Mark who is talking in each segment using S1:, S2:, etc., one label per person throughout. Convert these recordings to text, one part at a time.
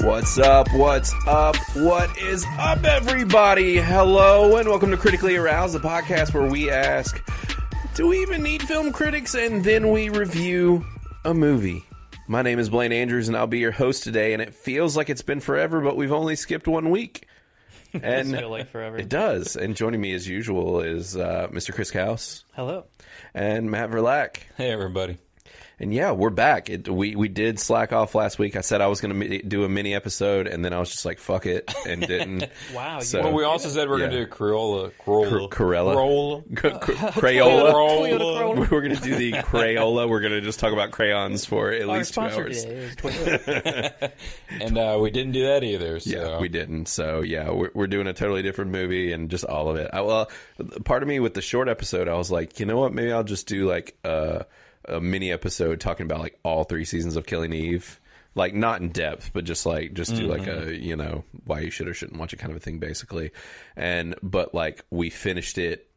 S1: What's up? What's up? What is up, everybody? Hello, and welcome to Critically Aroused, the podcast where we ask Do we even need film critics? And then we review a movie. My name is Blaine Andrews, and I'll be your host today. And it feels like it's been forever, but we've only skipped one week.
S2: Does
S1: And
S2: feel like forever.
S1: it does. And joining me as usual is uh, Mr. Chris House
S2: Hello.
S1: and Matt Verlack.
S3: Hey, everybody.
S1: And yeah, we're back. It, we we did slack off last week. I said I was going to mi- do a mini episode, and then I was just like, "Fuck it," and didn't.
S2: Wow.
S1: So-
S3: Well, we also said we're
S1: Yeah.
S3: going to do Crayola. Crayola.
S1: Cr- Cruella.
S3: Crayola.
S1: C- c- Crayola.
S3: Crayola.
S1: We're going to do the Crayola. We're going to just talk about crayons for at
S2: Our
S1: least two
S2: sponsor
S1: hours.
S2: today is Toyota.
S3: And uh, we didn't do that either. So.
S1: Yeah, we didn't. So yeah, we're, we're doing a totally different movie and just all of it. I, well, part of me with the short episode, I was like, you know what? Maybe I'll just do like a, a mini episode talking about like all three seasons of Killing Eve, like not in depth, but just like just do like a you know why you should or shouldn't watch it kind of a thing, basically. And but like we finished it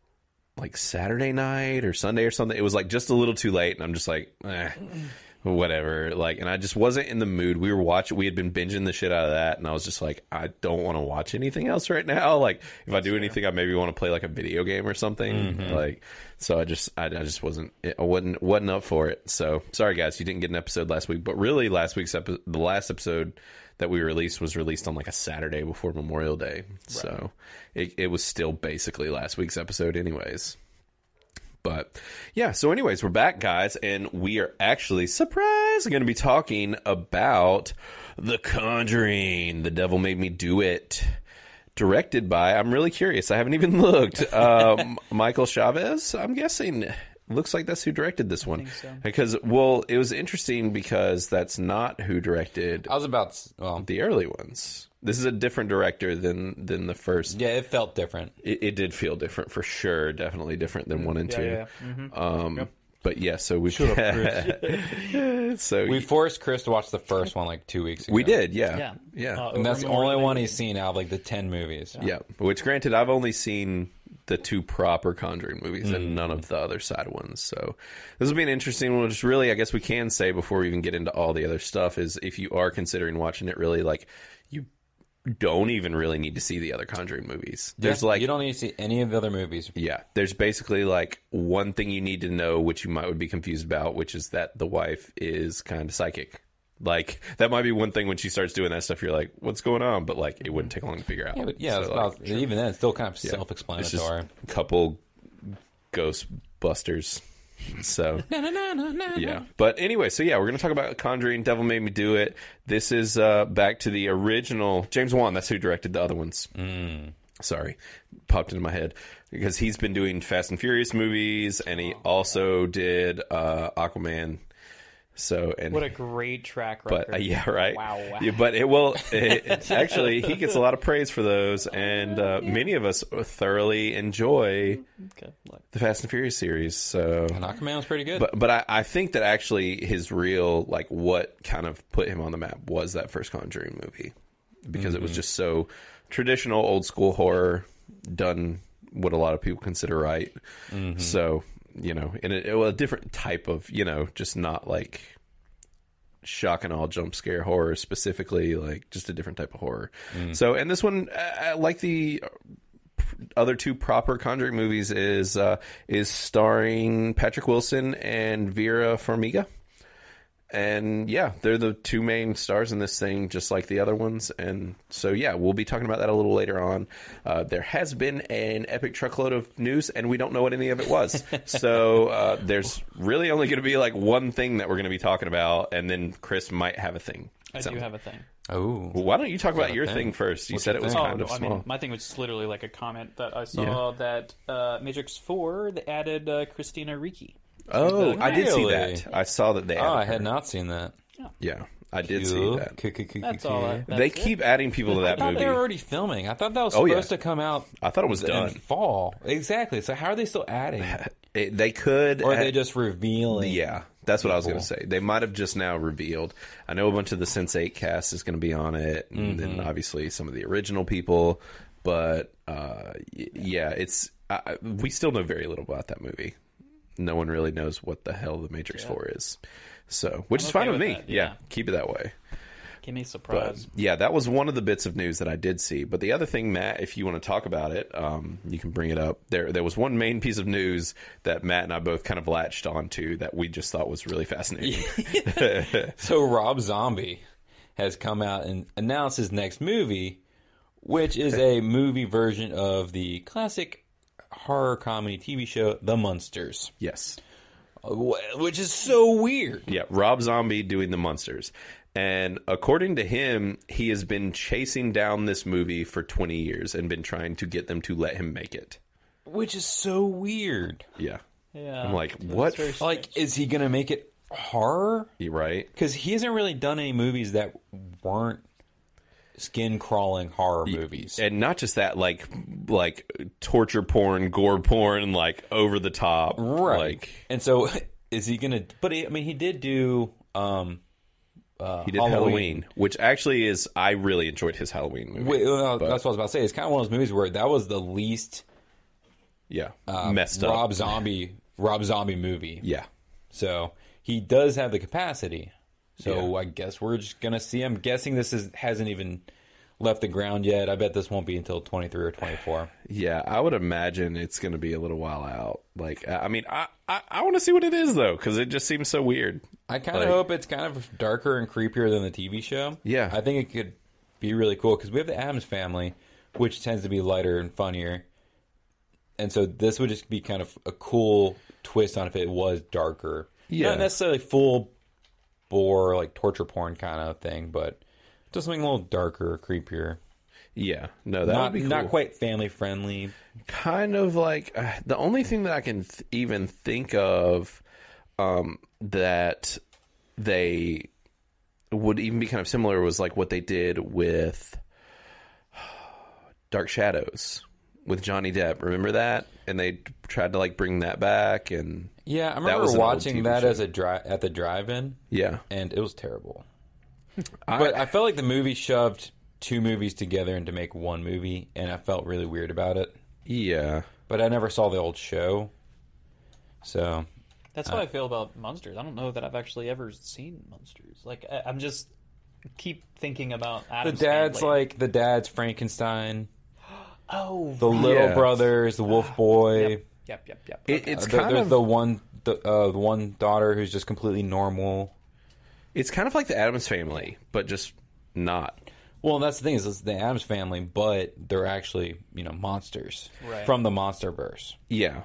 S1: like Saturday night or Sunday or something. It was like just a little too late, and I'm just like, eh, whatever. Like, and I just wasn't in the mood. We were watching, we had been binging the shit out of that, and I was just like, I don't want to watch anything else right now. Like, if I do anything, I maybe want to play like a video game or something. Like, so I just, I, I just wasn't, I wasn't, wasn't up for it. So sorry guys, you didn't get an episode last week, but really last week's episode, the last episode that we released was released on like a Saturday before Memorial Day. So it, it was still basically last week's episode, anyways. But yeah, so, anyways, we're back, guys, and we are actually surprised going to be talking about The Conjuring The Devil Made Me Do It. Directed by, I'm really curious. I haven't even looked. Um, Michael Chavez, I'm guessing. Looks like that's who directed this one. Because, well, it was interesting because that's not who directed
S3: I was about. s- Well,
S1: the early ones. This is a different director than than the first.
S3: yeah, it felt different.
S1: It, it did feel different for sure, definitely different than one and two.
S2: yeah,
S1: Um, But yeah, so we so
S3: We
S1: we
S3: forced Chris to watch the first one like two weeks ago.
S1: we did, yeah,
S2: Yeah.
S1: yeah,
S2: Uh,
S3: And that's the
S2: Over
S3: only
S2: Memorial
S3: one he's seen out of like the 10 movies.
S1: yeah. Which, granted, I've only seen the two proper Conjuring movies and none of the other side ones. So this will be an interesting one. Which really, I guess we can say before we even get into all the other stuff is if you are considering watching it, really like you don't even really need to see the other Conjuring movies. There's like
S3: You don't need to see any of the other movies.
S1: Yeah, there's basically like one thing you need to know, which you might would be confused about, which is that the wife is kind of psychic. Like that might be one thing when she starts doing that stuff, you're like, "What's going on?" But like, it wouldn't take long to figure out.
S3: Mm-hmm. Yeah, but yeah,
S1: So,
S3: it's
S1: like,
S3: about- even then, it's still kind of self
S1: it's just
S3: explanatory.
S1: a couple Ghostbusters. So yeah, but anyway, so yeah, we're gonna talk about Conjuring, Devil Made Me Do It. This is uh, back to the original James Wan. That's who directed the other ones.
S2: Mm.
S1: Sorry, popped into my head because he's been doing Fast and Furious movies, and
S2: Oh,
S1: he also did uh, Aquaman. So and
S2: What a great track record.
S1: but uh, yeah, right.
S2: Wow.
S1: Yeah, but it will. It, it's actually, he gets a lot of praise for those, and uh, many of us thoroughly enjoy
S2: Okay, look.
S1: the Fast and Furious series. So,
S3: And Aquaman was pretty good.
S1: but but I, I think that actually his real like what kind of put him on the map was that first Conjuring movie because it was just so traditional, old school horror done what a lot of people consider right. So you know, in a, well, a different type of you know, just not like shock and all jump scare horror specifically, like just a different type of horror. So and this one, uh, like the other two proper Conjuring movies is uh, is starring Patrick Wilson and Vera Farmiga. And yeah, they're the two main stars in this thing, just like the other ones. And so, yeah, we'll be talking about that a little later on. Uh, there has been an epic truckload of news, and we don't know what any of it was. so, uh, there's really only going to be like one thing that we're going to be talking about, and then Chris might have a thing.
S2: I do
S1: Sounds-
S2: have a thing.
S3: oh.
S1: Why don't you talk about your
S3: thing?
S1: thing first? You
S3: What's
S1: said
S3: your
S1: it was
S3: thing?
S2: Oh,
S1: kind
S2: no,
S1: of
S2: I
S1: small.
S2: mean, my thing was just literally like a comment that I saw that uh, Matrix 4 they added uh, Christina Ricci.
S1: oh, I did see
S3: Really?
S1: that. I saw that they.
S3: Oh,
S1: added
S3: I
S1: her.
S3: had not seen that.
S1: Yeah, I did see
S3: Cool.
S1: that.
S3: Cool, cool, cool,
S2: That's
S3: cool,
S2: all.
S3: cool.
S2: I, that's
S1: they
S2: it.
S1: keep adding people to that
S3: I thought
S1: movie.
S3: they were already filming. I thought that was
S1: Oh, yeah.
S3: supposed to come out.
S1: I thought it was
S3: in
S1: done.
S3: fall. Exactly. So how are they still adding?
S1: It- they could,
S3: Or are they just revealing?
S1: yeah. That's what I was going to say. They might have just now revealed. I know a bunch of the Sense Eight cast is going to be on it, and then
S3: Mm-hmm.
S1: obviously some of the original people. But uh, y- yeah, it's I, I- we still know very little about that movie. No one really knows what the hell the Matrix Four is. So, which is fine
S2: okay
S1: with
S2: with
S1: me.
S2: that,
S1: yeah.
S2: yeah.
S1: keep it that way.
S2: Give me a
S1: But
S2: surprise.
S1: yeah, that was one of the bits of news that I did see. But the other thing, Matt, if you want to talk about it, um, you can bring it up. There, there was one main piece of news that Matt and I both kind of latched onto that we just thought was really fascinating.
S3: So Rob Zombie has come out and announced his next movie, which is a movie version of the classic horror comedy TV show The Munsters,
S1: yes.
S3: wh- which is so weird.
S1: Yeah, Rob Zombie doing the monsters. And according to him, he has been chasing down this movie for 20 years and been trying to get them to let him make it.
S3: Which is so weird.
S1: Yeah.
S2: yeah.
S1: I'm like,
S2: That's
S1: what?
S2: very
S1: f-
S3: Like, is he gonna make it horror?
S1: you right?
S3: Because he hasn't really done any movies that weren't skin crawling horror movies.
S1: And not just that, like, like torture porn, gore porn, like over the top,
S3: right.
S1: Like
S3: and so, is he gonna? But he, I mean, he did do. um uh,
S1: he did Halloween. which actually is I really enjoyed his Halloween movie.
S3: Wait, well, that's what I was about to say. It's kind of one of those movies where that was the least
S1: yeah, messed up.
S3: uh, Rob Zombie Rob Zombie movie.
S1: yeah,
S3: So he does have the capacity. So
S1: Yeah.
S3: I guess we're just gonna see. I'm guessing this is hasn't even left the ground yet. I bet this won't be until 23 or 24.
S1: yeah. I would imagine it's going to be a little while out. Like, I I mean, I I, I want to see what it is though, because it just seems so weird.
S3: I kind of hope it's kind of darker and creepier than the TV show.
S1: Yeah.
S3: I think it could be really cool because we have the Adams Family, which tends to be lighter and funnier, and so this would just be kind of a cool twist on if it was darker.
S1: Yeah.
S3: not necessarily full bore like torture porn kind of thing, but just something a little darker, creepier.
S1: Yeah, no, that would
S3: Not
S1: be cool.
S3: not quite family friendly.
S1: kind of like uh, the only thing that I can th- even think of um, that they would even be kind of similar was like what they did with Dark Shadows with Johnny Depp. Remember that? And they tried to like bring that back, and
S3: Yeah, I
S1: That
S3: remember
S1: was an old
S3: watching
S1: TV
S3: that
S1: show.
S3: as a dri- at the drive-in.
S1: yeah,
S3: and it was terrible. but I felt like the movie shoved two movies together into make one movie, and I felt really weird about it.
S1: yeah,
S3: But I never saw the old show, so
S2: That's
S1: uh,
S2: how I feel about monsters. I don't know that I've actually ever seen monsters. Like I, I'm just keep thinking about
S3: the
S2: Adam's
S3: dad's
S2: family.
S3: like the dad's Frankenstein,
S2: oh
S3: the little
S1: Yeah.
S3: brother is the wolf boy.
S2: yep yep yep yep.
S1: It-
S2: okay.
S1: it's
S3: Uh, there-
S1: kind
S3: there's
S1: of
S3: the one the uh, the one daughter who's just completely normal.
S1: it's kind of like the Adams Family, but just not.
S3: Well, that's the thing is it's the Adams family, but they're actually you know monsters
S2: Right.
S3: from the MonsterVerse.
S1: Yeah.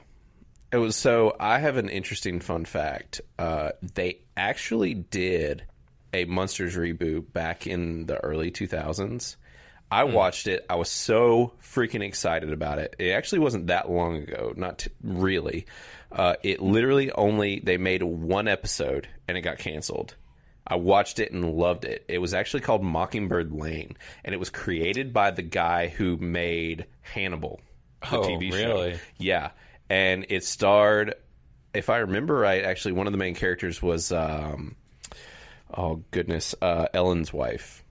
S1: It was so I have an interesting fun fact. Uh, they actually did a Monsters reboot back in the early 2000s. I
S3: Hmm.
S1: watched it. I was so freaking excited about it. It actually wasn't that long ago, not t- really. Uh, it literally only they made one episode and it got canceled. I watched it and loved it. It was actually called Mockingbird Lane, and it was created by the guy who made Hannibal, the
S3: Oh,
S1: TV show.
S3: really?
S1: Yeah, and it starred, if I remember right, actually one of the main characters was, um, oh goodness, uh, Ellen's wife.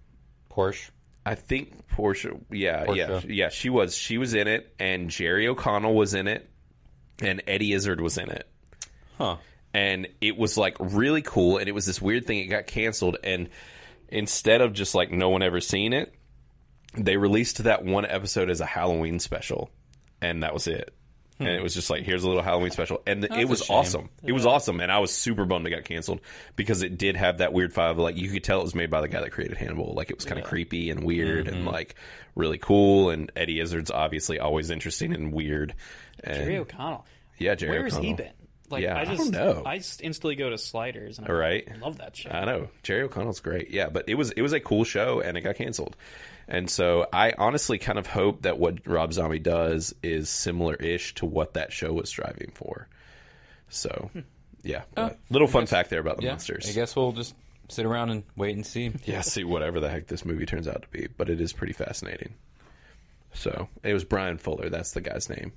S3: Porsche.
S1: I think Portia. Yeah,
S3: Portia.
S1: yeah, yeah. She was. She was in it, and Jerry O'Connell was in it, and Eddie Izzard was in it
S3: Huh.
S1: and it was like really cool and it was this weird thing it got canceled and instead of just like no one ever seeing it they released that one episode as a halloween special and that was it and it was just like here's a little halloween special and it was
S3: Hmm. shame.
S1: awesome it was awesome and i was super bummed it got canceled because it did have that weird vibe like you could tell it was made by the guy that created hannibal like it was kind of creepy and weird
S3: Mm-hmm.
S1: and like really cool and eddie izzard's obviously always interesting and weird and
S2: Jerry O'Connell.
S1: yeah jerry
S2: Where's he
S1: O'Connell.
S2: been? Like
S1: Yeah,
S2: I
S1: I don't
S2: just
S1: know. Uh,
S2: I just instantly go to Sliders and I
S1: Right.
S2: love that show.
S1: I know Jerry O'Connell's great. Yeah, but it was it was a cool show and it got canceled. And so I honestly kind of hope that what Rob Zombie does is similar ish to what that show was striving for. So yeah, but little fun fact there about the
S3: Hmm. Oh, Yeah.
S1: monsters.
S3: I guess we'll just sit around and wait and see.
S1: Yeah, see whatever the heck this movie turns out to be, but it is pretty fascinating. So it was Brian Fuller. That's the guy's name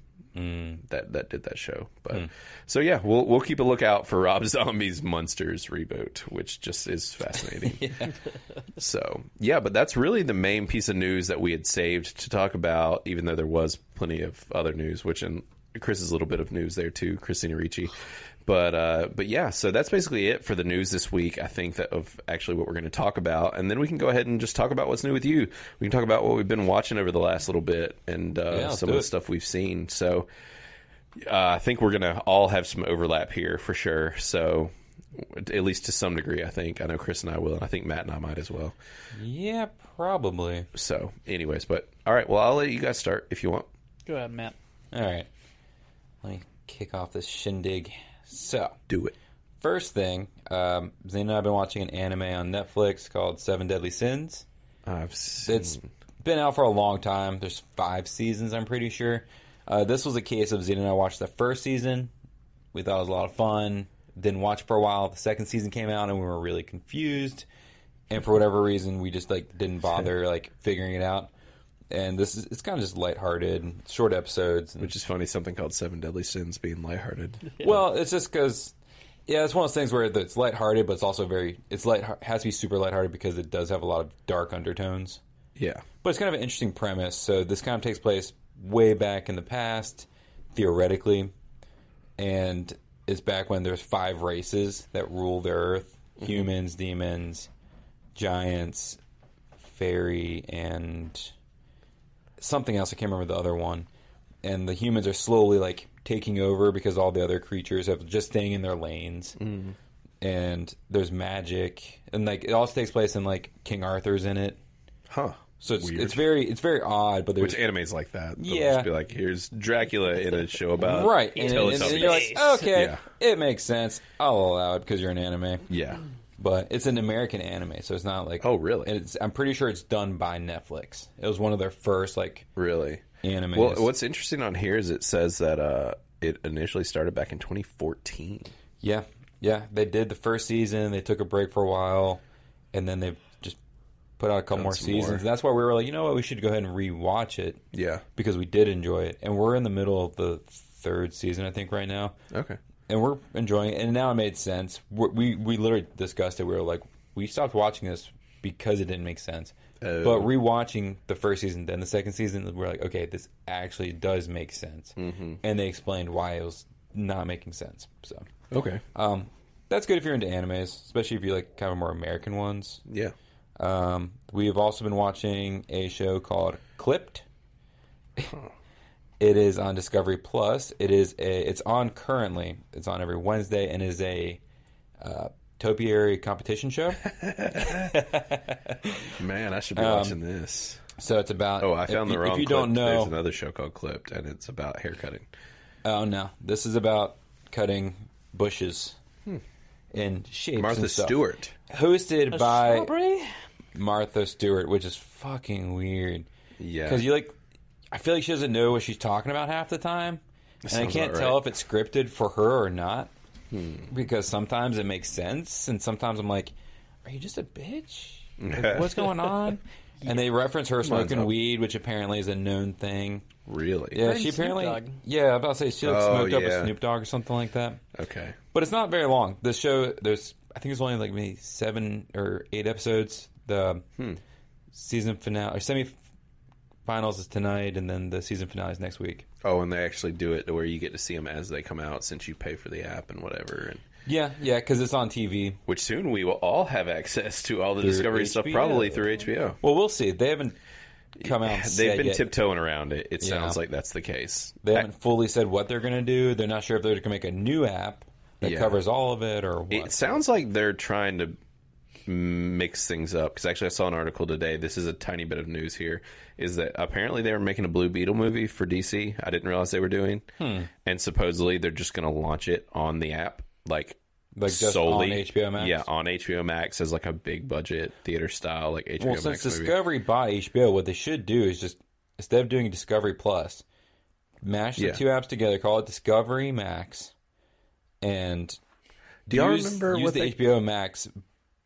S1: that that did that show. But
S3: Hmm.
S1: so yeah, we'll we'll keep a lookout for Rob Zombie's Monsters reboot, which just is fascinating. So yeah, but that's really the main piece of news that we had saved to talk about. Even though there was plenty of other news, which in Chris's little bit of news there too, Christina Ricci. But uh, but yeah, so that's basically it for the news this week. I think that of actually what we're going to talk about, and then we can go ahead and just talk about what's new with you. We can talk about what we've been watching over the last little bit and uh,
S3: Yeah, let's
S1: some
S3: do
S1: of the
S3: it.
S1: stuff we've seen. So uh, I think we're going to all have some overlap here for sure. So at least to some degree, I think I know Chris and I will, and I think Matt and I might as well.
S3: Yeah, probably.
S1: So, anyways, but all right. Well, I'll let you guys start if you want.
S2: Go ahead, Matt.
S3: All right. Let me kick off this shindig. So,
S1: Do it.
S3: first thing, um, Zane and I have been watching an anime on Netflix called Seven Deadly Sins.
S1: I've seen,
S3: It's been out for a long time. There's five seasons, I'm pretty sure. Uh, this was a case of Zena and I watched the first season. We thought it was a lot of fun. Didn't watch for a while. The second season came out, and we were really confused. And for whatever reason, we just like didn't bother like figuring it out. And this is it's kind of just lighthearted, short episodes. And,
S1: which is funny. Something called Seven Deadly Sins being lighthearted.
S3: Well, it's just because. Yeah, it's one of those things where it's lighthearted, but it's also very it's light has to be super lighthearted because it does have a lot of dark undertones.
S1: yeah,
S3: But it's kind of an interesting premise. So this kind of takes place way back in the past, theoretically, and it's back when there's five races that rule the earth: humans, demons, giants, fairy, and something else. I can't remember the other one. And the humans are slowly like taking over because all the other creatures have just staying in their lanes. And there's magic, and like it also takes place in like King Arthur's in it.
S1: huh?
S3: So it's,
S1: Weird.
S3: it's very it's very odd, but
S1: Which
S3: there's
S1: anime's like that? They'll
S3: Yeah.
S1: just be like, here's Dracula in a show about
S3: right, and, and- and
S1: Teletubbies.
S3: you're like, okay,
S1: Yeah.
S3: it makes sense. I'll allow it because you're an anime,
S1: yeah,
S3: but it's an American anime, so it's not like
S1: Oh, really?
S3: And it's, I'm pretty sure it's done by Netflix. It was one of their first like
S1: really.
S3: anime.
S1: Well, what's interesting on here is it says that uh, it initially started back in 2014.
S3: Yeah, yeah. They did the first season. They took a break for a while, and then they just put out a couple more
S1: some
S3: seasons.
S1: more.
S3: And That's why we were like, you know what, we should go ahead and rewatch it
S1: Yeah.
S3: because we did enjoy it, and we're in the middle of the third season, I think, right now.
S1: Okay.
S3: and we're enjoying it. And now it made sense. we we we literally discussed it. We were like, we stopped watching this because it didn't make sense.
S1: Oh.
S3: But rewatching the first season, then the second season, we're like, okay, this actually does make sense. Mm-hmm. And they explained why it was not making sense. So
S1: Okay.
S3: um, that's good if you're into animes, especially if you like kind of more American ones.
S1: yeah.
S3: Um, we have also been watching a show called Clipped. it is on Discovery Plus. It is a, it's on currently. It's on every Wednesday and is a uh, topiary competition show.
S1: Man, I should be watching this.
S3: so it's about
S1: Oh, I found
S3: Um, if,
S1: the
S3: you-
S1: wrong.
S3: If you
S1: clip.
S3: don't
S1: there's
S3: know,
S1: another show called Clipped, and it's about haircutting.
S3: oh no, this is about cutting bushes and shapes.
S1: Martha
S3: and stuff.
S1: Stewart.
S3: hosted by
S2: Strawberry?
S3: Martha Stewart, which is fucking weird.
S1: Yeah.
S3: because you like, I feel like she doesn't know what she's talking about half the time, and I
S1: sounds
S3: can't
S1: about
S3: tell
S1: right. Hmm.
S3: if it's scripted for her or not. Because sometimes it makes sense, and sometimes I'm like, "Are you just a bitch? Like, what's going on?" And they reference her smoking
S1: up.
S3: weed, which apparently is a known thing.
S1: really?
S3: Yeah,
S2: and
S3: she
S2: Snoop
S3: apparently.
S2: Dogg.
S3: Yeah, I was about to say she like,
S1: Oh,
S3: smoked up
S1: yeah.
S3: a Snoop Dogg or something like that.
S1: Okay.
S3: But it's not very long. The show there's I think there's only like maybe seven or eight episodes. The
S1: Hmm.
S3: season finale or semi finals is tonight, and then the season finale is next week.
S1: Oh, and they actually do it to where you get to see them as they come out since you pay for the app and whatever. And
S3: Yeah, yeah, because it's on TV.
S1: which soon we will all have access to all the
S3: Through
S1: Discovery stuff,
S3: HBO.
S1: probably through HBO.
S3: Well, we'll see. They haven't come out. and
S1: They've
S3: said
S1: been
S3: yet.
S1: tiptoeing around it. It
S3: Yeah.
S1: sounds like that's the case.
S3: They haven't fully said what they're going to do. They're not sure if they're going to make a new app that
S1: Yeah.
S3: covers all of it or what.
S1: It sounds like they're trying to mix things up because actually I saw an article today. This is a tiny bit of news here. Is that apparently they were making a Blue Beetle movie for DC? I didn't realize they were doing,
S3: Hmm.
S1: and supposedly they're just going to launch it on the app, like
S3: like just
S1: solely
S3: on HBO Max.
S1: Yeah, on HBO Max as like a big budget theater style like HBO
S3: Well,
S1: Max
S3: since
S1: movie.
S3: Discovery by HBO, what they should do is just instead of doing Discovery Plus, mash the
S1: Yeah.
S3: two apps together, call it Discovery Max, and
S1: Do y'all
S3: use,
S1: remember
S3: use
S1: what
S3: the
S1: they?
S3: HBO Max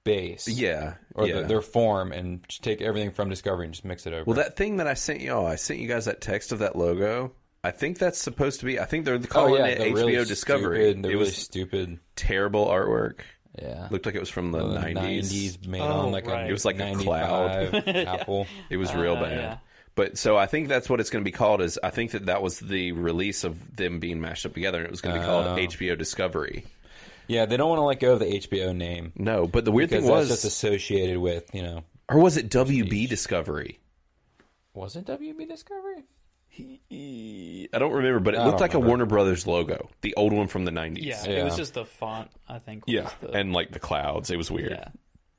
S3: base,
S1: yeah,
S3: or
S1: yeah.
S3: the, their form, and just take everything from Discovery and just mix it over.
S1: well, that thing that I sent y'all, I sent you guys that text of that logo. I think that's supposed to be. I think they're
S3: oh
S1: calling
S3: yeah,
S1: it
S3: they're
S1: HBO
S3: really
S1: Discovery.
S3: Stupid. They're
S1: It
S3: really
S1: was
S3: stupid.
S1: terrible artwork.
S3: Yeah. Oh,
S1: Looked like it was from the
S3: The
S1: nineties.
S3: 90s made
S2: Oh,
S3: on like
S2: right.
S3: a
S2: It
S1: was like a
S3: 95
S1: cloud.
S3: Apple.
S1: It was real
S2: Uh,
S1: bad.
S2: yeah.
S1: But so I think that's what it's going to be called. Is I think that that was the release of them being mashed up together, and it was going to be
S3: Oh.
S1: called HBO Discovery.
S3: Yeah, they don't want to let go of the HBO name
S1: No, but the weird
S3: because
S1: thing
S3: that's
S1: was,
S3: just associated with you know.
S1: or was it WB Discovery?
S3: Was it WB Discovery?
S1: I don't remember, but it
S3: I
S1: looked
S3: don't
S1: like
S3: remember.
S1: a Warner Brothers logo, the old one from the nineties.
S2: Yeah,
S3: Yeah.
S2: it was just the font. I think. was
S1: yeah,
S2: the-
S1: and like the clouds. It was weird.
S2: yeah.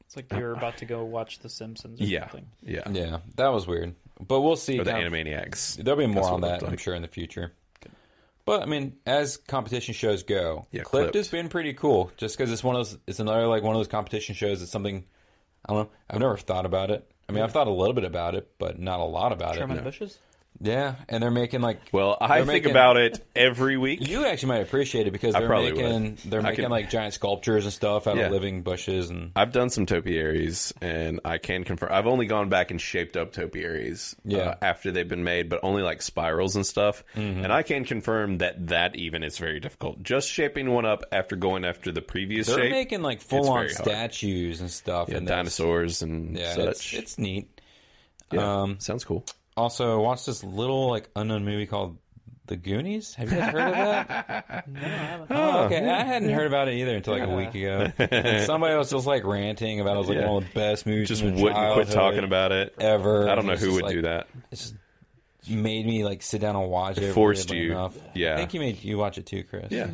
S2: It's like you were about to go watch The Simpsons. Or
S1: Yeah,
S2: something.
S1: yeah.
S3: Yeah, that was weird. But we'll see.
S1: Or the
S3: kind of-
S1: Animaniacs.
S3: There'll be more
S1: That's
S3: on
S1: what it
S3: that,
S1: looked
S3: I'm
S1: like.
S3: sure, in the future. But I mean, as competition shows go,
S1: Yeah,
S3: Clipped,
S1: Clipped.
S3: has been pretty cool. Just because it's one of those, it's another like one of those competition shows. It's something I don't know. I've never thought about it. I mean, I've thought a little bit about it, but not a lot about
S2: Trim
S3: it.
S2: and bushes.
S3: Yeah, and they're making like
S1: Well, I
S3: They're
S1: think
S3: making-
S1: about it every week.
S3: you actually might appreciate it because
S1: I
S3: they're
S1: probably
S3: making
S1: would.
S3: they're
S1: I
S3: making
S1: can-
S3: like giant sculptures and stuff out
S1: Yeah.
S3: of living bushes and
S1: I've done some topiaries, and I can confirm. I've only gone back and shaped up topiaries uh,
S3: Yeah.
S1: after they've been made, but only like spirals and stuff.
S3: Mm-hmm.
S1: And I can confirm that that even is very difficult. Just shaping one up after going after the previous
S3: they're
S1: shape,
S3: making like full on
S1: very hard.
S3: statues and stuff
S1: and
S3: and that's-
S1: dinosaurs and
S3: Yeah, it's,
S1: such.
S3: it's neat.
S1: Yeah.
S3: Um,
S1: Sounds cool.
S3: Also, watch this little like unknown movie called The Goonies. Have you guys heard of that?
S2: No, I haven't.
S3: oh, okay. I hadn't heard about it either until like a week ago. And somebody was just like ranting about it. it was like
S1: Yeah.
S3: one of the best movies.
S1: Just
S3: from
S1: wouldn't
S3: their
S1: quit
S3: childhood
S1: talking about it.
S3: ever.
S1: I don't know
S3: It's
S1: who
S3: just
S1: would
S3: like-
S1: do that.
S3: It's just made me like sit down and watch it. every
S1: forced
S3: day, but
S1: you.
S3: Enough.
S1: Yeah.
S3: I think you made you watch it too, Chris.
S1: Yeah,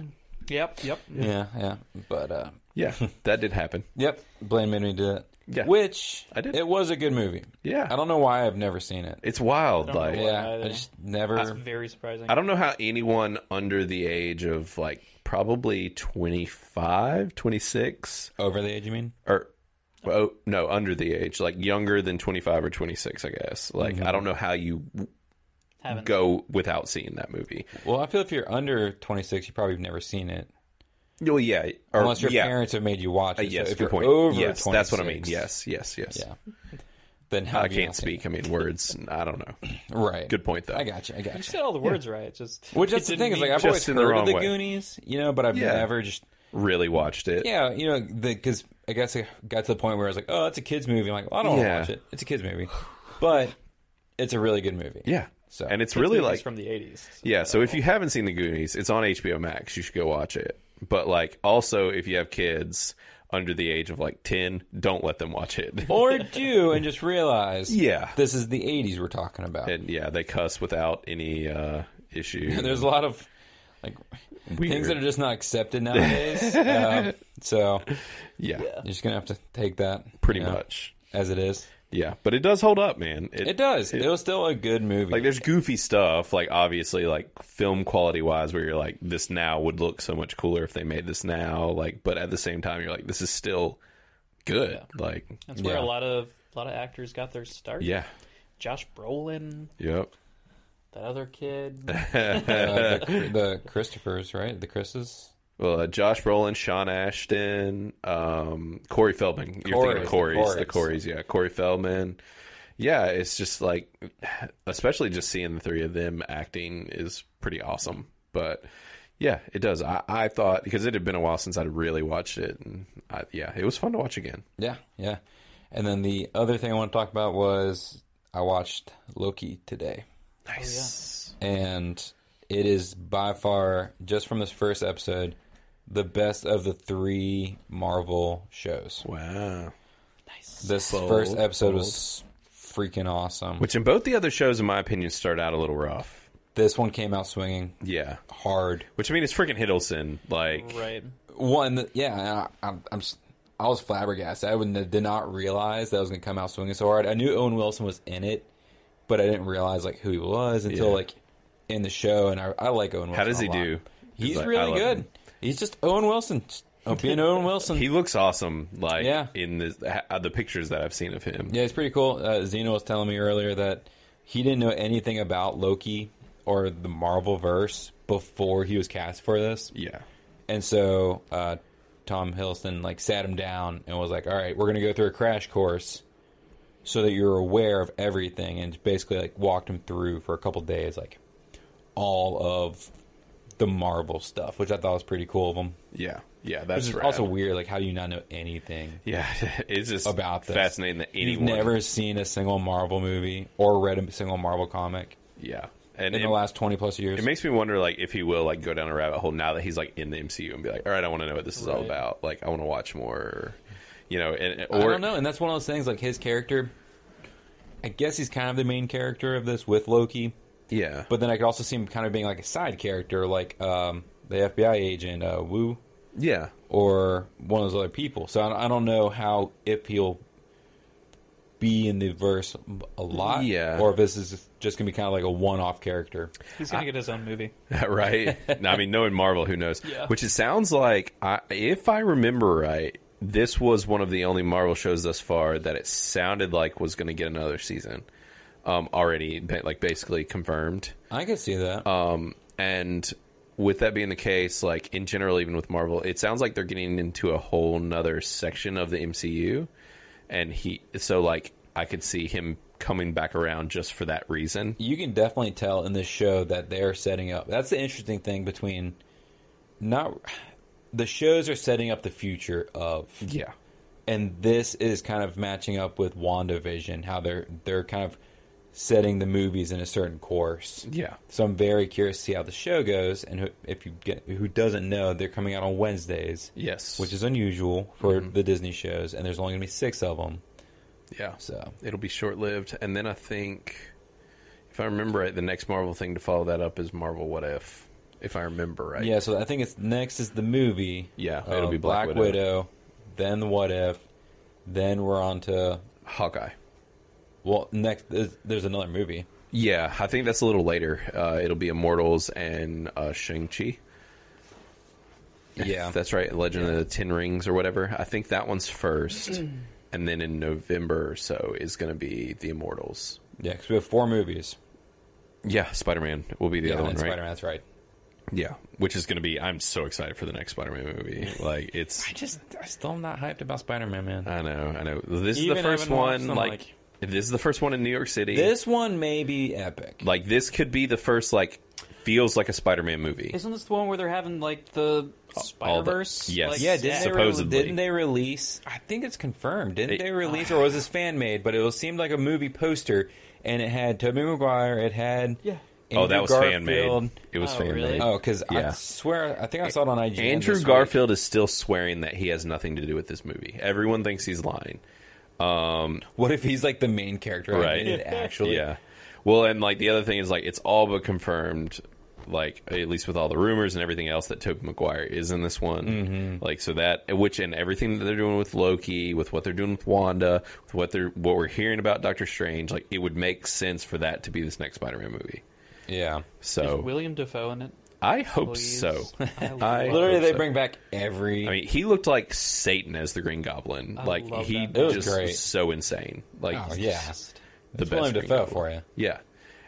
S2: Yep. Yep.
S3: Yeah. Yeah. But uh,
S1: yeah, that did happen.
S3: yep, Blaine made me do it.
S1: Yeah.
S3: Which
S1: I did.
S3: It was a good movie.
S1: Yeah.
S3: I don't know why I've never seen it.
S1: It's wild.
S2: don't know
S1: Like
S2: why.
S3: Yeah. I
S2: either.
S3: just never.
S2: That's very surprising.
S1: uh, I don't know how anyone under the age of like probably 25, 26
S3: Over the age, you mean?
S1: or oh no, under the age, like younger than 25 or 26, I guess. Like
S3: Mm-hmm.
S1: I don't know how you
S2: haven't.
S1: go without seeing that movie.
S3: Well, I feel if you're under 26, you probably have never seen it.
S1: Well, yeah, or,
S3: Unless your
S1: yeah.
S3: parents have made you watch it.
S1: Uh, yes,
S3: so if
S1: good
S3: you're
S1: point.
S3: over
S1: yes,
S3: 26,
S1: that's what I mean. Yes, yes, yes.
S3: Yeah. Then how
S1: I
S3: have you
S1: can't
S3: not seen
S1: speak. I mean words. I don't know.
S3: it? Right.
S1: Good point though.
S3: I got you. I got
S2: You
S3: you.
S2: said all the words right. It's just
S3: Which
S2: it
S3: that's the
S2: didn't
S3: thing is
S2: mean-
S3: like I've
S1: Just
S3: always
S1: in the
S3: heard
S1: wrong
S3: of the
S1: way.
S3: Goonies, you know, but I've
S1: Yeah.
S3: never just
S1: Really watched it.
S3: yeah, you know, because I guess I got to the point where I was like, oh, it's a kids movie. I'm like, well, I don't
S1: Yeah.
S3: want to watch it. It's a kids movie, but it's a really good movie.
S1: Yeah.
S3: So-
S1: and it's
S2: this
S1: really
S2: movie's
S1: like
S2: from the eighties.
S1: Yeah, so if you haven't seen The Goonies, it's on HBO Max. You should go watch it. But like also if you have kids under the age of like 10, don't let them watch it.
S3: Or do and just realize,
S1: Yeah.
S3: this is the 80s we're talking about.
S1: And yeah, they cuss without any uh issue.
S3: There's a lot of like things that are just not accepted nowadays. um, so you're
S1: yeah,
S3: just gonna have to take that
S1: pretty
S3: you know,
S1: much.
S3: as it is.
S1: Yeah, but it does hold up, man. It,
S3: It does. It, was still a good movie.
S1: like there's goofy stuff, like obviously like film quality wise where you're like this now would look so much cooler if they made this now, like but at the same time you're like this is still good. Like
S2: that's where
S3: Yeah.
S2: a lot of a lot of actors got their start.
S1: yeah.
S2: Josh Brolin,
S1: Yep.
S2: that other kid.
S3: uh, the, the Christophers, right? The Chris's.
S1: Well, uh, Josh Brolin, Sean Ashton, um, Corey Feldman. You're thinking of
S3: Corey's, the
S1: Corey's, the
S3: Corey's.
S1: Corey's, yeah, Corey Feldman. Yeah, it's just like, especially just seeing the three of them acting is pretty awesome. But yeah, it does. I, I thought because it had been a while since I'd really watched it, and I, yeah, it was fun to watch again.
S3: Yeah, yeah. And then the other thing I want to talk about was I watched Loki today,
S1: Oh, Nice.
S3: and it is by far just from this first episode the best of the three Marvel shows.
S1: Wow.
S2: nice.
S3: This
S1: Bold,
S3: first episode was freaking awesome.
S1: Which in both the other shows, in my opinion, start out a little rough.
S3: This one came out swinging
S1: Yeah.
S3: hard.
S1: Which I mean, it's freaking Hiddleston. Like,
S2: Right.
S3: One, yeah, I, I'm, I'm, s- I was flabbergasted. I wouldn't, did not realize that I was going to come out swinging so hard. I knew Owen Wilson was in it, but I didn't realize like who he was until
S1: Yeah.
S3: like in the show. And I, I like Owen. Wilson
S1: how does
S3: a
S1: he
S3: lot.
S1: do?
S3: He's
S1: like, I
S3: really
S1: love
S3: good.
S1: him.
S3: He's just Owen Wilson. Just Being Owen Wilson.
S1: He looks awesome, like
S3: Yeah.
S1: in the uh, the pictures that I've seen of him.
S3: Yeah, it's pretty cool. Uh, Zeno was telling me earlier that he didn't know anything about Loki or the Marvel verse before he was cast for this,
S1: Yeah.
S3: and so uh, Tom Hiddleston like sat him down and was like, "All right, we're going to go through a crash course so that you're aware of everything," and basically like walked him through for a couple days, like all of the Marvel stuff, which I thought was pretty cool of them.
S1: Yeah, yeah,
S3: Which
S1: that's
S3: is
S1: rad.
S3: also weird, like how do you not know anything
S1: yeah. It's just
S3: about this?
S1: fascinating that
S3: You've
S1: anyone
S3: never seen a single Marvel movie or read a single Marvel comic
S1: yeah. And
S3: in
S1: it,
S3: the last twenty plus years.
S1: it makes me wonder, like, if he will like go down a rabbit hole now that he's like in the MCU and be like, all right, I want to know what this is all
S2: Right.
S1: about. Like, I want to watch more. You know, and or
S3: I don't know, and that's one of those things. Like his character, I guess he's kind of the main character of this with Loki,
S1: yeah,
S3: but then I could also see him kind of being like a side character, like um, the FBI agent uh, Wu
S1: yeah,
S3: or one of those other people. So I don't, I don't know how if he'll be in the verse a lot,
S1: Yeah.
S3: or if this is just gonna be kind of like a one-off character.
S2: He's gonna get his own movie.
S1: right? No, I mean, knowing Marvel, who knows?
S2: Yeah.
S1: Which it sounds like, I, if I remember right, this was one of the only Marvel shows thus far that it sounded like was going to get another season um, already, ba- like basically confirmed.
S3: I could see that.
S1: Um, and with that being the case, like in general, even with Marvel, it sounds like they're getting into a whole nother section of the MCU. And he, so like, I could see him coming back around just for that reason.
S3: you can definitely tell in this show that they're setting up. That's the interesting thing between not the shows are setting up the future of
S1: Yeah.
S3: and this is kind of matching up with WandaVision how they're they're kind of setting the movies in a certain course.
S1: Yeah.
S3: So I'm very curious to see how the show goes and who, if you get who doesn't know they're coming out on Wednesdays,
S1: Yes.
S3: which is unusual for
S1: Mm-hmm.
S3: the Disney shows and there's only going to be 6 of them.
S1: yeah.
S3: So
S1: it'll be short lived. And then I think, if I remember right, the next Marvel thing to follow that up is Marvel What If, if I remember right.
S3: Yeah, so I think it's next is the movie.
S1: Yeah,
S3: Uh,
S1: it'll be Black
S3: Black,
S1: Widow.
S3: Widow. then the What If, then we're on to
S1: Hawkeye.
S3: well next. There's, there's another movie.
S1: Yeah, I think that's a little later. Uh, it'll be Immortals and uh, Shang Chi.
S3: Yeah,
S1: that's right. Legend of the Ten Rings or whatever. I think that one's first, and then in November or so is going to be the Immortals.
S3: yeah, because we have four movies.
S1: Yeah, Spider Man will be the
S3: yeah,
S1: other one,
S3: and
S1: right?
S3: Spider-Man. That's right.
S1: Yeah, which is going to be. I'm so excited for the next Spider Man movie. Like it's
S3: I just I still am not hyped about Spider-Man, man.
S1: I know, I know. This is the
S3: Even
S1: first
S3: having watched
S1: one,
S3: them,
S1: like,
S3: like-
S1: this is the first one in New York City.
S3: this one may be epic.
S1: like, this could be the first, like, feels like a Spider-Man movie.
S2: Isn't this the one where they're having like the Spider Verse?
S1: yes.
S2: like,
S3: yeah,
S1: Yeah,
S3: didn't
S1: supposedly. uh,
S3: they re- didn't they release? I think it's confirmed. Didn't
S1: They-
S3: they release, or was this fan made? But it was, seemed like a movie poster, and it had Tobey Maguire. It had
S2: Yeah.
S1: oh, that was
S3: Andrew
S1: fan made.
S3: Garfield.
S1: It was
S2: Oh,
S1: fan
S2: really?
S1: made.
S3: Oh, because
S1: Yeah.
S3: I swear, I think I saw it on IGN.
S1: Andrew
S3: this week.
S1: Garfield is still swearing that he has nothing to do with this movie. Everyone thinks he's lying.
S3: What if he's like the main character? I
S1: Right.
S3: mean, actually.
S1: Yeah. Well, and like the other thing is like it's all but confirmed, like at least with all the rumors and everything else that Tobey Maguire is in this one.
S2: Mm-hmm.
S1: Like so that which and everything that they're doing with Loki, with what they're doing with Wanda, with what they're what we're hearing about Doctor Strange, like it would make sense for that to be this next Spider-Man movie.
S3: Yeah.
S2: Is
S1: So
S2: William Defoe in it?
S1: I hope
S2: Please.
S1: so.
S2: I love
S1: I-
S2: it.
S3: Literally,
S1: hope
S3: they
S1: so.
S3: bring back every.
S1: I mean, he looked like Satan as the Green Goblin.
S2: I
S1: like
S2: love
S1: he
S2: that. It
S3: was
S1: just
S3: great.
S1: was so insane. Like
S3: oh, yeah.
S1: the
S3: It's Willem
S1: Green
S3: Dafoe
S1: Goblin.
S3: for you.
S1: Yeah.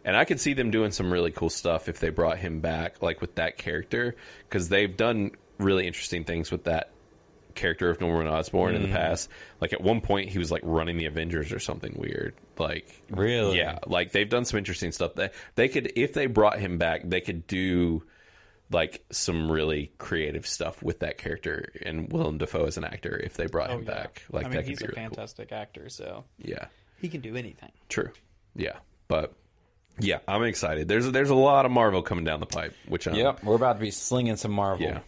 S1: And I could see them doing some really cool stuff if they brought him back, like with that character, because they've done really interesting things with that character of Norman Osborn
S2: Mm.
S1: in the past. Like at one point, he was like running the Avengers or something weird. Like,
S3: Really?
S1: yeah, like they've done some interesting stuff. They they could, if they brought him back, they could do like some really creative stuff with that character and Willem Dafoe as an actor if they brought
S2: Oh,
S1: him
S2: yeah.
S1: back. Like
S2: I
S1: that
S2: mean,
S1: could
S2: he's
S1: be
S2: a
S1: really
S2: fantastic actor, so
S1: cool. Yeah.
S2: he can do anything.
S1: True. Yeah, but yeah, I'm excited. There's there's a lot of Marvel coming down the pipe, which I'm
S3: Yep. We're about to be slinging some Marvel.
S1: yeah,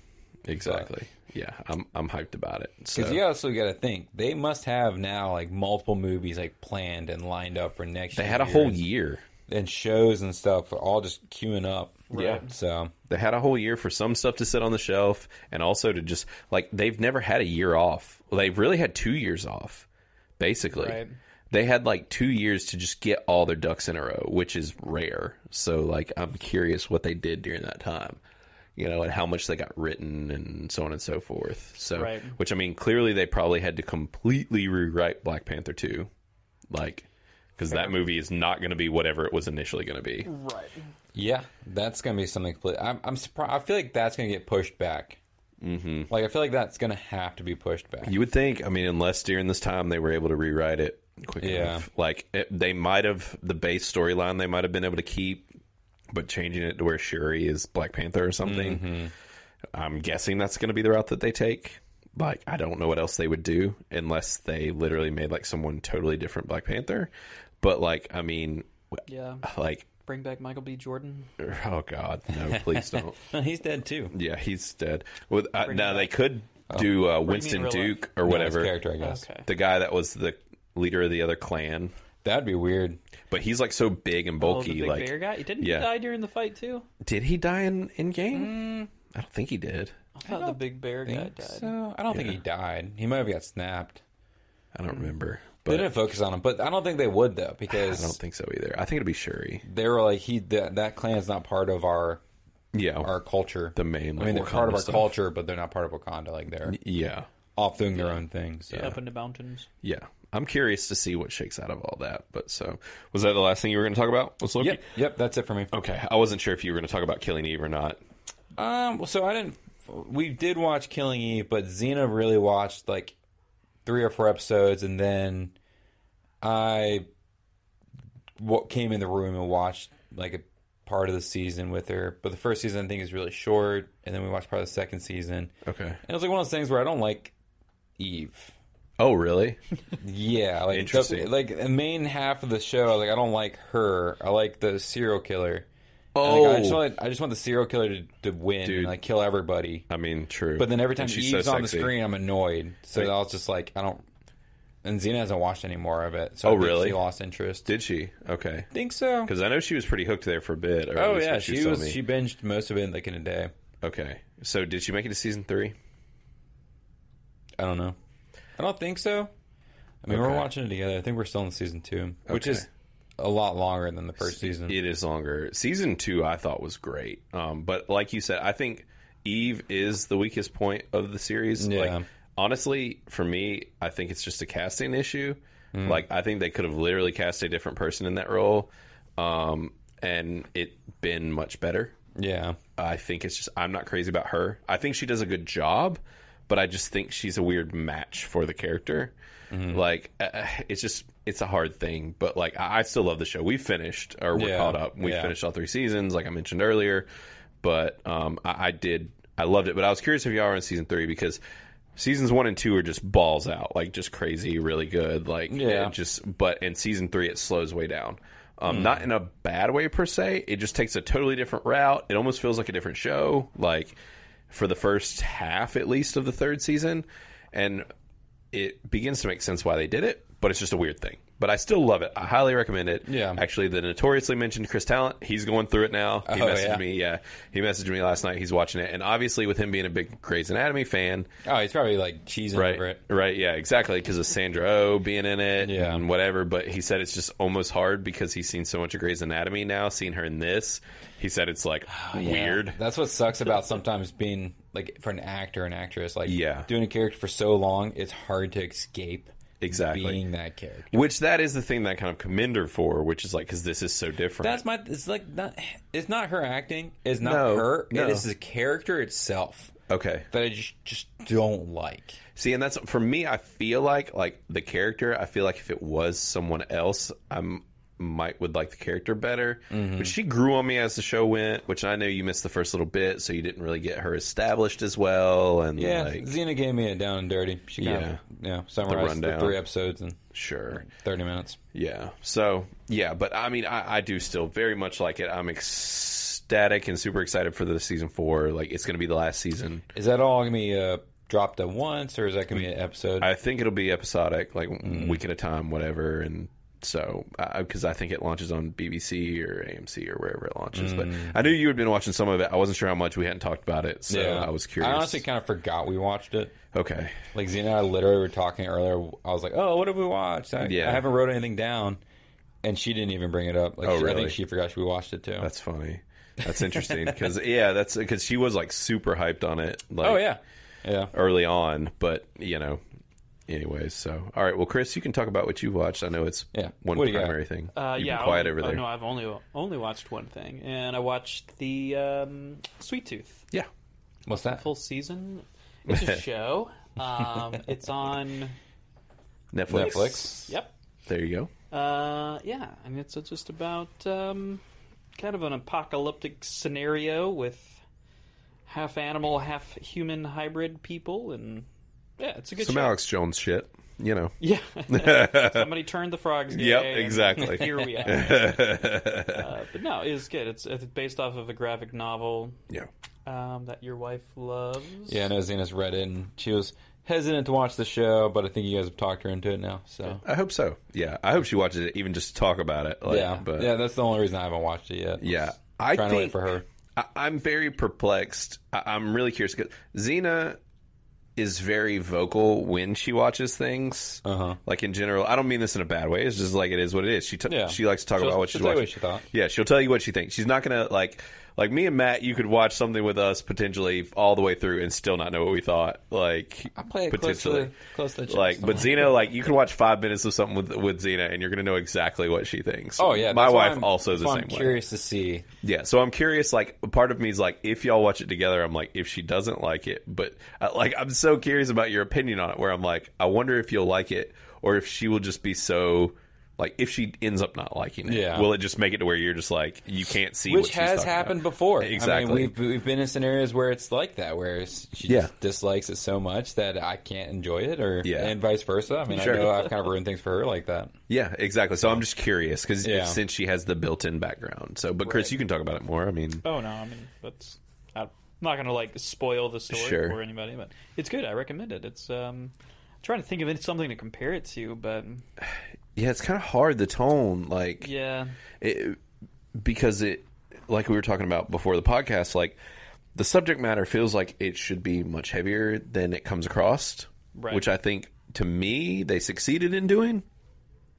S1: exactly. Yeah, I'm I'm hyped about it. So
S3: Because you also got to think they must have now like multiple movies like planned and lined up for next.
S1: they
S3: year
S1: had a whole year.
S3: and shows and stuff are all just queuing up.
S1: Yeah.
S3: So
S1: They had a whole year for some stuff to sit on the shelf, and also to just like they've never had a year off. Well, they've really had two years off, basically.
S2: Right.
S1: They had like two years to just get all their ducks in a row, which is rare. So like I'm curious what they did during that time. You know, and how much they got written and so on and so forth. So
S2: Right.
S1: which I mean clearly they probably had to completely rewrite Black Panther 2. Like because that movie is not going to be whatever it was initially going to be.
S2: Right.
S3: yeah, that's gonna be something complete. I'm, I'm surprised. I feel like that's gonna get pushed back. Mm-hmm. Like I feel like that's gonna have to be pushed back.
S1: You would think, I mean, unless during this time they were able to rewrite it quick
S3: Yeah.
S1: enough. Like it, they might have the base storyline they might have been able to keep, but changing it to where Shuri is Black Panther or something. I'm guessing that's going to be the route that they take. Like, I don't know what else they would do unless they literally made like someone totally different Black Panther. But like, I mean, w-
S2: Yeah,
S1: like,
S2: bring back Michael B. Jordan.
S1: oh god, no, please don't.
S3: No, he's dead too.
S1: Yeah, he's dead. With uh,
S2: Bring
S1: now
S2: him
S1: they could do uh, Winston
S2: real life?
S1: Duke or
S3: No, his
S1: whatever
S3: character, I guess.
S2: Okay,
S1: the guy that was the leader of the other clan,
S3: That'd be weird.
S1: but he's like so big and
S2: oh, the
S1: bulky.
S2: big
S1: like,
S2: bear guy. Didn't
S1: yeah.
S2: he die during the fight too?
S1: did he die in in game? I don't think he did.
S2: I thought the big bear guy died.
S3: So I don't think he died. He might have got snapped.
S1: I don't remember,
S3: They
S1: but
S3: didn't focus on him, but I don't think they would though
S1: I don't
S3: because
S1: think so either. I think it'd be Shuri.
S3: they were like he that, that clan's not part of our
S1: Yeah,
S3: our culture.
S1: the main. Like,
S3: I mean, they're
S1: Wakanda
S3: part of our
S1: stuff.
S3: culture, but they're not part of Wakanda. Like they're
S1: Yeah,
S3: off doing their own thing. So.
S2: Up in the mountains.
S1: yeah. I'm curious to see what shakes out of all that. But so, was that the last thing you were going to talk about? Was Loki?
S3: Yep, yep, that's it for me.
S1: Okay, I wasn't sure if you were going to talk about Killing Eve or not.
S3: Um, well, so I didn't. We did watch Killing Eve, but Xena really watched like three or four episodes, and then I wa- came in the room and watched like a part of the season with her. But the first season I think is really short, and then we watched part of the second season. And
S1: Okay.
S3: it was like one of those things where I don't like Eve.
S1: Oh, really?
S3: Yeah, like
S1: Interesting.
S3: the- like the main half of the show, like I don't like her. I like the serial killer.
S1: Oh,
S3: Like, I just want I just want the serial killer to, to win
S1: Dude.
S3: and like kill everybody.
S1: I mean, true.
S3: But then every time
S1: And she's
S3: Eve's
S1: so
S3: on the
S1: sexy.
S3: screen, I'm annoyed. So I was just like, I don't. And Xena hasn't watched any more of it. So I
S1: Oh,
S3: think
S1: really?
S3: She lost interest.
S1: Did she? Okay.
S3: think so.
S1: Because I know she was pretty hooked there for a bit. Or at
S3: Oh
S1: least
S3: yeah,
S1: what
S3: she
S1: was telling
S3: was.
S1: me.
S3: She binged most of it like in a day.
S1: Okay. So did she make it to season three?
S3: I don't know. I don't think so. I mean, we're
S1: Okay.
S3: watching it together. I think we're still in season two, which
S1: Okay.
S3: is a lot longer than the first season.
S1: It is longer. Season two, I thought was great. Um, but like you said, I think Eve is the weakest point of the series.
S3: Yeah.
S1: Like, honestly, for me, I think it's just a casting issue. Like, I think they could have literally cast a different person in that role, um, and it been much better.
S3: Yeah,
S1: I think it's just I'm not crazy about her. I think she does a good job, but I just think she's a weird match for the character.
S3: Mm-hmm.
S1: Like uh, it's just it's a hard thing, but like I, I still love the show. We finished or we're
S3: Yeah.
S1: caught up. We
S3: Yeah.
S1: finished all three seasons, like I mentioned earlier. But um, I, I did I loved it. But I was curious if y'all are in season three because seasons one and two are just balls out, like just crazy, really good. Like
S3: Yeah.
S1: it just but in season three it slows way down um, not in a bad way per se it just takes a totally different route it almost feels like a different show like for the first half at least of the third season and it begins to make sense why they did it but it's just a weird thing but I still love it. I highly recommend it.
S3: Yeah.
S1: Actually, the notoriously mentioned Chris Talent, he's going through it now. He
S3: Oh,
S1: messaged
S3: yeah.
S1: me. Yeah. He messaged me last night. He's watching it. And obviously, with him being a big Grey's Anatomy fan,
S3: Oh, he's probably like cheesing
S1: right,
S3: over it.
S1: Right, yeah, exactly. Because of Sandra O oh being in it
S3: Yeah.
S1: and whatever. But he said it's just almost hard because he's seen so much of Grey's Anatomy now, seeing her in this. He said it's like
S3: Oh,
S1: weird.
S3: That's what sucks about sometimes being like for an actor and actress, like
S1: Yeah.
S3: doing a character for so long, it's hard to escape
S1: Exactly.
S3: being that character.
S1: Which that is the thing that I kind of commend her for, which is like, because this is so different.
S3: That's my. It's like not. It's not her acting. It's not
S1: No,
S3: her.
S1: no.
S3: It is the character itself
S1: okay.
S3: that I just just don't like.
S1: See, and that's for me. I feel like like the character. I feel like if it was someone else, I might would like the character better. But she grew on me as the show went, which I know you missed the first little bit, so you didn't really get her established as well. And
S3: Yeah,
S1: like,
S3: Xena gave me a down and dirty. She kind yeah,
S1: Yeah.
S3: of, yeah, summarized the,
S1: rundown.
S3: three episodes in
S1: sure,
S3: thirty minutes.
S1: yeah. So yeah, but I mean, I, I do still very much like it. I'm ecstatic and super excited for the season four. Like it's going to be the last season.
S3: Is that all gonna be uh, dropped at once, or is that gonna be an episode?
S1: I think it'll be episodic, like
S3: Mm-hmm.
S1: week at a time, whatever. And so, because I think it launches on BBC or AMC or wherever it launches.
S3: Mm.
S1: But I knew you had been watching some of it. I wasn't sure how much we hadn't talked about it, so I was curious.
S3: I honestly kind of forgot we watched it.
S1: okay,
S3: Like Xena and I literally were talking earlier. I was like, "Oh, what have we watched?" I,
S1: Yeah.
S3: I haven't wrote anything down, and she didn't even bring it up. Like,
S1: Oh,
S3: she- I
S1: really?
S3: think she forgot she watched it too.
S1: that's funny. That's interesting because yeah, that's because she was like super hyped on it. Like,
S3: oh yeah, yeah.
S1: early on, but you know. Anyways, so all right. Well, Chris, you can talk about what you watched. I know it's
S3: Yeah.
S1: one
S3: What do you got?
S1: primary thing.
S2: Uh,
S1: You've
S2: yeah,
S1: been quiet
S2: I,
S1: over
S2: oh,
S1: there.
S2: no, I've only only watched one thing, and I watched the um, Sweet Tooth
S1: Yeah,
S3: What's that?
S2: full season. It's a show. Um, it's on.
S1: Netflix.
S3: Netflix.
S2: Yep.
S1: There you go.
S2: Uh, yeah, and it's it's just about um, kind of an apocalyptic scenario with half animal, half human hybrid people, and yeah, it's a good
S1: Some
S2: show.
S1: Alex Jones shit, you know.
S2: Yeah, somebody turned the frogs. Gay
S1: Yep,
S2: and
S1: exactly.
S2: Here we are. Uh, but no, it's good. It's, it's based off of a graphic novel
S1: yeah.
S2: um, that your wife loves.
S3: Yeah, I know Xena's read it, and she was hesitant to watch the show, but I think you guys have talked her into it now. So
S1: I hope so. Yeah, I hope she watches it, even just to talk about it. Like,
S3: yeah,
S1: but
S3: yeah, that's the only reason I haven't watched it yet.
S1: yeah,
S3: Just
S1: I
S3: trying
S1: think
S3: to wait for her.
S1: I, I'm very perplexed. I, I'm really curious because Xena is very vocal when she watches things.
S3: Uh-huh.
S1: Like in general, I don't mean this in a bad way. It's just like it is what it is. She t-
S3: Yeah.
S1: she likes to talk
S3: She'll-
S1: about what
S3: she'll
S1: she's
S3: tell you
S1: watching.
S3: what she thought.
S1: Yeah, she'll tell you what she thinks. She's not gonna like like me and Matt. You could watch something with us potentially all the way through and still not know what we thought. Like
S3: I play it close to the, close to the chest.
S1: like, but
S3: I'm
S1: Xena, like you can watch five minutes of something with with Xena, and you're gonna know exactly what she thinks.
S3: Oh yeah,
S1: my
S3: that's why
S1: wife
S3: I'm-
S1: also
S3: that's
S1: the
S3: why
S1: same
S3: I'm
S1: way.
S3: curious to see.
S1: Yeah, so I'm curious. Like, part of me is like, if y'all watch it together, I'm like, if she doesn't like it, but uh, like, I'm so curious about your opinion on it. Where I'm like, I wonder if you'll like it, or if she will just be so. Like if she ends up not liking it,
S3: Yeah.
S1: will it just make it to where you're just like you can't see what
S3: Which
S1: she's
S3: has
S1: talking
S3: happened
S1: about?
S3: before. I mean,
S1: Exactly.
S3: we've, we've been in scenarios where it's like that, where s- she
S1: Yeah.
S3: just dislikes it so much that I can't enjoy it, or
S1: Yeah.
S3: and vice versa. I mean,
S1: Sure.
S3: I know I've kind of ruined things for her like that.
S1: Yeah, exactly. So I'm just curious because
S3: Yeah.
S1: since she has the built-in background, so but Chris,
S2: Right.
S1: you can talk about it more. I mean,
S2: Oh no, I mean that's I'm not gonna like spoil the story
S1: Sure.
S2: for anybody, but it's good. I recommend it. It's um I'm trying to think of any- something to compare it to, but
S1: yeah, it's kind of hard the tone, like
S2: yeah,
S1: it, because it like we were talking about before the podcast like the subject matter feels like it should be much heavier than it comes across
S2: Right.
S1: which i think to me they succeeded in doing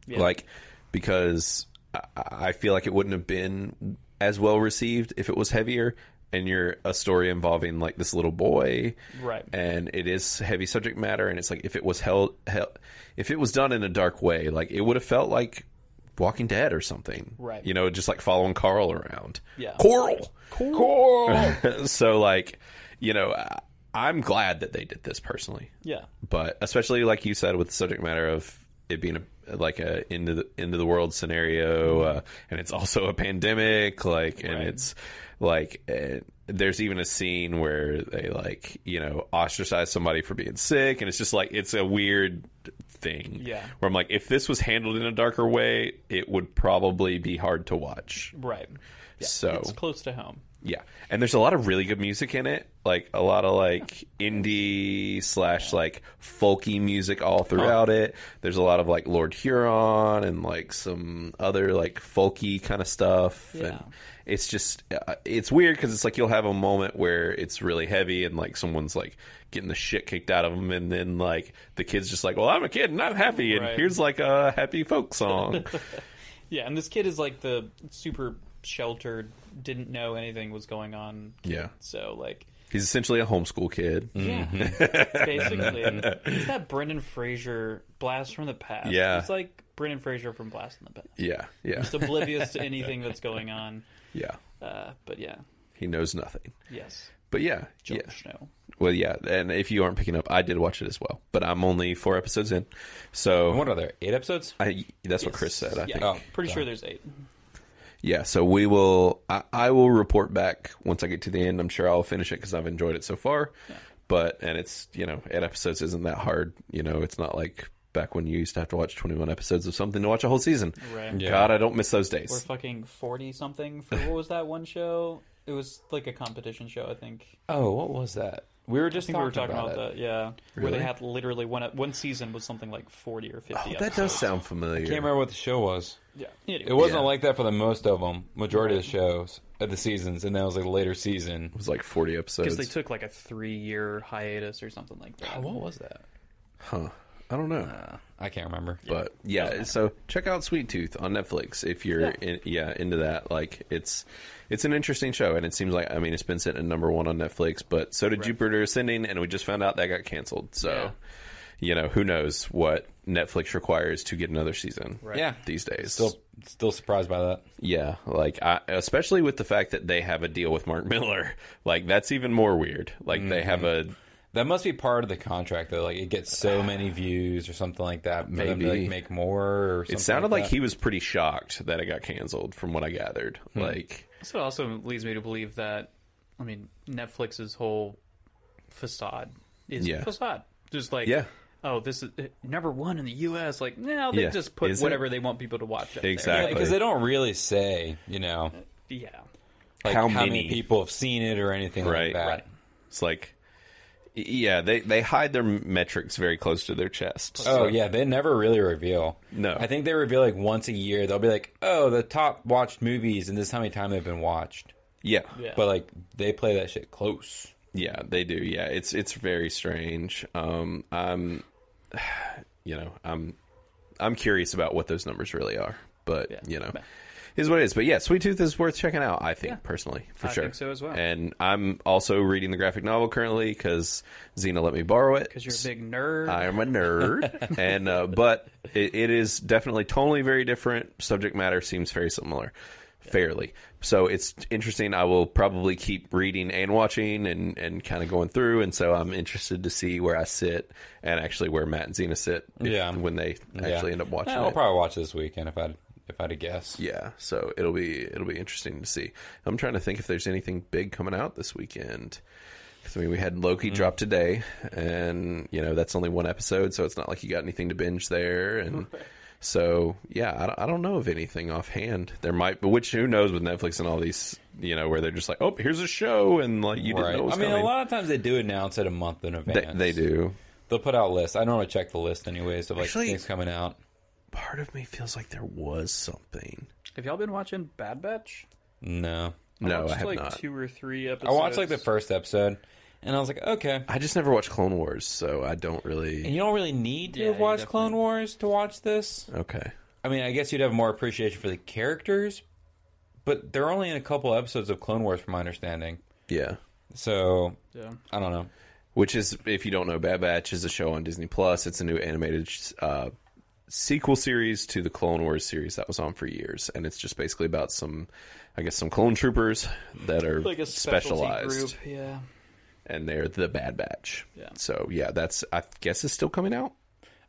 S2: yeah.
S1: like because I, I feel like it wouldn't have been as well received if it was heavier and you're a story involving like this little boy
S2: Right.
S1: and it is heavy subject matter and it's like if it was held, held if it was done in a dark way like it would have felt like walking dead or something
S2: Right.
S1: you know just like following carl around
S2: Yeah.
S1: coral
S3: Cool.
S1: so like you know I- i'm glad that they did this personally
S2: yeah,
S1: but especially like you said with the subject matter of it being a like a end of the end of the world scenario uh, and it's also a pandemic like and
S2: Mm-hmm. Right.
S1: it's like eh, there's even a scene where they like you know ostracize somebody for being sick and it's just like it's a weird thing
S2: Yeah.
S1: where i'm like if this was handled in a darker way it would probably be hard to watch
S2: right. Yeah,
S1: so
S2: it's close to home.
S1: yeah, and there's a lot of really good music in it, like a lot of like indie slash like folky music
S2: Uh-huh.
S1: all throughout it. There's a lot of like Lord Huron and like some other like folky kind of stuff,
S2: Yeah.
S1: and it's just uh, it's weird because it's like you'll have a moment where it's really heavy and like someone's like getting the shit kicked out of them, and then like the kid's just like, well, I'm a kid and I'm happy, and
S2: Right.
S1: here's like a happy folk song.
S2: Yeah, and this kid is like the super sheltered, didn't know anything was going on.
S1: yeah,
S2: So like
S1: he's essentially a homeschool kid.
S2: Yeah, basically, it's that Brendan Fraser blast from the past.
S1: Yeah.
S2: it's like Brendan Fraser from Blast from the Past.
S1: Yeah, yeah,
S2: It's oblivious to anything that's going on.
S1: yeah.
S2: Uh, but yeah,
S1: He knows nothing.
S2: yes,
S1: But yeah,
S2: Jon
S1: yeah.
S2: Snow.
S1: Well, yeah, and if you aren't picking up, I did watch it as well, but I'm only four episodes in, so
S3: What are there? Eight episodes?
S1: I, that's what Chris said. I
S2: yeah.
S1: think.
S3: Oh,
S2: pretty
S3: sorry.
S2: sure there's eight.
S1: Yeah, so we will. I, I will report back once I get to the end. I'm sure I'll finish it because I've enjoyed it so far. But and it's you know eight episodes isn't that hard. You know, it's not like back when you used to have to watch 21 episodes of something to watch a whole season.
S2: Right.
S3: Yeah.
S1: God, I don't miss those
S2: We're
S1: days.
S2: fucking forty something for what was that one show? It was like a competition show, I think.
S3: Oh, what was that? We were
S2: I
S3: just
S2: think
S3: talking,
S2: we were talking about,
S3: about, it.
S2: that, yeah. Where
S1: Really?
S2: they had literally one uh, one season was something like forty or fifty.
S1: Oh, that does sound familiar.
S3: Can't remember what the show was.
S2: yeah. Anyway,
S3: It wasn't
S1: Yeah.
S3: like that for the most of them, majority of the shows, of the seasons, and that was like a later season.
S1: It was like 40
S2: because
S1: episodes.
S2: they took like a three year hiatus or something like that.
S3: What was that?
S1: huh? I don't know.
S3: Uh, I can't remember.
S1: but yeah, so check out Sweet Tooth on Netflix if you're
S2: Yeah.
S1: In, yeah into that. Like it's it's an interesting show, and it seems like I mean it's been sitting at number one on Netflix, but so did Jupiter Ascending, and we just found out that got canceled. So
S2: Yeah.
S1: you know who knows what Netflix requires to get another season.
S2: Right.
S3: Yeah.
S1: These days,
S3: Still, still surprised by that.
S1: yeah, like I, especially with the fact that they have a deal with Mark Miller, like that's even more weird. Like they have a
S2: Mm-hmm.
S3: That must be part of the contract, though. Like it gets so many views or something like that. For them to,
S1: Maybe.
S3: like, make more. Or something
S1: It sounded
S3: like,
S1: like
S3: that.
S2: Hmm.
S1: he was pretty shocked that it got canceled, from what I gathered. Like,
S4: So it also leads me to believe that, I mean, Netflix's whole facade is
S1: Yeah.
S4: a facade. Just like,
S1: Yeah.
S4: oh, this is uh, number one in the U.S. Like, no, they
S1: Yeah.
S4: just put
S1: Is it?
S4: whatever they want people to watch. Up there.
S1: Exactly.
S3: because they don't really say, you know,
S4: Yeah. Yeah.
S3: like
S1: How
S3: how, many?
S1: many?
S3: people have seen it or anything
S1: Right.
S3: like that.
S4: Right.
S1: It's like, yeah, they they hide their metrics very close to their chest.
S3: Oh yeah, they never really reveal.
S1: No.
S3: I think they reveal like once a year. They'll be like, "Oh, the top watched movies, and this is how many time they've been watched."
S1: yeah,
S4: Yeah.
S3: But like they play that shit close.
S1: yeah, they do. Yeah, it's it's very strange. Um, I'm, you know, I'm I'm curious about what those numbers really are, but you know, is what it is. But yeah, Sweet Tooth is worth checking out. I think personally, for
S4: I
S1: sure.
S4: think so as well.
S1: And I'm also reading the graphic novel currently because Xena let me borrow it.
S4: Because you're a big nerd.
S1: I am a nerd, and uh, but it, it is definitely tonally very different. Subject matter seems very similar, fairly. So it's interesting. I will probably keep reading and watching and and kind of going through. And so I'm interested to see where I sit and actually where Matt and Zena sit. if-
S3: Yeah.
S1: when they actually end up watching.
S3: I'll
S1: it.
S3: probably watch this weekend if I if I had to guess.
S1: Yeah, so it'll be it'll be interesting to see. I'm trying to think if there's anything big coming out this weekend. 'Cause, I mean, we had Loki
S3: Mm-hmm.
S1: drop today, and you know that's only one episode, so it's not like you got anything to binge there. And so, yeah, I, don't- I don't know of anything offhand. There might, but which who knows with Netflix and all these, you know, where they're just like, oh, here's a show, and like you
S3: Right.
S1: didn't know. It was
S3: I mean,
S1: coming.
S3: a lot of times they do announce it a month in
S1: they,
S3: advance.
S1: they do.
S3: They'll put out lists. I normally check the list anyways of like
S1: Actually-
S3: things coming out.
S1: Part of me feels like there was something.
S4: Have y'all been watching Bad Batch?
S3: No,
S1: No, I
S4: watched
S1: have
S4: like
S1: not.
S4: two or three
S3: I
S4: episodes.
S3: watched like the first episode, and I was like, okay.
S1: I just never watched Clone Wars, so I don't
S3: And
S1: really.
S3: you don't really need to
S4: Yeah,
S3: have
S4: you
S3: watched
S4: definitely-
S3: Clone Wars to watch this.
S1: Okay.
S3: I mean, I guess you'd have more appreciation for the characters, but they're only in a couple episodes of Clone Wars, from my understanding.
S1: Yeah.
S3: So
S4: Yeah.
S3: I don't know.
S1: which is if you don't know bad batch is a show on disney plus it's a new animated uh, sequel series to the clone wars series that was on for years and it's just basically about some i guess some clone troopers that are
S2: Like a specialty
S1: specialized
S2: group.
S4: Yeah.
S1: and they're the bad batch
S4: Yeah.
S1: so yeah that's i guess it's still coming out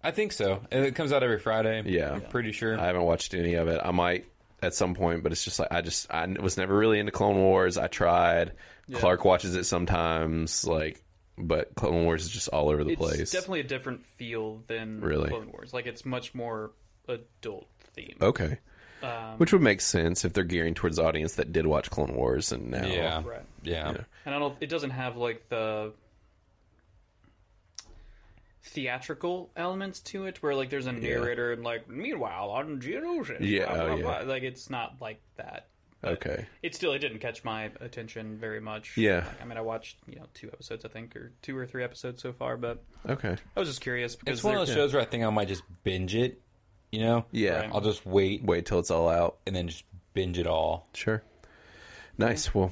S3: I think so. It comes out every Friday.
S1: Yeah.
S3: I'm pretty sure.
S1: i haven't watched any of it i might at some point but it's just like i just i was never really into clone wars i tried clark watches it sometimes like but clone wars is just all over the
S4: It's
S1: place
S4: definitely a different feel than
S1: Really? Oh.
S4: Clone Wars. Like it's much more adult themed.
S1: Okay. Which would make sense if they're gearing towards the audience that did watch Clone Wars and now.
S3: yeah.
S4: Right.
S3: yeah,
S4: And I don't. It doesn't have like the theatrical elements to it, where like there's a narrator and like meanwhile on Geonosis.
S1: Yeah,
S4: blah, blah,
S1: oh, yeah.
S4: blah. Like it's not like that.
S1: Okay.
S4: It still it didn't catch my attention very much.
S1: Yeah.
S4: Like, I mean, I watched you know two episodes, I think, or two or three episodes so far, but
S1: Okay.
S4: I was just curious because
S3: It's one
S4: they're-
S3: of those shows where I think I might just binge it. You know?
S1: Yeah.
S4: Right.
S3: I'll just wait
S1: Wait till it's all out.
S3: and then just binge it all.
S1: Sure. Nice. Well,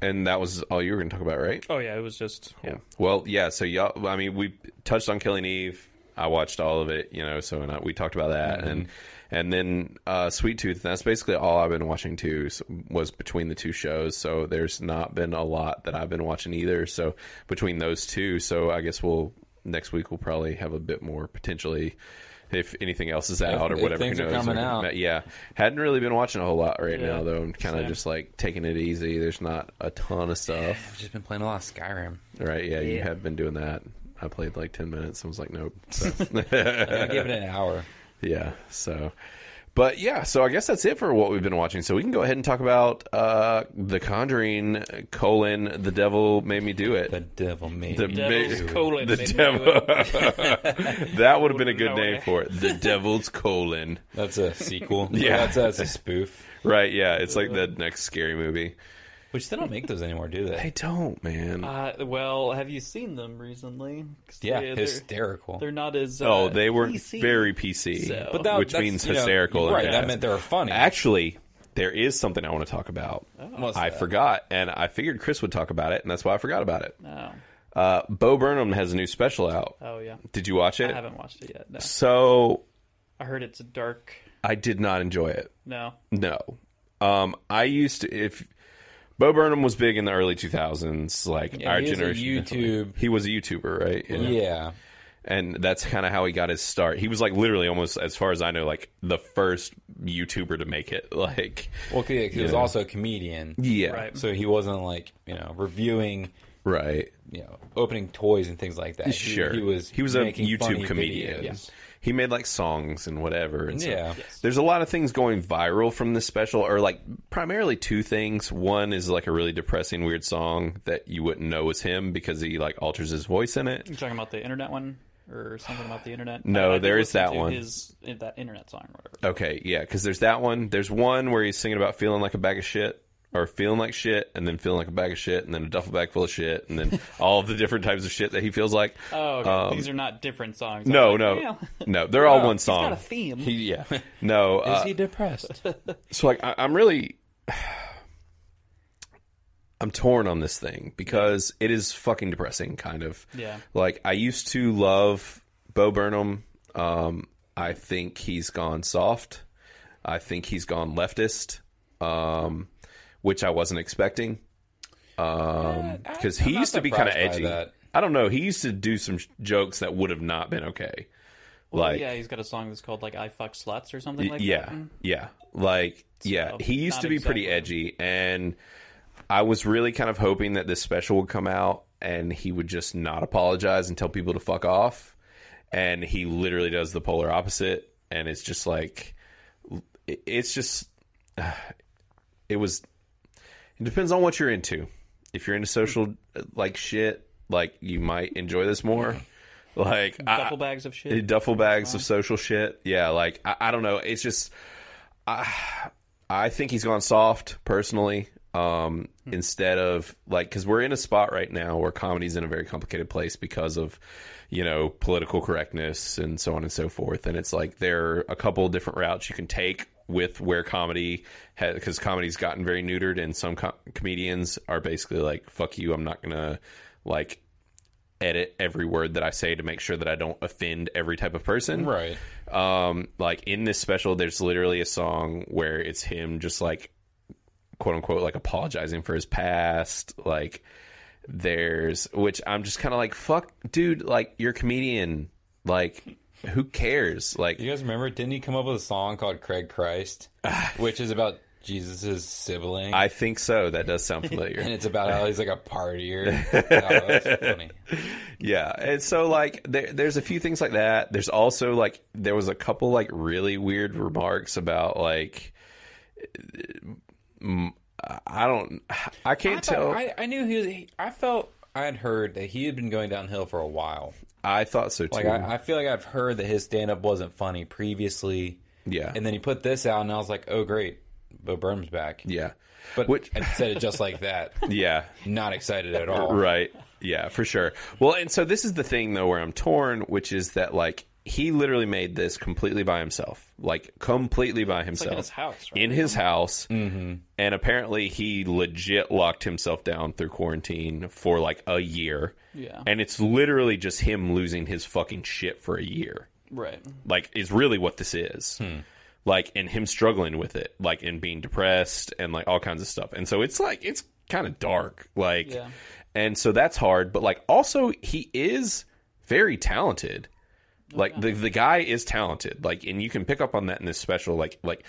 S1: and that was all you were going to talk about, right?
S4: Oh yeah, it was just
S1: Yeah. Well, yeah. So y'all, I mean, we touched on Killing Eve. I watched all of it, you know. So and I, we talked about that,
S3: Mm-hmm.
S1: and and then uh, Sweet Tooth. That's basically all I've been watching too. s was between the two shows. So there's not been a lot that I've been watching either. So between those two, so I guess we'll next week we'll probably have a bit more potentially. If anything else is out or
S3: if
S1: whatever,
S3: things
S1: who
S3: are
S1: knows?
S3: coming out.
S1: But yeah, hadn't really been watching a whole lot right
S4: Yeah.
S1: now though. I'm kind of
S4: Same.
S1: just like taking it easy. There's not a ton of stuff.
S3: I've just been playing a lot of Skyrim.
S1: Right. Yeah, you have been doing that. I played like 10 minutes and was like, nope. So,
S3: I give it an hour.
S1: yeah. So, but yeah, so I guess that's it for what we've been watching. So we can go ahead and talk about uh, The Conjuring, colon, The Devil Made Me Do It.
S3: The devil made
S1: The
S3: me
S4: Devil's
S1: big-
S4: colon.
S1: the
S4: made me
S1: devil.
S4: do it.
S1: that would have been a good
S4: No
S1: name
S4: way.
S1: for it. The Devil's colon.
S3: That's a sequel.
S1: Yeah.
S3: that's, that's a spoof.
S1: Right. Yeah. It's like the next scary movie.
S3: Which they don't make those anymore, do
S1: I
S3: they?
S1: don't, man.
S2: Uh, well, have you seen them recently? 'Cause
S3: Yeah,
S2: they, they're,
S3: hysterical.
S2: they're not as. Uh,
S1: oh, they were
S2: PC.
S1: very PC,
S2: So-
S3: But that-
S1: which
S3: that's,
S1: means
S3: you know,
S1: hysterical. and
S3: right? That
S1: fast.
S3: meant they were funny.
S1: Actually, there is something I want to talk about.
S3: Oh. What's
S1: I
S3: that?
S1: forgot, and I figured Chris would talk about it, and that's why I forgot about it.
S4: Oh,
S1: Uh, Bo Burnham has a new special out.
S4: oh yeah.
S1: Did you watch
S4: I
S1: it?
S4: haven't watched it yet. No.
S1: So
S4: I heard it's dark.
S1: I did not enjoy it.
S4: No.
S1: No. Um, I used to if Bo Burnham was big in the early 2000s, like
S3: Yeah,
S1: our
S3: he was a
S1: generation. definitely.
S3: YouTube-
S1: He was a YouTuber, right?
S3: Yeah,
S1: and that's kind of how he got his start. He was like literally almost, as far as I know, like the first YouTuber to make it. Like,
S3: Well, 'cause he was also a comedian,
S1: yeah,
S4: Right.
S3: so he wasn't like you know reviewing,
S1: right.
S3: you know, opening toys and things like that. He-
S1: Sure,
S3: he, was
S1: a
S3: making funny
S1: YouTube comedian.
S3: videos.
S1: He made like songs and whatever. And stuff.
S3: Yeah.
S1: there's a lot of things going viral from this special, or like primarily two things. One is like a really depressing, weird song that you wouldn't know was him because he like alters his voice in it.
S4: You talking about the internet one or something about the internet?
S1: No,
S4: I- I did
S1: there is
S4: listen
S1: that
S4: to
S1: one.
S4: His eh, that internet song or whatever.
S1: Okay, yeah, because there's that one. There's one where he's singing about feeling like a bag of shit. Or feeling like shit, and then feeling like a bag of shit, and then a duffel bag full of shit, and then all the different types of shit that he feels like.
S3: Uh,
S4: Oh, okay.
S1: Um,
S4: these are not different songs.
S1: no,
S4: I'm like,
S1: no,
S4: "Well,
S1: no. They're all one
S4: He's got
S1: song.
S4: a theme.
S1: He- yeah, no.
S3: Is
S1: uh,
S3: he depressed?
S1: so like I, i'm really i'm torn on this thing because it is fucking depressing kind of
S4: Yeah.
S1: like i used to love bo burnham um i think he's gone soft i think he's gone leftist um which i wasn't expecting um because
S3: I'm
S1: he
S3: not
S1: used to be kind of
S3: surprised by
S1: edgy
S3: that.
S1: i don't know he used to do some sh- jokes that would have not been okay like
S4: yeah, he's got a song that's called like "I Fuck Sluts" or something like
S1: yeah,
S4: that. Mm.
S1: yeah. Like, yeah,
S4: So,
S1: he used
S4: not
S1: to be pretty
S4: exactly.
S1: edgy, and I was really kind of hoping that this special would come out and he would just not apologize and tell people to fuck off. And he literally does the polar opposite, and it's just like, it- it's just, it was. It depends on what you're into. If you're into social uh, like shit, like you might enjoy this more. Like I-
S4: Duffel bags of
S1: Eh,
S4: shit.
S1: duffel bags of social shit. Yeah, like I, I don't know. It's just I I think he's gone soft personally. Um, instead of like because we're in a spot right now where comedy's in a very complicated place because of you know political correctness and so on and so forth. And it's like there are a couple of different routes you can take with where comedy because comedy's gotten very neutered and some co- comedians are basically like fuck you i'm not gonna like edit every word that I say to make sure that I don't offend every type of person.
S3: right.
S1: Um, like in this special, there's literally a song where it's him just like quote unquote like apologizing for his past. Like there's which I'm just kind of like fuck, dude. Like you're a comedian. Like who cares? Like
S3: You guys remember? Didn't he come up with a song called "Craig Christ," which is about Jesus's sibling?
S1: I think so. That does sound
S3: and
S1: familiar.
S3: it's about how he's like a partier. oh, that's funny.
S1: yeah, and so like there, there's a few things like that. There's also like there was a couple like really weird remarks about like. I don't. I can't
S3: I, thought-
S1: tell.
S3: I, I knew he was. he- I felt I had heard that he had been going downhill for a while.
S1: I thought so too.
S3: Like I, I feel like I've heard that his stand up wasn't funny previously,
S1: yeah,
S3: and then he put this out, and I was like, oh great, Bo Burnham's back.
S1: yeah,
S3: But
S1: Which-
S3: I said it just like that,
S1: yeah,
S3: not excited at all.
S1: right, yeah, for sure. Well, and so this is the thing though, where I'm torn, which is that like he literally made this completely by himself, like completely by himself
S4: in his house, right? Mm-hmm.
S1: in his house, and apparently he legit locked himself down through quarantine for like a year.
S4: Yeah.
S1: and it's literally just him losing his fucking shit for a year.
S4: Right.
S1: like is really what this is
S3: Hmm.
S1: like and him struggling with it like and being depressed and like all kinds of stuff and so it's like it's kind of dark like
S4: Yeah.
S1: and so that's hard but like also he is very talented like the the guy is talented like and you can pick up on that in this special like like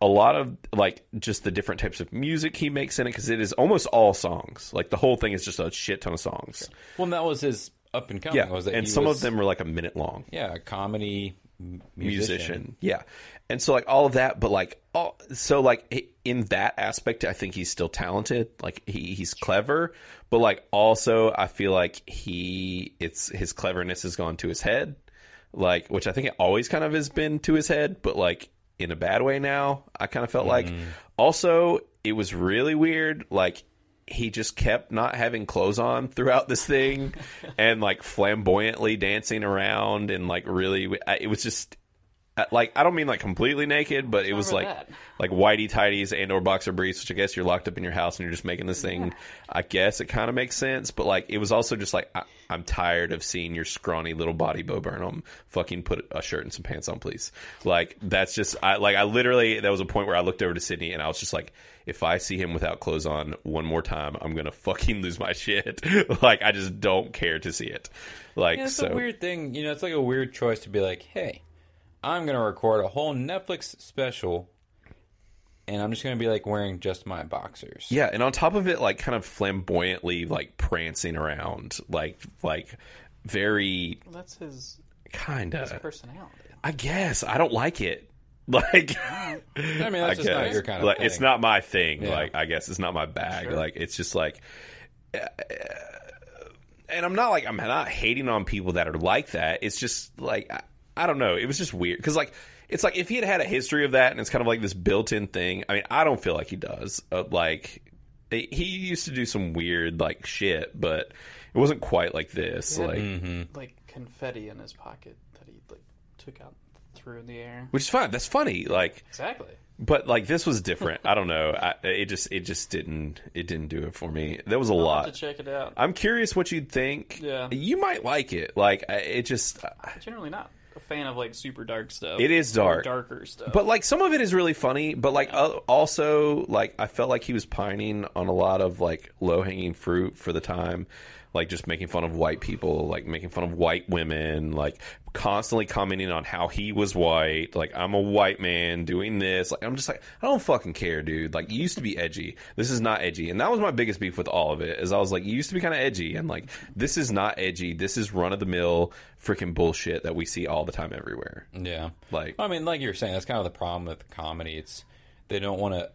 S1: a lot of like just the different types of music he makes in it because it is almost all songs like the whole thing is just a shit ton of songs
S3: Well, and that was his up and coming.
S1: yeah
S3: was Oh, that
S1: and
S3: he
S1: some
S3: was,
S1: of them are like a minute long
S3: yeah, a comedy m- musician.
S1: musician. Yeah. And so like all of that, but like all so like i- in that aspect, I think he's still talented. Like he, he's clever, but like also I feel like he it's his cleverness has gone to his head. Like which I think it always kind of has been to his head, but like in a bad way now, I kind of felt like also it was really weird, like he just kept not having clothes on throughout this thing and like flamboyantly dancing around and like really I- it was just uh, like I don't mean like completely naked, but it
S2: wrong
S1: was
S2: with
S1: like
S2: that?
S1: like whitey tighties and or boxer briefs, which I guess you're locked up in your house and you're just making this thing. I guess it kind of makes sense, but like it was also just like I, I'm tired of seeing your scrawny little body, Bo Burnham. Fucking put a shirt and some pants on, please. Like that's just I like I literally that was a point where I looked over to Sydney and I was just like. If I see him without clothes on one more time, I'm gonna fucking lose my shit. like I just don't care to see it. Like
S3: Yeah, it's
S1: so,
S3: a weird thing. You know, it's like a weird choice to be like, hey, I'm going to record a whole Netflix special and I'm just going to be like wearing just my boxers.
S1: Yeah, and on top of it, like kind of flamboyantly, like prancing around, like like very
S2: Well, that's his
S1: kind
S2: his
S1: of.
S2: personality.
S1: I guess I don't like it. Like
S3: I mean,
S1: I
S3: that's
S1: guess
S3: just not your kind of
S1: like,
S3: thing.
S1: it's not my thing.
S3: Yeah.
S1: Like I guess it's not my bag.
S2: Sure.
S1: Like it's just like. uh, And I'm not like I'm not hating on people that are like that. It's just like I, I don't know. It was just weird because like it's like if he had had a history of that and it's kind of like this built-in thing. I mean, I don't feel like he does. Uh, like he he used to do some weird like shit, but it wasn't quite like this.
S2: Yeah.
S1: Like
S3: Mm-hmm.
S1: Mm.
S2: Like confetti in his pocket that he like took out, threw in the air.
S1: which is fine. That's funny. Like
S2: Exactly.
S1: but like this was different. I don't know. I, it just it just didn't it didn't do it for me. There was a
S2: I'll have to
S1: lot.
S2: check it out.
S1: I'm curious what you'd think.
S2: Yeah.
S1: you might like it. Like I- it just,
S2: I'm generally not a fan of like super dark stuff.
S1: It is
S2: Or
S1: dark.
S2: darker stuff.
S1: but like some of it is really funny. But like uh, also like I felt like he was pining on a lot of like low hanging fruit for the time. Like just making fun of white people, like making fun of white women, like constantly commenting on how he was white. Like I'm a white man doing this. Like I'm just like I don't fucking care, dude. Like you used to be edgy. This is not edgy, and that was my biggest beef with all of it. Is I was like, you used to be kind of edgy, and like this is not edgy. This is run of the mill freaking bullshit that we see all the time everywhere.
S3: Yeah.
S1: Like
S3: I mean, like you were saying, that's kind of the problem with comedy. It's they don't want to.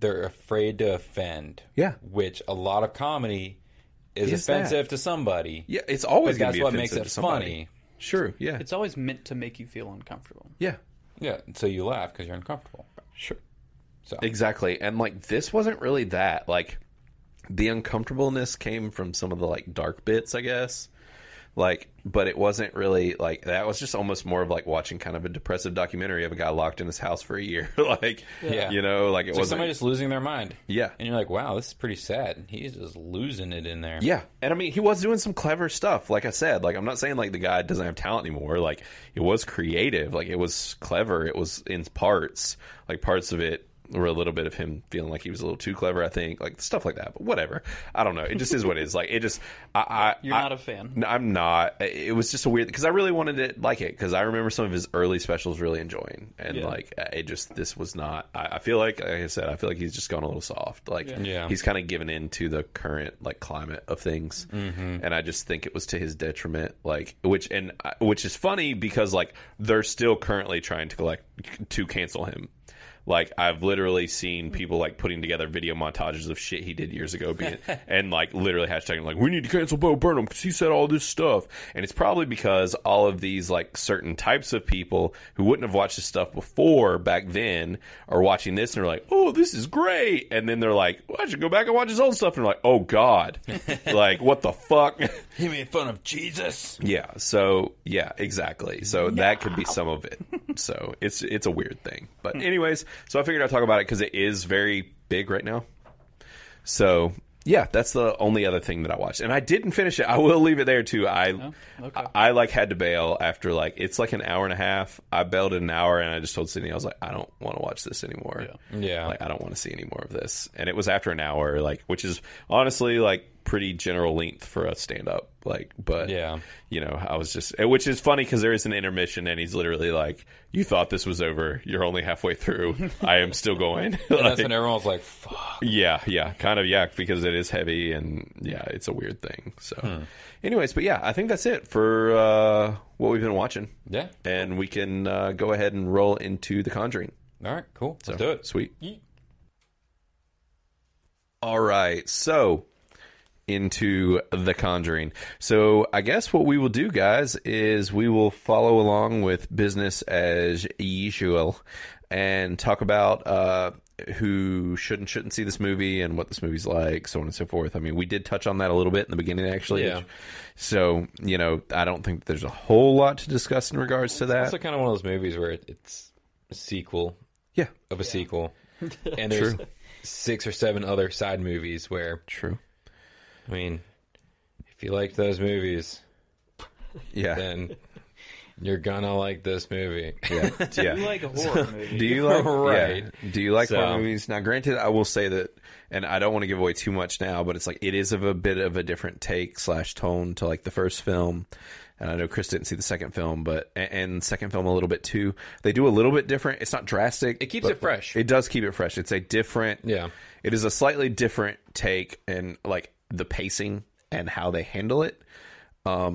S3: They're afraid to offend.
S1: Yeah.
S3: Which a lot of comedy is
S1: Is that-
S3: offensive to somebody.
S1: Yeah, it's always
S3: But
S1: going
S3: that's
S1: to be
S3: what
S1: offensive
S3: makes
S1: to
S3: it
S1: somebody.
S3: funny.
S1: Sure. Yeah.
S4: It's always meant to make you feel uncomfortable.
S1: yeah.
S3: Yeah. So you laugh because you're uncomfortable.
S1: Sure.
S3: So-
S1: Exactly. And like this wasn't really that. Like the uncomfortableness came from some of the like dark bits, I guess. Like, but it wasn't really like that was just almost more of like watching kind of a depressive documentary of a guy locked in his house for a year. like,
S3: Yeah.
S1: you know, like it
S3: It's like
S1: wasn't.
S3: somebody just losing their mind.
S1: yeah.
S3: And you're like, wow, this is pretty sad. And He's just losing it in there.
S1: Yeah, and I mean he was doing some clever stuff. Like I said, like I'm not saying like the guy doesn't have talent anymore. Like it was creative, like it was clever. It was in parts. Like parts of it were a little bit of him feeling like he was a little too clever. I think like stuff like that. But whatever. I don't know. It just is what it is. Like it just I, I
S2: You're
S1: I-
S2: not a fan.
S1: no, I'm not. It was just a weird because I really wanted to like it because I remember some of his early specials really enjoying and
S2: Yeah.
S1: like it just this was not. I, I feel like like I said, I feel like he's just gone a little soft. Like
S3: Yeah.
S1: he's kind of given in to the current like climate of things,
S3: Mm-hmm.
S1: and I just think it was to his detriment. Like which and I- which is funny because like they're still currently trying to collect to cancel him. Like I've literally seen people like putting together video montages of shit he did years ago, being, and like literally hashtagging like we need to cancel Bo Burnham because he said all this stuff, and it's probably because all of these like certain types of people who wouldn't have watched this stuff before back then are watching this and they're like, oh, this is great, and then they're like, well, I should go back and watch his old stuff, and they're like, oh god, like what the fuck.
S3: He made fun of Jesus.
S1: Yeah. So yeah, exactly. So that could be some of it. so it's it's a weird thing. But anyways, so I figured I'd talk about it because it is very big right now. So yeah, that's the only other thing that I watched, and I didn't finish it. I will leave it there too. I,
S4: okay.
S1: I I like had to bail after like it's like an hour and a half. I bailed in an hour, and I just told Sydney I was like, I don't want to watch this anymore.
S3: Yeah.
S1: Like I don't want to see any more of this. And it was after an hour, like which is honestly like pretty general length for a stand up. Like, but
S3: Yeah.
S1: you know, I was just which is funny because there is an intermission, and he's literally like, "You thought this was over. You're only halfway through. I am still going."
S3: And that's
S1: Like,
S3: when everyone's like, fuck.
S1: yeah, yeah, kind of yeah, because it is heavy and yeah, it's a weird thing. So, anyways, but yeah, I think that's it for uh, what we've been watching,
S3: Yeah.
S1: and we can uh, go ahead and roll into The Conjuring.
S3: All right, cool. Let's
S1: So,
S3: do it.
S1: Sweet.
S3: Yeet.
S1: All right. So into The Conjuring. So I guess what we will do, guys, is we will follow along with business as usual and talk about uh, who should and shouldn't see this movie and what this movie's like, so on and so forth. I mean, we did touch on that a little bit in the beginning, actually.
S3: Yeah.
S1: So you know, I don't think there's a whole lot to discuss in regards to that.
S3: also kind of one of those movies where it, it's a sequel
S1: yeah,
S3: of a sequel, and there's six or seven other side movies where
S1: true.
S3: I mean, if you liked those movies,
S1: Yeah,
S3: then you're gonna like this movie.
S1: yeah, yeah.
S2: You like a horror movie.
S1: Do you like
S3: Right.
S1: yeah. Do you like
S3: So-
S1: horror movies? Now, granted, I will say that, and I don't want to give away too much now, but it's like it is of a bit of a different take slash tone to like the first film. And I know Chris didn't see the second film, but and- and second film a little bit too. They do a little bit different. It's not drastic.
S3: It keeps
S1: but-
S3: it fresh.
S1: It does keep it fresh. It's a different.
S3: Yeah.
S1: It is a slightly different take and like the pacing and how they handle it Um, like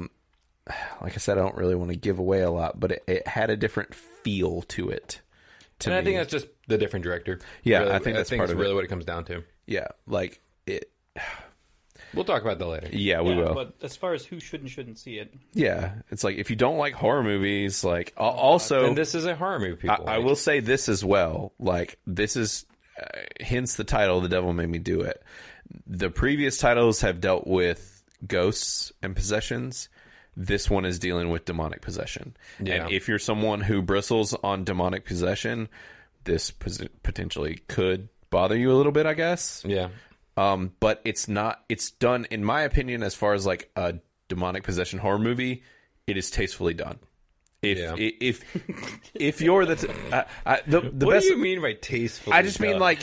S1: I said, I don't really want to give away a lot, but it, it had a different feel to it. To
S3: and I
S1: me.
S3: think that's just the different director.
S1: Yeah,
S3: Really-
S1: I think that's part
S3: it's
S1: of it.
S3: really what it comes down to.
S1: yeah, like it.
S3: We'll talk about that later.
S1: Yeah, we
S2: Yeah,
S1: will.
S2: But as far as who should and shouldn't see it,
S1: yeah, it's like if you don't like horror movies, like al- also
S3: And this is a horror movie, people.
S1: I, I will say this as well. Like this is, uh, hence the title, "The Devil Made Me Do It." The previous titles have dealt with ghosts and possessions. This one is dealing with demonic possession.
S3: Yeah.
S1: And if you're someone who bristles on demonic possession, this pos- potentially could bother you a little bit, I guess.
S3: Yeah.
S1: Um, but it's not. It's done, in my opinion, as far as like a demonic possession horror movie. It is tastefully done. If
S3: Yeah.
S1: i- if if you're the t- I- I- the, the
S3: What
S1: best,
S3: do you mean by tasteful?
S1: I just mean like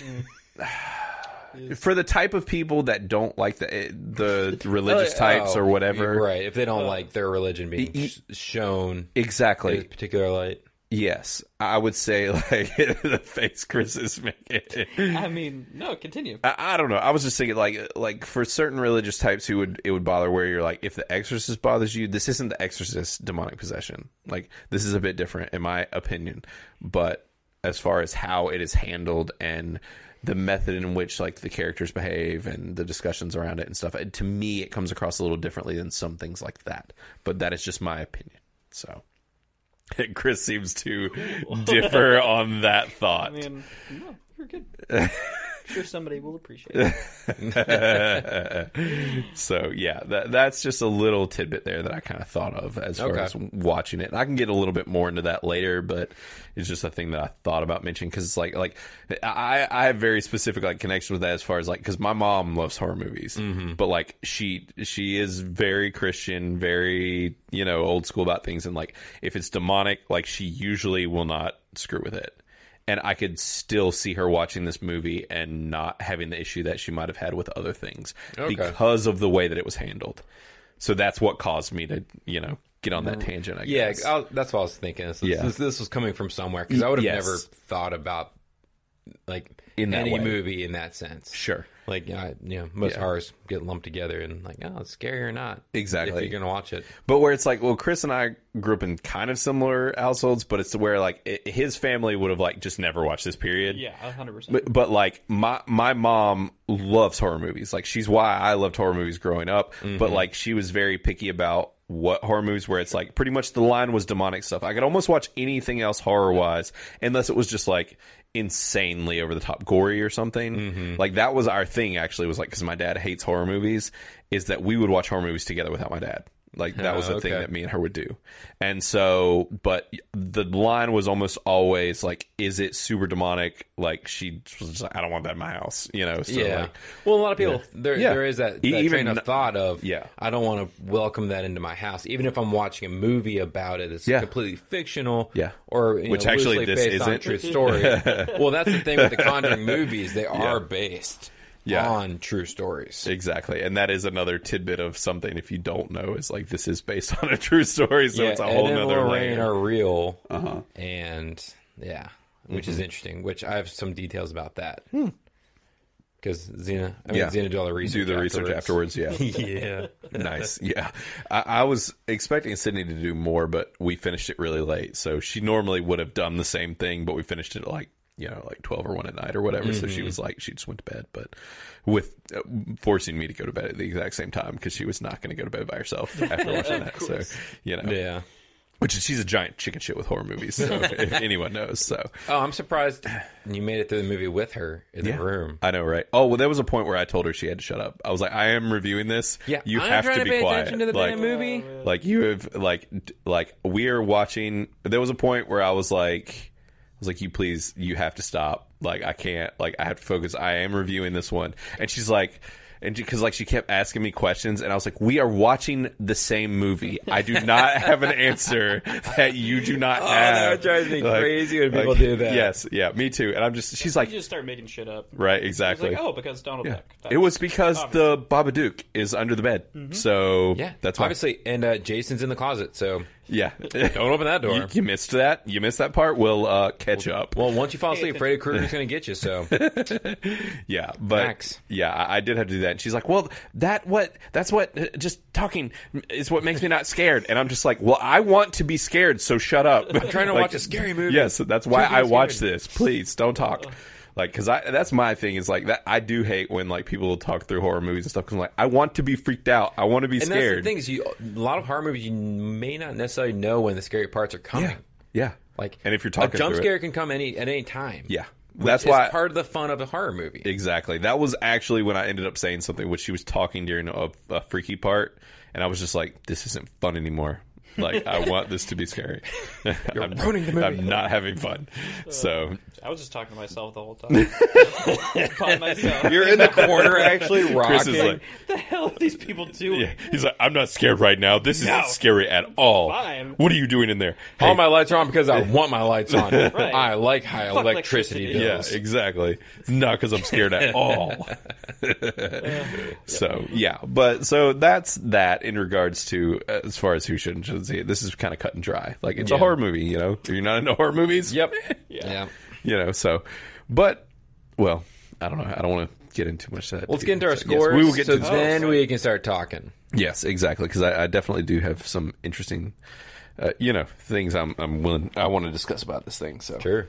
S1: for the type of people that don't like the eh, the religious types or whatever.
S3: Oh, Right. If they don't like their religion being sh- shown in a
S1: Exactly.
S3: particular light.
S1: Yes, I would say like the face Chris is making.
S2: I mean, no, continue.
S1: I, I don't know. I was just thinking, like, like for certain religious types, who would it would bother where you're like, if the Exorcist bothers you, this isn't the Exorcist demonic possession. Like, this is a bit different, in my opinion. But as far as how it is handled and the method in which like the characters behave and the discussions around it and stuff, it, to me, it comes across a little differently than some things like that. But that is just my opinion. So. Chris seems to differ on that thought.
S2: I mean, no, you're good. I'm sure somebody will appreciate it.
S1: So yeah, that that's just a little tidbit there that I kind of thought of as far
S3: Okay.
S1: as watching it. And I can get a little bit more into that later, but it's just a thing that I thought about mentioning because it's like like I I have very specific like connection with that as far as like because my mom loves horror movies, but like she she is very Christian, very you know old school about things, and like if it's demonic, like she usually will not screw with it and I could still see her watching this movie and not having the issue that she might have had with other things because of the way that it was handled. So that's what caused me to, you know, get on that tangent. I
S3: Yeah,
S1: guess.
S3: I, that's what I was thinking. This,
S1: Yeah.
S3: this, this was coming from somewhere because I would have
S1: Yes.
S3: never thought about like
S1: In that
S3: any
S1: way.
S3: movie in that sense.
S1: sure,
S3: Like yeah, I- you know, most
S1: Yeah.
S3: horrors get lumped together and like, oh, it's scary or not.
S1: Exactly.
S3: If you're gonna watch it,
S1: but where it's like, well, Chris and I grew up in kind of similar households, but it's where like i his family would have like just never watched this period.
S2: Yeah, 100%.
S1: But, but like my my mom loves horror movies. Like she's why I loved horror movies growing up. But like she was very picky about what horror movies where it's like pretty much the line was demonic stuff. I could almost watch anything else horror wise unless it was just like insanely over the top gory or something. Like that was our thing actually was like cuz my dad hates horror movies is that we would watch horror movies together without my dad. Like that was the
S3: Oh,
S1: thing
S3: okay.
S1: that me and her would do. And so, but the line was almost always like, is it super demonic? Like she was just like, I don't want that in my house, you know? So
S3: yeah.
S1: like,
S3: well, a lot of people there
S1: Yeah.
S3: there is that,
S1: E-
S3: that
S1: even
S3: train of
S1: n-
S3: thought of
S1: Yeah.
S3: I don't want to welcome that into my house, even if I'm watching a movie about it. It's
S1: Yeah.
S3: completely fictional,
S1: Yeah.
S3: or you
S1: Which
S3: know,
S1: actually
S3: loosely
S1: this
S3: based on a
S1: isn't.
S3: true story. well, that's the thing with the Conjuring movies; they are based
S1: Yeah.
S3: on true stories.
S1: exactly. And that is another tidbit of something. If you don't know, is like, this is based on a true story. So it's a whole
S3: Ed and
S1: nother
S3: Lorraine
S1: layer. Uh-huh.
S3: are real, and yeah, which
S1: Mm-hmm.
S3: is interesting. Which I have some details about that because Xena, I mean
S1: Hmm. Yeah.
S3: Xena did all the research.
S1: Do the research afterwards. Yeah.
S3: yeah,
S1: nice. Yeah. I, I was expecting Sydney to do more, but we finished it really late. So she normally would have done the same thing, but we finished it at like, you know, like 12 or 1 at night or whatever. So
S3: Mm-hmm.
S1: she was like, she just went to bed, but with uh, forcing me to go to bed at the exact same time because she was not going to go to bed by herself after watching that. So, you know,
S3: yeah.
S1: Which is, she's a giant chicken shit with horror movies. So if anyone knows, so
S3: Oh, I'm surprised you made it through the movie with her in the room.
S1: I know, right? Oh well, there was a point where I told her she had to shut up. I was like, I am reviewing this.
S3: Yeah,
S1: you
S3: I'm
S1: have
S3: trying
S1: to be
S3: pay
S1: quiet.
S3: attention to the
S1: like,
S3: damn movie.
S1: like you have like d- like we are watching. There was a point where I was like, I was like, you please, you have to stop. Like I can't. Like I have to focus. I am reviewing this one, and she's like. And because like she kept asking me questions, and I was like, "We are watching the same movie. I do not have an answer that you do not have."
S3: Oh, that drives me crazy when people do that.
S1: Yes, yeah, me too. And I'm just, she's
S2: You
S1: like,
S2: just start making shit up.
S1: right,
S2: It's
S1: exactly.
S2: like, oh, because Donald Duck. That-
S1: It was because the Babadook is under the bed,
S2: Mm-hmm.
S1: so
S3: Yeah,
S1: that's why.
S3: obviously. And uh, Jason's in the closet, so
S1: Yeah,
S3: don't open that door.
S1: you, you missed that. You missed that part. We'll uh, catch up.
S3: well, once you fall asleep, Freddy Krueger's going to get you. So
S1: yeah, but
S3: Max.
S1: yeah, I, I did have to do that. And she's like, "Well, that what that's what uh, just talking is what makes me not scared." And I'm just like, "Well, I want to be scared, so shut up." I'm
S3: trying to watch a scary movie.
S1: Yes, that's why
S3: Trying to be
S1: I watch
S3: scared.
S1: this. Please don't talk. Like, cause I, that's my thing is like that. I do hate when like people talk through horror movies and stuff. Cause I'm like, I want to be freaked out. I want to be
S3: and that's
S1: scared.
S3: the thing is, you a lot of horror movies you may not necessarily know when the scary parts are coming.
S1: Yeah.
S3: Like,
S1: and if you're talking
S3: a jump
S1: through it-
S3: scare can come any at any time.
S1: yeah,
S3: Which
S1: that's
S3: is
S1: why
S3: part of the fun of a horror movie.
S1: Exactly. That was actually when I ended up saying something, which she was talking during a, a freaky part, and I was just like, "This isn't fun anymore. Like, I want this to be scary. You're I'm,
S3: ruining the movie.
S1: I'm not having fun. So
S2: I was just talking to myself the whole time. By myself.
S3: You're in the corner actually rocking.
S1: Chris is like,
S2: what the hell are these people doing?
S1: yeah, he's like, "I'm not scared right now. This isn't
S2: No.
S1: scary at all.
S2: Fine.
S1: What are you doing in there?
S3: all
S1: Hey,
S3: my lights are on because I want my lights on.
S2: Right.
S3: I like high
S2: Fuck electricity.
S3: electricity,
S1: yeah,
S3: bills.
S1: exactly. It's not because I'm scared at all. so yeah, but so that's that in regards to uh, as far as who should and shouldn't see it. This is kind of cut and dry. Like it's a
S3: Yeah.
S1: horror movie, you know. If you're not into horror movies,
S3: Yep.
S2: Yeah.
S3: yeah.
S1: you know. So, but well, I don't know. I don't want to get into too much of that.
S3: Let's
S1: too
S3: get into our
S1: much. Yes,
S3: scores.
S1: we will get
S3: so
S1: to the
S3: then we can start talking.
S1: yes, exactly. Because I, I definitely do have some interesting, uh, you know, things I'm I'm willing I want to discuss about this thing. So
S3: Sure.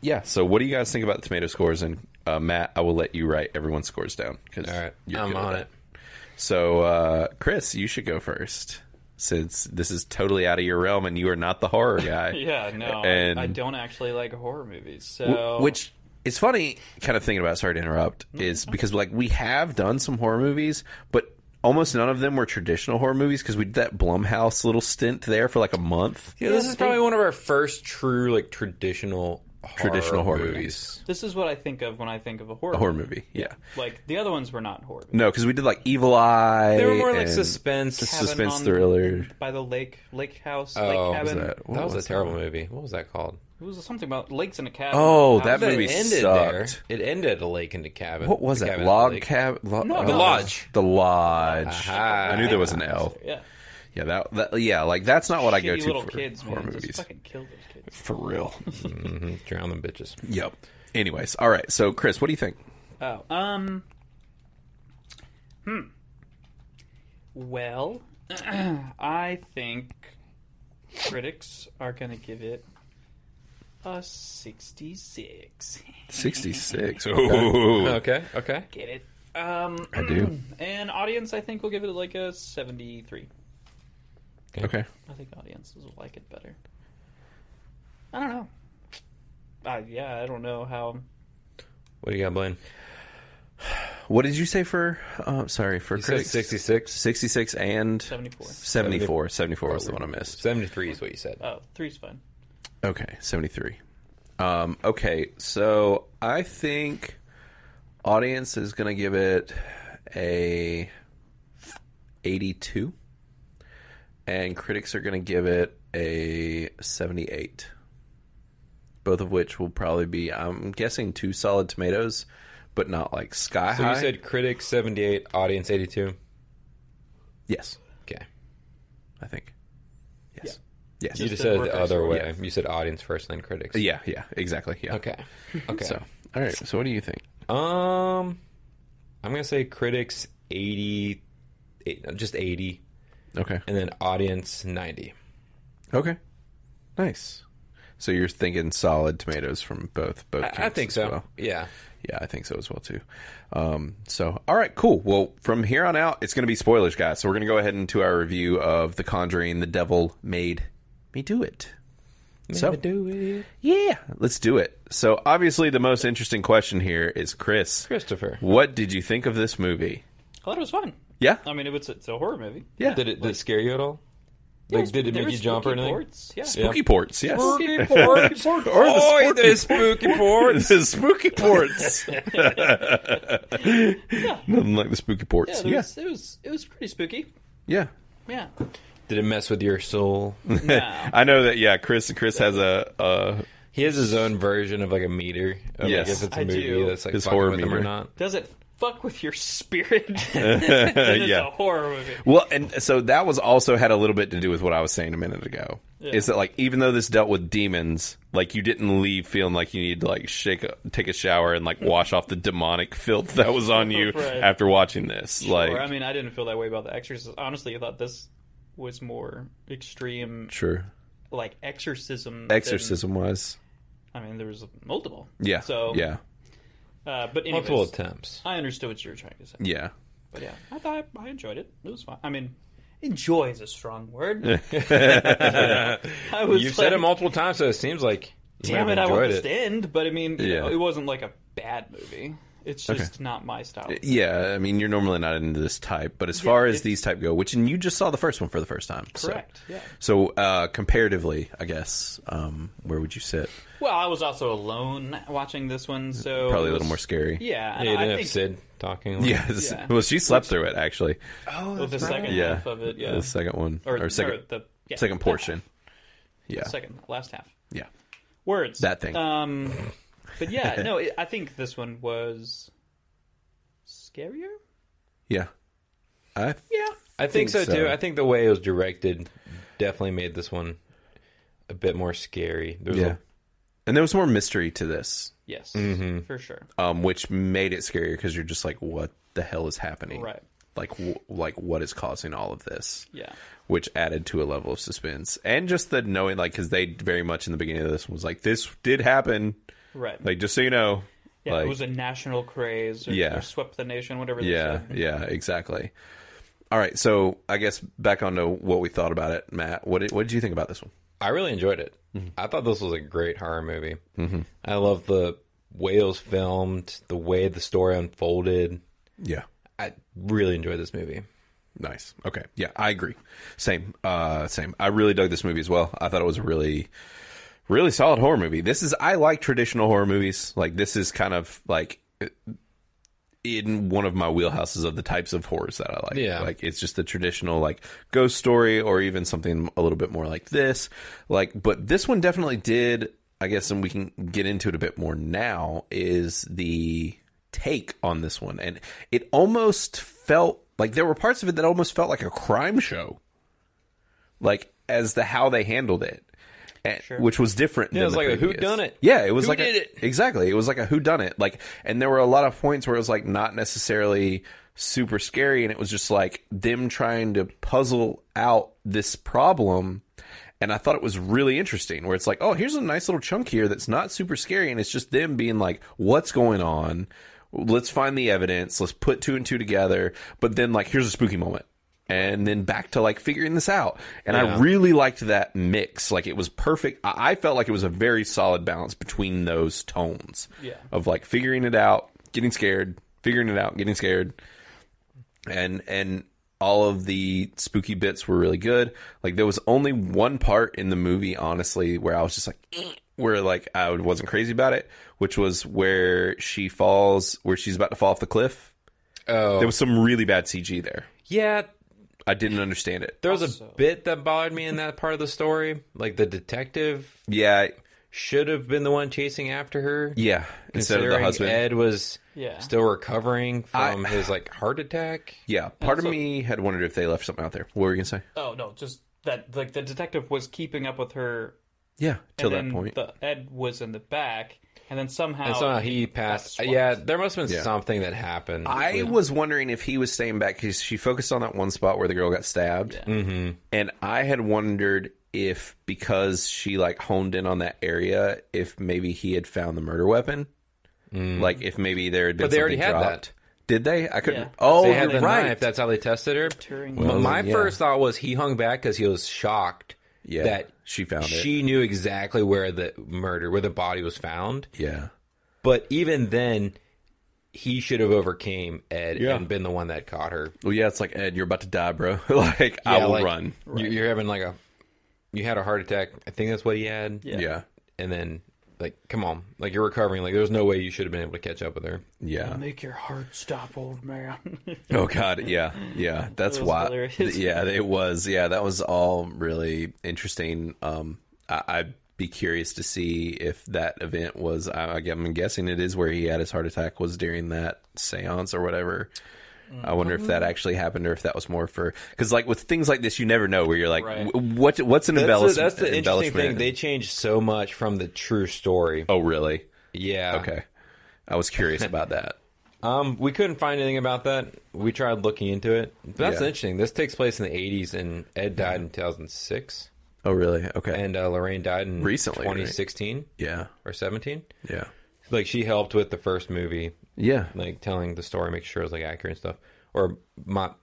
S1: yeah. So, what do you guys think about the tomato scores? And uh, Matt, I will let you write everyone's scores down. Cause
S3: All right.
S1: you're
S3: I'm
S1: good at
S3: on
S1: that.
S3: it.
S1: So, uh, Chris, you should go first since this is totally out of your realm and you are not the horror guy.
S2: Yeah, no, I-
S1: And-
S2: I don't actually like horror movies. So
S1: Wh- Which is funny, kind of thinking about. Sorry to interrupt. Is because like we have done some horror movies, but almost none of them were traditional horror movies because we did that Blumhouse little stint there for like a month.
S3: Yeah, this is probably one of our first true, like, traditional horror
S1: Traditional horror
S3: movies.
S1: movies,
S2: this is what I think of when I think of a horror.
S1: a horror movie. Yeah,
S2: Like the other ones were not horror. movies.
S1: no, because we did like Evil Eye.
S3: They were more like
S1: and
S3: suspense.
S1: Cabin
S2: Cabin
S1: suspense
S2: on-
S1: thriller.
S2: by the lake, lake house,
S3: Oh,
S2: lake
S3: what was
S2: cabin.
S1: that? What
S3: that was,
S1: was
S3: a terrible movie. What was that called?
S2: It was something about lakes in a cabin.
S1: Oh,
S2: House.
S1: that
S3: But
S1: movie
S3: it ended
S1: sucked.
S3: there. It ended at a lake in the cabin.
S1: What was
S3: The
S1: that?
S3: cabin at the
S1: Log
S3: lake.
S1: cab? Lo-
S2: No,
S3: The
S1: uh,
S3: Lodge.
S1: The lodge.
S3: Aha.
S1: I knew there was an L.
S2: Yeah,
S1: Yeah, that, that. Yeah, like that's not what I go
S2: Shitty
S1: to
S2: little
S1: for
S2: kids,
S1: horror
S2: man.
S1: movies.
S2: Just fucking kill those kids.
S1: for real.
S3: Mhm. Drown them bitches.
S1: Yep. Anyways, all right. So, Chris, what do you think?
S2: Oh, um, hmm. Well, I think critics are gonna give it a sixty-six.
S1: Sixty-six.
S3: Okay. Okay.
S2: Get it? Um,
S1: I do.
S2: and audience, I think will give it like a seventy-three.
S1: Okay.
S2: I think audiences will like it better. I don't know. Uh, yeah, I don't know how.
S3: What do you got, Blaine?
S1: What did you say for? Uh, sorry for
S3: You said
S1: critics.
S3: 66.
S1: Sixty-six and
S2: 74.
S1: 74. 74 was the one I missed.
S3: 73 is what you said.
S2: Oh, three's fine.
S1: Okay, 73. Um, okay, so I think audience is going to give it a 82 and critics are going to give it a 78. Both of which will probably be I'm guessing two solid tomatoes, but not like sky
S3: So
S1: high.
S3: you said critics 78, audience 82.
S1: yes,
S3: Okay.
S1: I think. Yes. Yes.
S3: You
S2: Just didn't
S3: just said
S2: work
S3: the
S2: out
S3: other
S2: so
S3: way. You said audience first, then critics.
S1: yeah, yeah, exactly. Yeah.
S3: Okay. Okay.
S1: So, all right. So what do you think?
S3: Um, I'm gonna say critics 80, eight- no, just 80,
S1: Okay.
S3: and then audience 90.
S1: Okay. Nice. So you're thinking solid tomatoes from both both camps as well.
S3: Yeah.
S1: Yeah, I think so as well too. Um, so all right, cool. Well, from here on out, it's going to be spoilers, guys. So we're going to go ahead and do our review of The Conjuring: The Devil Made me do it.
S3: So,
S1: So
S3: do it.
S1: yeah, let's do it. So obviously, the most interesting question here is Chris.
S3: Christopher.
S1: What did you think of this movie?
S2: I thought it was fun.
S1: Yeah,
S2: I mean, it was it's a horror movie.
S1: yeah.
S3: Did it, did it scare you at all? Like, did it
S2: There
S3: make
S2: were
S3: you jump or
S2: spooky
S3: anything?
S2: Ports. Yeah.
S1: Spooky ports, yes.
S3: Spooky ports. or the
S2: Oh,
S1: Oi,
S3: spooky,
S1: the
S3: ports.
S1: the spooky ports. Nothing like the spooky
S2: Yeah,
S1: ports.
S2: there
S1: Yeah,
S2: Was, it was it was pretty spooky.
S1: yeah.
S2: Yeah.
S3: Did it mess with your soul?
S2: Nah.
S1: I know that. Yeah, Chris. Chris has a. Uh,
S3: He has his own version of like a meter. Of
S1: Yes.
S3: like if it's a
S2: I
S3: movie
S2: do.
S3: that's like
S1: His
S3: fucking
S1: horror
S3: with him or
S1: meter.
S3: not.
S2: Does it fuck with your spirit? it's a
S1: yeah.
S2: horror movie.
S1: Well, and so that was also had a little bit to do with what I was saying a minute ago. Is that like even though this dealt with demons, like you didn't leave feeling like you needed to like shake, a, take a shower and like wash off the demonic filth that was on you
S2: Right.
S1: after watching this. like,
S2: or, I mean, I didn't feel that way about The Exorcist. Honestly, I thought this was more extreme,
S1: sure.
S2: like exorcism. than-
S1: Exorcism was.
S2: I mean, there was multiple.
S1: Yeah.
S2: So
S1: yeah.
S2: Uh, but anyways,
S3: Multiple attempts.
S2: I understood what you were trying to say.
S1: Yeah.
S2: But yeah, I thought I enjoyed it. It was fine. I mean, enjoy is a strong word. I was
S3: You've
S2: like,
S3: said it multiple times, so it seems like you
S2: Damn
S3: might
S2: it, I
S3: have
S2: want
S3: enjoyed
S2: this to
S3: it.
S2: end. But I mean, you
S1: Yeah.
S2: know, it wasn't like a bad movie. It's just not my style.
S1: Yeah, I mean, you're normally not into this type, but as far as
S2: it-
S1: these type go, which and you just saw the first one for the first time, so-
S2: Correct. Yeah.
S1: So, uh, comparatively, I guess, um, where would you sit?
S2: Well, I was also alone watching this one,
S1: Probably a
S2: so Oh, it
S1: little
S2: was-
S1: more scary.
S2: Yeah,
S3: Yeah,
S2: and
S3: you
S2: I
S3: didn't
S2: think
S3: have Sid talking. like-
S1: Yes.
S2: Yeah.
S1: Well, she slept through it actually.
S2: well, the second
S1: Yeah.
S2: half of it, yeah,
S1: The second one or, second
S2: the yeah,
S1: second
S2: that
S1: portion. Yeah.
S2: half, second last half.
S1: Yeah.
S2: Words
S1: That thing.
S2: Um, but yeah, no, it, I think this one was scarier.
S1: Yeah. I
S2: Yeah,
S3: I think,
S1: think
S3: so,
S1: so.
S3: too. I think the way it was directed definitely made this one a bit more scary. There was
S1: yeah.
S3: yeah.
S1: And there was more mystery to this,
S2: yes, for sure.
S1: um, which made it scarier because you're just like, what the hell is happening?
S2: Right.
S1: Like, w- like what is causing all of this?
S2: Yeah,
S1: which added to a level of suspense and just the knowing like because they very much in the beginning of this was like this did happen
S2: right.
S1: like just so you know
S2: yeah,
S1: like
S2: it was a national craze. Or,
S1: Yeah.
S2: or swept the nation, whatever. They
S1: yeah
S2: said.
S1: yeah exactly all right so i guess back onto what we thought about it matt what did, what did you think about this one
S3: I really enjoyed it.
S1: Mm-hmm.
S3: I thought this was a great horror movie. Mm-hmm. I love the way it was filmed, the way the story unfolded.
S1: yeah
S3: I really enjoyed this movie.
S1: nice okay yeah i agree same uh same i really dug this movie as well i thought it was a really really solid horror movie this is i like traditional horror movies like this is kind of like in one of my wheelhouses of the types of horrors that I like.
S3: Yeah.
S1: Like it's just the traditional like ghost story or even something a little bit more like this. Like but this one definitely did I guess and we can get into it a bit more now is the take on this one and it almost felt like there were parts of it that almost felt like a crime show. Like as the how they handled it. And, Which was different. Yeah,
S3: it was like a whodunit.
S1: Yeah, it was
S3: Who
S1: like a-
S3: did it?
S1: Exactly. It was like a who done it. Like and there were a lot of points where it was like not necessarily super scary and it was just like them trying to puzzle out this problem and I thought it was really interesting where it's like, "Oh, here's a nice little chunk here that's not super scary and it's just them being like, what's going on? Let's find the evidence. Let's put two and two together." But then like, here's a spooky moment. And then back to like figuring this out. And I really liked that mix. Like it was perfect. I, I felt like it was a very solid balance between those tones
S2: Yeah.
S1: of like figuring it out, getting scared, figuring it out, getting scared, and and all of the spooky bits were really good. Like there was only one part in the movie, honestly, where I was just like, "Eh," where like I wasn't crazy about it, which was where she falls, where she's about to fall off the cliff.
S3: Oh,
S1: There was some really bad CG there.
S3: yeah.
S1: I didn't understand it.
S3: There was
S2: Also-
S3: a bit that bothered me in that part of the story. Like the detective
S1: Yeah,
S3: should have been the one chasing after her.
S1: yeah. Instead of the
S3: considering
S1: husband,
S3: Ed was
S2: Yeah.
S3: still recovering from
S1: I-
S3: his like heart attack.
S1: yeah. Part of
S2: so-
S1: me had wondered if they left something out there. What were you gonna say?
S2: Oh no, just that. Like the detective was keeping up with her
S1: Yeah, till
S2: and
S1: that
S2: then
S1: point.
S2: The Ed was in the back, and then somehow,
S3: And
S1: Oh,
S3: somehow he passed.
S2: swapped.
S3: Yeah, there must have been
S1: Yeah.
S3: something that happened.
S1: I
S3: with-
S1: was wondering if he was staying back because she focused on that one spot where the girl got stabbed,
S3: Mm-hmm.
S1: and I had wondered if because she like honed in on that area, if maybe he had found the murder weapon, like if maybe there had been.
S3: Mm. But they already
S1: something
S3: had
S1: dropped. Did they? I couldn't.
S2: Yeah.
S1: Oh,
S3: They had
S1: you're
S3: the
S1: right.
S3: knife. That's how they tested her.
S2: Turing.
S3: M-
S1: Well,
S3: My
S1: yeah.
S3: first thought was he hung back because he was shocked
S1: Yeah,
S3: that
S1: she found it.
S3: she knew exactly where the murder, where the body was found.
S1: Yeah,
S3: But even then, he should have overcame Ed
S1: Yeah.
S3: and been the one that caught her.
S1: well, yeah, it's like Ed, you're about to die, bro. like I
S3: Yeah,
S1: will
S3: like,
S1: run.
S3: You, you're having like a, you had a heart attack. I think that's what he had.
S1: Yeah. yeah,
S3: And then, like, come on, like you're recovering. Like, there's no way you should have been able to catch up with her.
S2: Make your heart stop, old man.
S1: Oh God, yeah, yeah. That's
S2: was
S1: why.
S2: hilarious.
S1: Yeah, it was. Yeah, that was all really interesting. Um, I, I'd be curious to see if that event was. I, I'm guessing it is where he had his heart attack was during that séance or whatever. I wonder if that
S3: Mm-hmm.
S1: actually happened or if that was more for because like with things like this, you never know where you're like,
S2: Right.
S1: w- what what's an
S3: That's,
S1: embellishment?
S3: the, that's the interesting thing.
S1: embellishment?
S3: They changed so much from the true story.
S1: Oh, really?
S3: Yeah.
S1: Okay, I was curious about that.
S3: Um, we couldn't find anything about that. We tried looking into it. But that's
S1: Yeah. Mm-hmm.
S3: interesting. This takes place in the 80s, and Ed died in 2006,
S1: Oh, really? Okay.
S3: and uh, Lorraine died in
S1: Recently, right?
S3: 2016
S1: yeah,
S3: or 17.
S1: yeah,
S3: Like she helped with the first movie,
S1: yeah,
S3: like telling the story, make sure it was like accurate and stuff, or not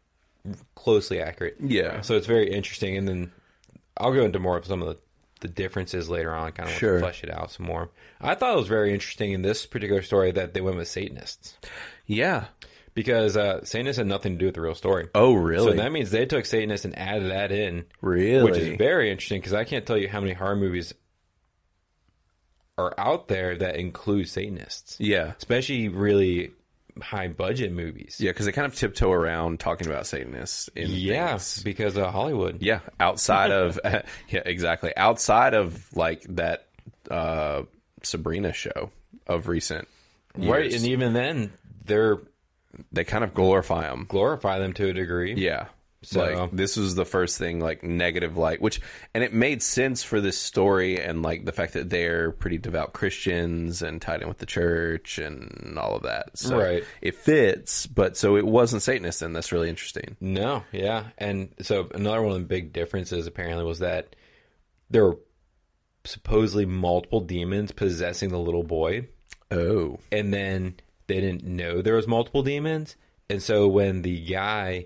S3: closely accurate.
S1: yeah.
S3: So it's very interesting. And then I'll go into more of some of the, the differences later on, kind of
S1: Sure.
S3: flesh it out some more. I thought it was very interesting in this particular story that they went with Satanists
S1: Yeah.
S3: because uh, Satanists had nothing to do with the real story.
S1: Oh, really?
S3: So that means they took Satanists and added that in,
S1: really?
S3: which is very interesting because I can't tell you how many horror movies are out there that include Satanists,
S1: Yeah.
S3: especially really high budget movies.
S1: Yeah, because they kind of tiptoe around talking about Satanists. In
S3: Yeah,
S1: things.
S3: because of Hollywood.
S1: Yeah. Outside of, yeah, exactly. Outside of like that uh, Sabrina show of recent.
S3: right.
S1: years.
S3: And even then, they're
S1: they kind of glorify them.
S3: glorify them to a degree.
S1: Yeah.
S3: So-
S1: like this was the first thing like negative light, which and it made sense for this story and like the fact that they're pretty devout Christians and tied in with the church and all of that. So
S3: Right.
S1: it fits, but so it wasn't Satanist and that's really interesting.
S3: No, yeah. And so another one of the big differences apparently was that there were supposedly multiple demons possessing the little boy.
S1: Oh.
S3: and then they didn't know there was multiple demons and so when the guy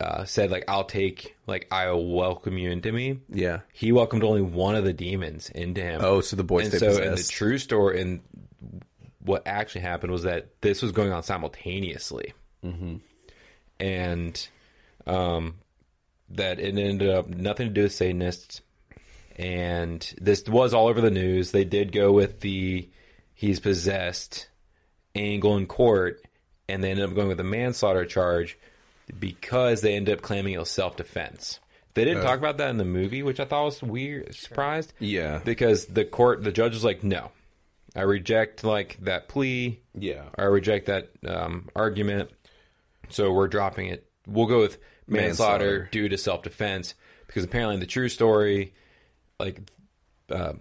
S3: uh, said like i'll take like i'll welcome you into me
S1: Yeah.
S3: he welcomed only one of the demons into him
S1: Oh, so the boy
S3: and
S1: stayed
S3: so in the
S1: possessed.
S3: true story and what actually happened was that this was going on simultaneously mm-hmm. and um, that it ended up nothing to do with satanists and this was all over the news they did go with the he's possessed angle in court and they ended up going with a manslaughter charge because they ended up claiming it was self-defense they didn't talk about that in the movie which i thought was weird surprised
S1: yeah.
S3: because the court the judge was like no i reject like that plea
S1: yeah.
S3: i reject that um, argument so we're dropping it we'll go with manslaughter,
S1: Manslaughter.
S3: due to self-defense because apparently in the true story like uh,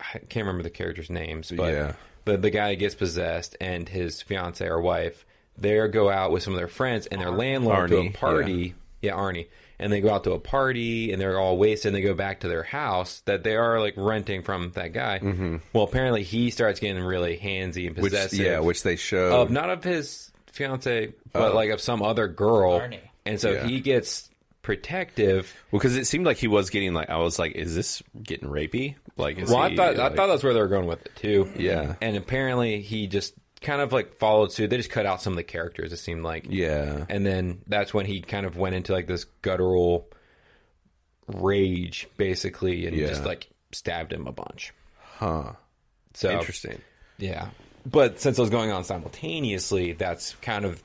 S3: i can't remember the characters names but
S1: Yeah.
S3: the, the guy gets possessed and his fiance or wife they go out with some of their friends and their landlord
S1: Arnie,
S3: to
S1: yeah.
S3: a party yeah, Arnie. And they go out to a party and they're all wasted and they go back to their house that they are like renting from that guy. Mm-hmm. Well, apparently he starts getting really handsy and
S1: Which,
S3: possessive.
S1: yeah, which they show.
S3: of not of his fiance, but like of some other girl.
S2: Arnie.
S3: And so
S1: Oh. Yeah.
S3: he gets protective.
S1: well, because it seemed like he was getting like I was like, is this getting rapey? Like, is
S3: Well, I
S1: he,
S3: thought I
S1: like-
S3: thought that's where they were going with it too.
S1: Yeah.
S3: And apparently he just kind of like followed suit. They just cut out some of the characters. It seemed like.
S1: yeah,
S3: and then that's when he kind of went into like this guttural rage basically and
S1: Yeah.
S3: just like stabbed him a bunch
S1: huh?
S3: so
S1: Interesting.
S3: yeah but since it was going on simultaneously that's kind of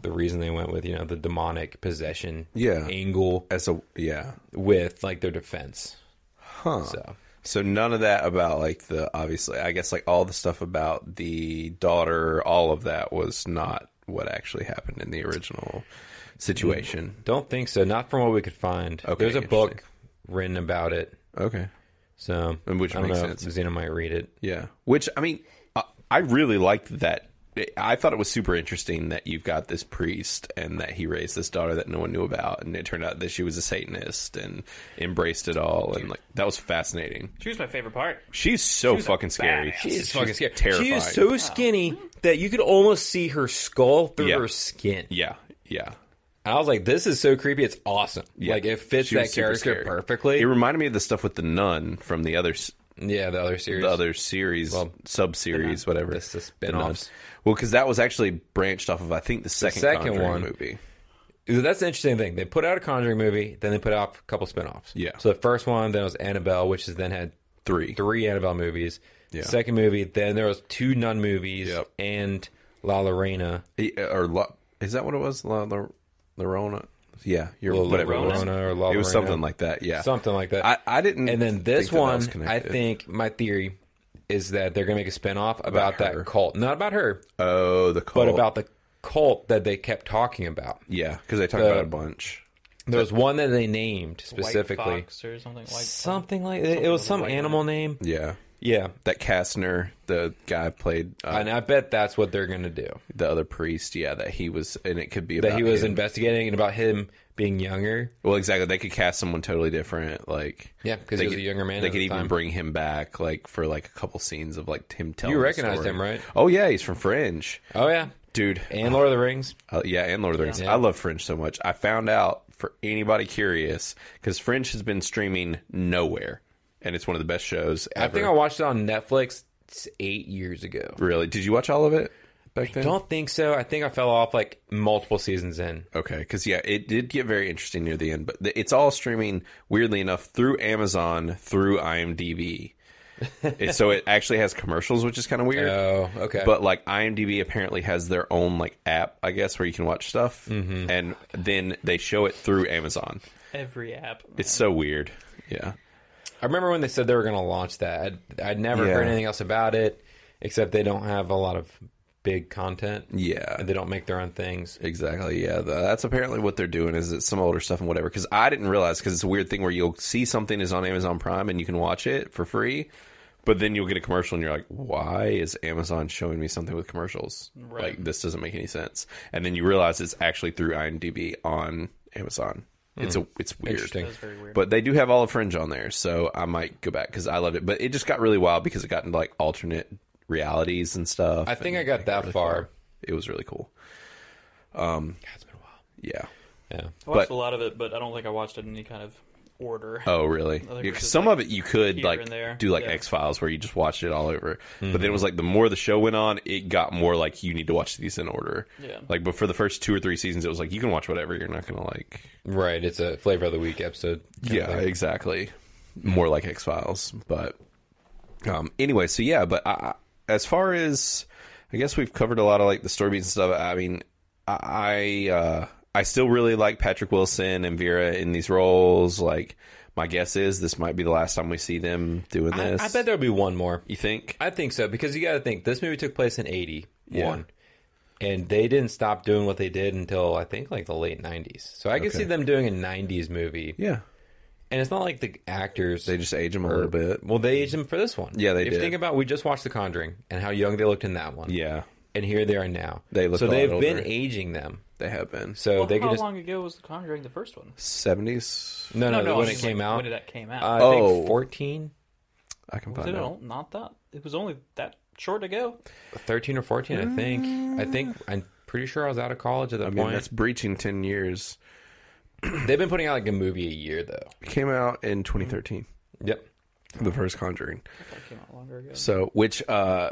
S3: the reason they went with you know the demonic possession
S1: Yeah.
S3: angle
S1: As a yeah,
S3: with like their defense huh so
S1: so none of that about like the obviously, I guess like all the stuff about the daughter, all of that was not what actually happened in the original situation.
S3: don't think so not from what we could find
S1: Okay,
S3: there's a book written about it
S1: Okay.
S3: so
S1: And which
S3: I don't
S1: makes
S3: know if
S1: sense.
S3: Xena might read it
S1: Yeah. Which I mean, I, I really liked that. I thought it was super interesting that you've got this priest and that he raised this daughter that no one knew about, and it turned out that she was a Satanist and embraced it all, and like that was fascinating.
S2: She was my favorite part.
S1: She's so
S2: was a
S1: fucking scary.
S2: badass.
S3: She is fucking scary.
S1: Terrifying.
S3: She is so skinny that you could almost see her skull through
S1: Yeah.
S3: her skin.
S1: yeah, yeah.
S3: And I was like, this is so creepy. It's awesome.
S1: Yeah.
S3: Like, it fits
S1: She was
S3: that
S1: super
S3: character
S1: scary.
S3: perfectly.
S1: It reminded me of the stuff with the nun from the other s-
S3: yeah, the other series.
S1: the other series, sub series, whatever.
S3: it's the
S1: The nun.
S3: spin-offs.
S1: Well, because that was actually branched off of I think the second,
S3: second
S1: Conjuring
S3: one.
S1: movie.
S3: That's the interesting thing. They put out a Conjuring movie, then they put out a couple spin-offs.
S1: Yeah.
S3: So the first one, then was Annabelle, which has then had
S1: Three.
S3: three Annabelle movies.
S1: Yeah.
S3: Second movie, then there was two Nun movies
S1: Yep.
S3: and La Llorona,
S1: E- Or La- is that what it was? La, La, Llorona? Yeah, you're
S3: La
S1: whatever it was.
S3: Llorona or La
S1: It was
S3: Llorona.
S1: something like that. Yeah,
S3: something like that.
S1: I, I didn't.
S3: and then this
S1: think that that was
S3: one, I
S1: connected.
S3: think my theory is that they're going to make a spin-off about,
S1: About her.
S3: that cult, not about her,
S1: Oh, the cult.
S3: but about the cult that they kept talking about.
S1: yeah, because they talked
S3: the-
S1: about it a bunch.
S3: There was one that they named
S4: White
S3: specifically,
S4: Fox or something. White
S3: something like it
S4: with
S3: was
S4: a
S3: some
S4: white in
S3: animal name.
S1: Yeah,
S3: Yeah,
S1: that Kastner, the guy played uh,
S3: and I bet that's what they're going to do.
S1: the other priest. Yeah, that he was, and it could be about
S3: That he was
S1: him.
S3: investigating and about him being younger.
S1: Well, exactly. They could cast someone totally different. Like,
S3: Yeah, because
S1: They
S3: he was
S1: could-
S3: a younger man.
S1: they
S3: at
S1: could
S3: the
S1: even
S3: time.
S1: bring him back, like for like a couple scenes of like Tim telling.
S3: You
S1: the
S3: recognized
S1: story.
S3: him, right?
S1: Oh yeah, he's from Fringe,
S3: Oh yeah,
S1: dude.
S3: and Lord of the Rings.
S1: Uh, yeah, and Lord of the Rings.
S3: Yeah.
S1: I love Fringe so much. I found out for anybody curious because Fringe has been streaming nowhere, and it's one of the best shows
S3: I
S1: ever.
S3: think I watched it on Netflix s- eight years ago.
S1: really, did you watch all of it back then?
S3: Don't think so. I think I fell off like multiple seasons in.
S1: Okay, because yeah, it did get very interesting near the end, but th- it's all streaming weirdly enough through Amazon through IMDb. It- so it actually has commercials, which is kind of weird.
S3: Oh, okay.
S1: But like IMDb apparently has their own like app, I guess, where you can watch stuff, mm-hmm. and then they show it through Amazon.
S4: Every app.
S1: It's so weird. Yeah,
S3: I remember when they said they were going to launch that. I'd, I'd never
S1: Yeah.
S3: heard anything else about it, except they don't have a lot of big content.
S1: yeah,
S3: And they don't make their own things.
S1: exactly. Yeah, Th- that's apparently what they're doing is it's some older stuff and whatever. Because I didn't realize because it's a weird thing where you'll see something is on Amazon Prime and you can watch it for free. But then you'll get a commercial and you're like, why is Amazon showing me something with commercials?
S4: Right.
S1: Like, this doesn't make any sense. And then you realize it's actually through IMDb on Amazon. It's a it's weird.
S3: Hmm. Interesting.
S4: That's very weird.
S1: But they do have all of Fringe on there, so I might go back because I loved it. But it just got really wild because it got into like alternate realities and stuff.
S3: I think
S1: and
S3: I got that far.
S1: it was really cool. Um, it's been a while.
S3: Yeah.
S4: I watched a
S1: but-
S4: lot of it, but I don't think I watched it in any kind of order.
S1: Yeah. Oh, really?
S4: it was
S1: Because
S4: just,
S1: some
S4: like,
S1: of it you could
S4: here
S1: like
S4: and there.
S1: do like
S4: Yeah.
S1: X Files where you just watched it all over. But then it was like the more the show went on, it got more like you need to watch these in order.
S4: Yeah.
S1: Like, but for the first two or three seasons, it was like you can watch whatever. You're not gonna like.
S3: Right. It's a flavor of the week episode. kind
S1: Yeah,
S3: of thing.
S1: exactly. More like X Files, but um, anyway. So yeah, but I, I- as far as I guess we've covered a lot of like the story beats and stuff. I mean, I I, uh, I still really like Patrick Wilson and Vera in these roles. Like, my guess is this might be the last time we see them doing
S3: I,
S1: this.
S3: I bet there'll be one more.
S1: you think.
S3: I think so because you got to think this movie took place in '81,
S1: Yeah.
S3: and they didn't stop doing what they did until I think like the late '90s. So I can
S1: Okay.
S3: see them doing a '90s movie,
S1: yeah,
S3: and it's not like the actors.
S1: they just age them a little bit.
S3: well, they aged them for this one.
S1: Yeah, they
S3: if you
S1: did.
S3: think about, we just watched The Conjuring and how young they looked in that one.
S1: Yeah,
S3: and here they are now.
S1: They look
S3: so
S1: a lot
S3: they've been
S1: older.
S3: aging them.
S1: they have been
S3: So
S4: well,
S3: Oh, they
S4: how
S3: can just
S4: long ago was The Conjuring the first one?
S1: seventies.
S3: no, no,
S4: I
S3: when
S4: mean,
S3: it came
S4: like,
S3: out.
S4: When did that came out?
S3: uh, I
S1: Oh.
S3: think 14,
S1: I can
S4: was
S1: find
S4: it
S1: out.
S4: all, not that? It was only that short ago.
S3: 13 or 14, I think. I think I'm pretty sure I was out of college at that
S1: I mean,
S3: point.
S1: that's breaching ten years.
S3: They've been putting out like a movie a year though.
S1: It came out in 2013,
S3: Yep.
S1: the first Conjuring.
S4: That came out longer ago.
S1: So, which uh,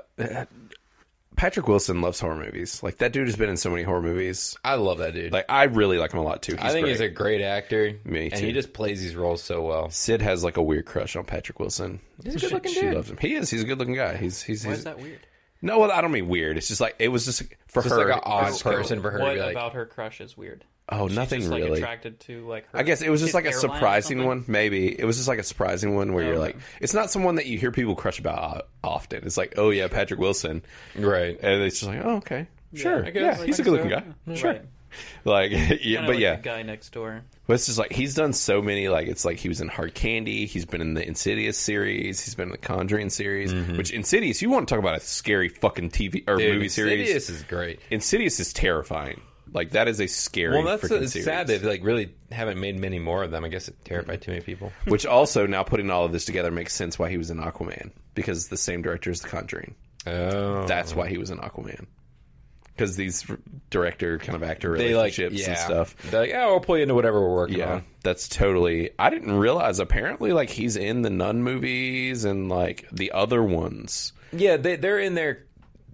S1: Patrick Wilson loves horror movies. Like that dude has been in so many horror movies.
S3: I love that dude.
S1: Like I really like him a lot too. He's
S3: I think
S1: great.
S3: he's a great actor.
S1: Me
S3: And
S1: too.
S3: he just plays these roles so well.
S1: Sid has like a weird crush on Patrick Wilson.
S3: He's a good-looking
S1: she, She
S3: dude.
S1: loves him. He is. He's a good looking guy. He's he's,
S4: Why
S1: he's
S4: is that weird?
S1: no. Well, I don't mean weird. It's just like it was just for
S3: Just
S1: her.
S3: like an odd
S1: it's-
S3: person for her
S4: what
S3: to be like.
S4: about her crush is weird?
S1: Oh,
S4: She's
S1: nothing
S4: just, Like,
S1: really.
S4: attracted to like. Her,
S1: I guess it was just
S4: his
S1: like a
S4: hairline or
S1: surprising
S4: something?
S1: one. Maybe it was just like a surprising one where you're
S4: Okay.
S1: like, it's not someone that you hear people crush about o- often. It's like, oh yeah, Patrick Wilson.
S3: right.
S1: and it's just like, oh, okay, sure,
S3: I
S1: yeah,
S3: guess, I
S1: he's a
S3: think
S1: good looking
S3: so.
S1: guy, sure.
S4: Right.
S1: Like, yeah,
S4: Kinda
S1: but
S4: like
S1: yeah,
S4: the guy next door.
S1: but it's just like he's done so many. Like, it's like he was in Hard Candy. He's been in the Insidious series. He's been in the Conjuring series. Which Insidious, you want to talk about a scary fucking TV or
S3: Dude,
S1: movie series? Insidious.
S3: Insidious is great.
S1: is terrifying. Like that is a scary.
S3: Well, that's
S1: freaking
S3: it's
S1: series.
S3: sad they like really haven't made many more of them. I guess it terrified too many people.
S1: Which also now putting all of this together makes sense why he was in Aquaman because it's the same director as The Conjuring.
S3: Oh,
S1: That's why he was in Aquaman. because these director kind of actor
S3: They like
S1: relationships
S3: yeah.
S1: and stuff.
S3: They're like, oh, we'll play into whatever we're working
S1: Yeah,
S3: on.
S1: that's totally. I didn't realize. Apparently, like he's in the Nun movies and like the other ones.
S3: Yeah, they they're in there.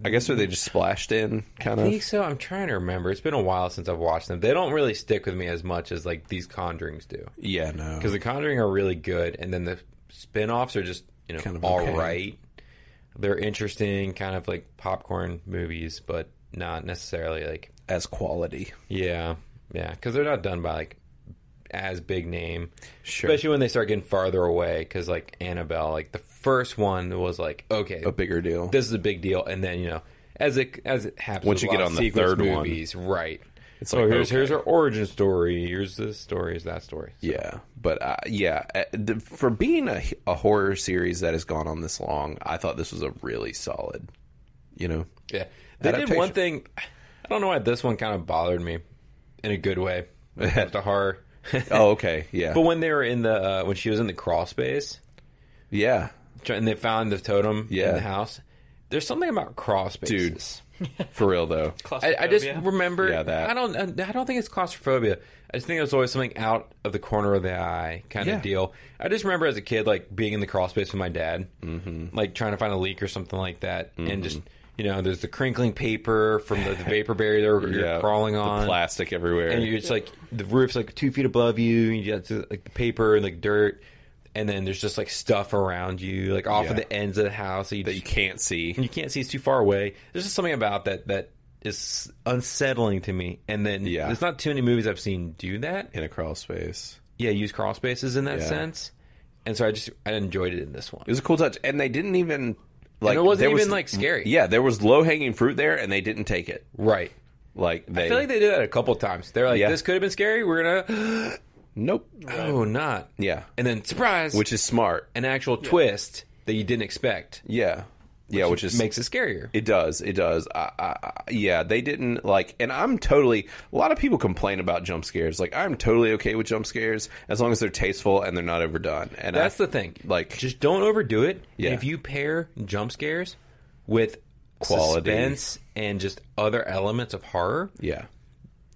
S1: I guess where they just splashed in, kind
S3: I think
S1: of.
S3: so. I'm trying to remember. It's been a while since I've watched them. They don't really stick with me as much as like these Conjuring's do.
S1: Yeah, no.
S3: because the Conjuring are really good, and then the spin-offs are just you know
S1: Kind of
S3: all
S1: okay.
S3: right. They're interesting, kind of like popcorn movies, but not necessarily like
S1: as quality.
S3: yeah, yeah, because they're not done by like as big name,
S1: Sure.
S3: especially when they start getting farther away. Because like Annabelle, like the first one was like okay,
S1: A bigger deal.
S3: this is a big deal, and then you know as it as it happens,
S1: Once
S3: with
S1: you
S3: a
S1: get
S3: lot
S1: on
S3: of
S1: the
S3: sequence
S1: third one.
S3: movies, right?
S1: It's
S3: So
S1: like,
S3: here's
S1: okay.
S3: here's our origin story. Here's this story. Here's that story.
S1: Yeah, but uh, yeah, uh, the, for being a, a horror series that has gone on this long, I thought this was a really solid. You know,
S3: Yeah. They did one thing. I don't know why this one kind of bothered me in a good way. When it comes to horror.
S1: oh okay, yeah,
S3: but when they were in the, uh, when she was in the crawl space
S1: yeah,
S3: try- and they found the totem
S1: Yeah.
S3: in the house, there's something about crawl spaces.
S1: for real though.
S3: I, I just
S2: Claustrophobia.
S3: remember.
S1: Yeah, that.
S3: I don't. I don't think it's claustrophobia. I just think it was always something out of the corner of the eye kind
S1: Yeah.
S3: of deal. I just remember as a kid, like being in the crawl space with my dad, mm-hmm. like trying to find a leak or something like that, and just
S1: Mm-hmm.
S3: you know, there's the crinkling paper from the, the vapor barrier that you're
S1: Yeah,
S3: crawling
S1: the
S3: on,
S1: plastic everywhere.
S3: and you're just like the roof's like two feet above you, and you got to, like the paper and like dirt, and then there's just like stuff around you, like off of
S1: Yeah.
S3: the ends of the house that you,
S1: that you can't see.
S3: and you can't see it's too far away. There's just something about that that is unsettling to me. And then
S1: Yeah.
S3: there's not too many movies I've seen do that.
S1: In a crawl space.
S3: Yeah, use crawl spaces in that
S1: Yeah.
S3: sense. And so I just I enjoyed it in this one.
S1: It was a cool touch, and they didn't even like.
S3: and it wasn't
S1: there
S3: even
S1: was-
S3: like scary.
S1: Yeah, there was low hanging fruit there, and they didn't take it.
S3: Right.
S1: Like they,
S3: I feel like they did that a couple times. They're like,
S1: Yeah.
S3: this could have been scary. We're gonna
S1: nope.
S3: Oh not.
S1: Yeah,
S3: And then surprise
S1: which is smart.
S3: an actual twist that you didn't expect.
S1: Yeah, yeah, which is
S3: Makes it scarier.
S1: It does. It does. I, I, I, yeah, they didn't like, and I'm totally. A lot of people complain about jump scares. Like, I'm totally okay with jump scares as long as they're tasteful and they're not overdone. And
S3: That's
S1: I-
S3: the thing.
S1: like-
S3: just don't overdo it.
S1: Yeah.
S3: And if you pair jump scares with
S1: Quality.
S3: suspense and just other elements of horror,
S1: yeah,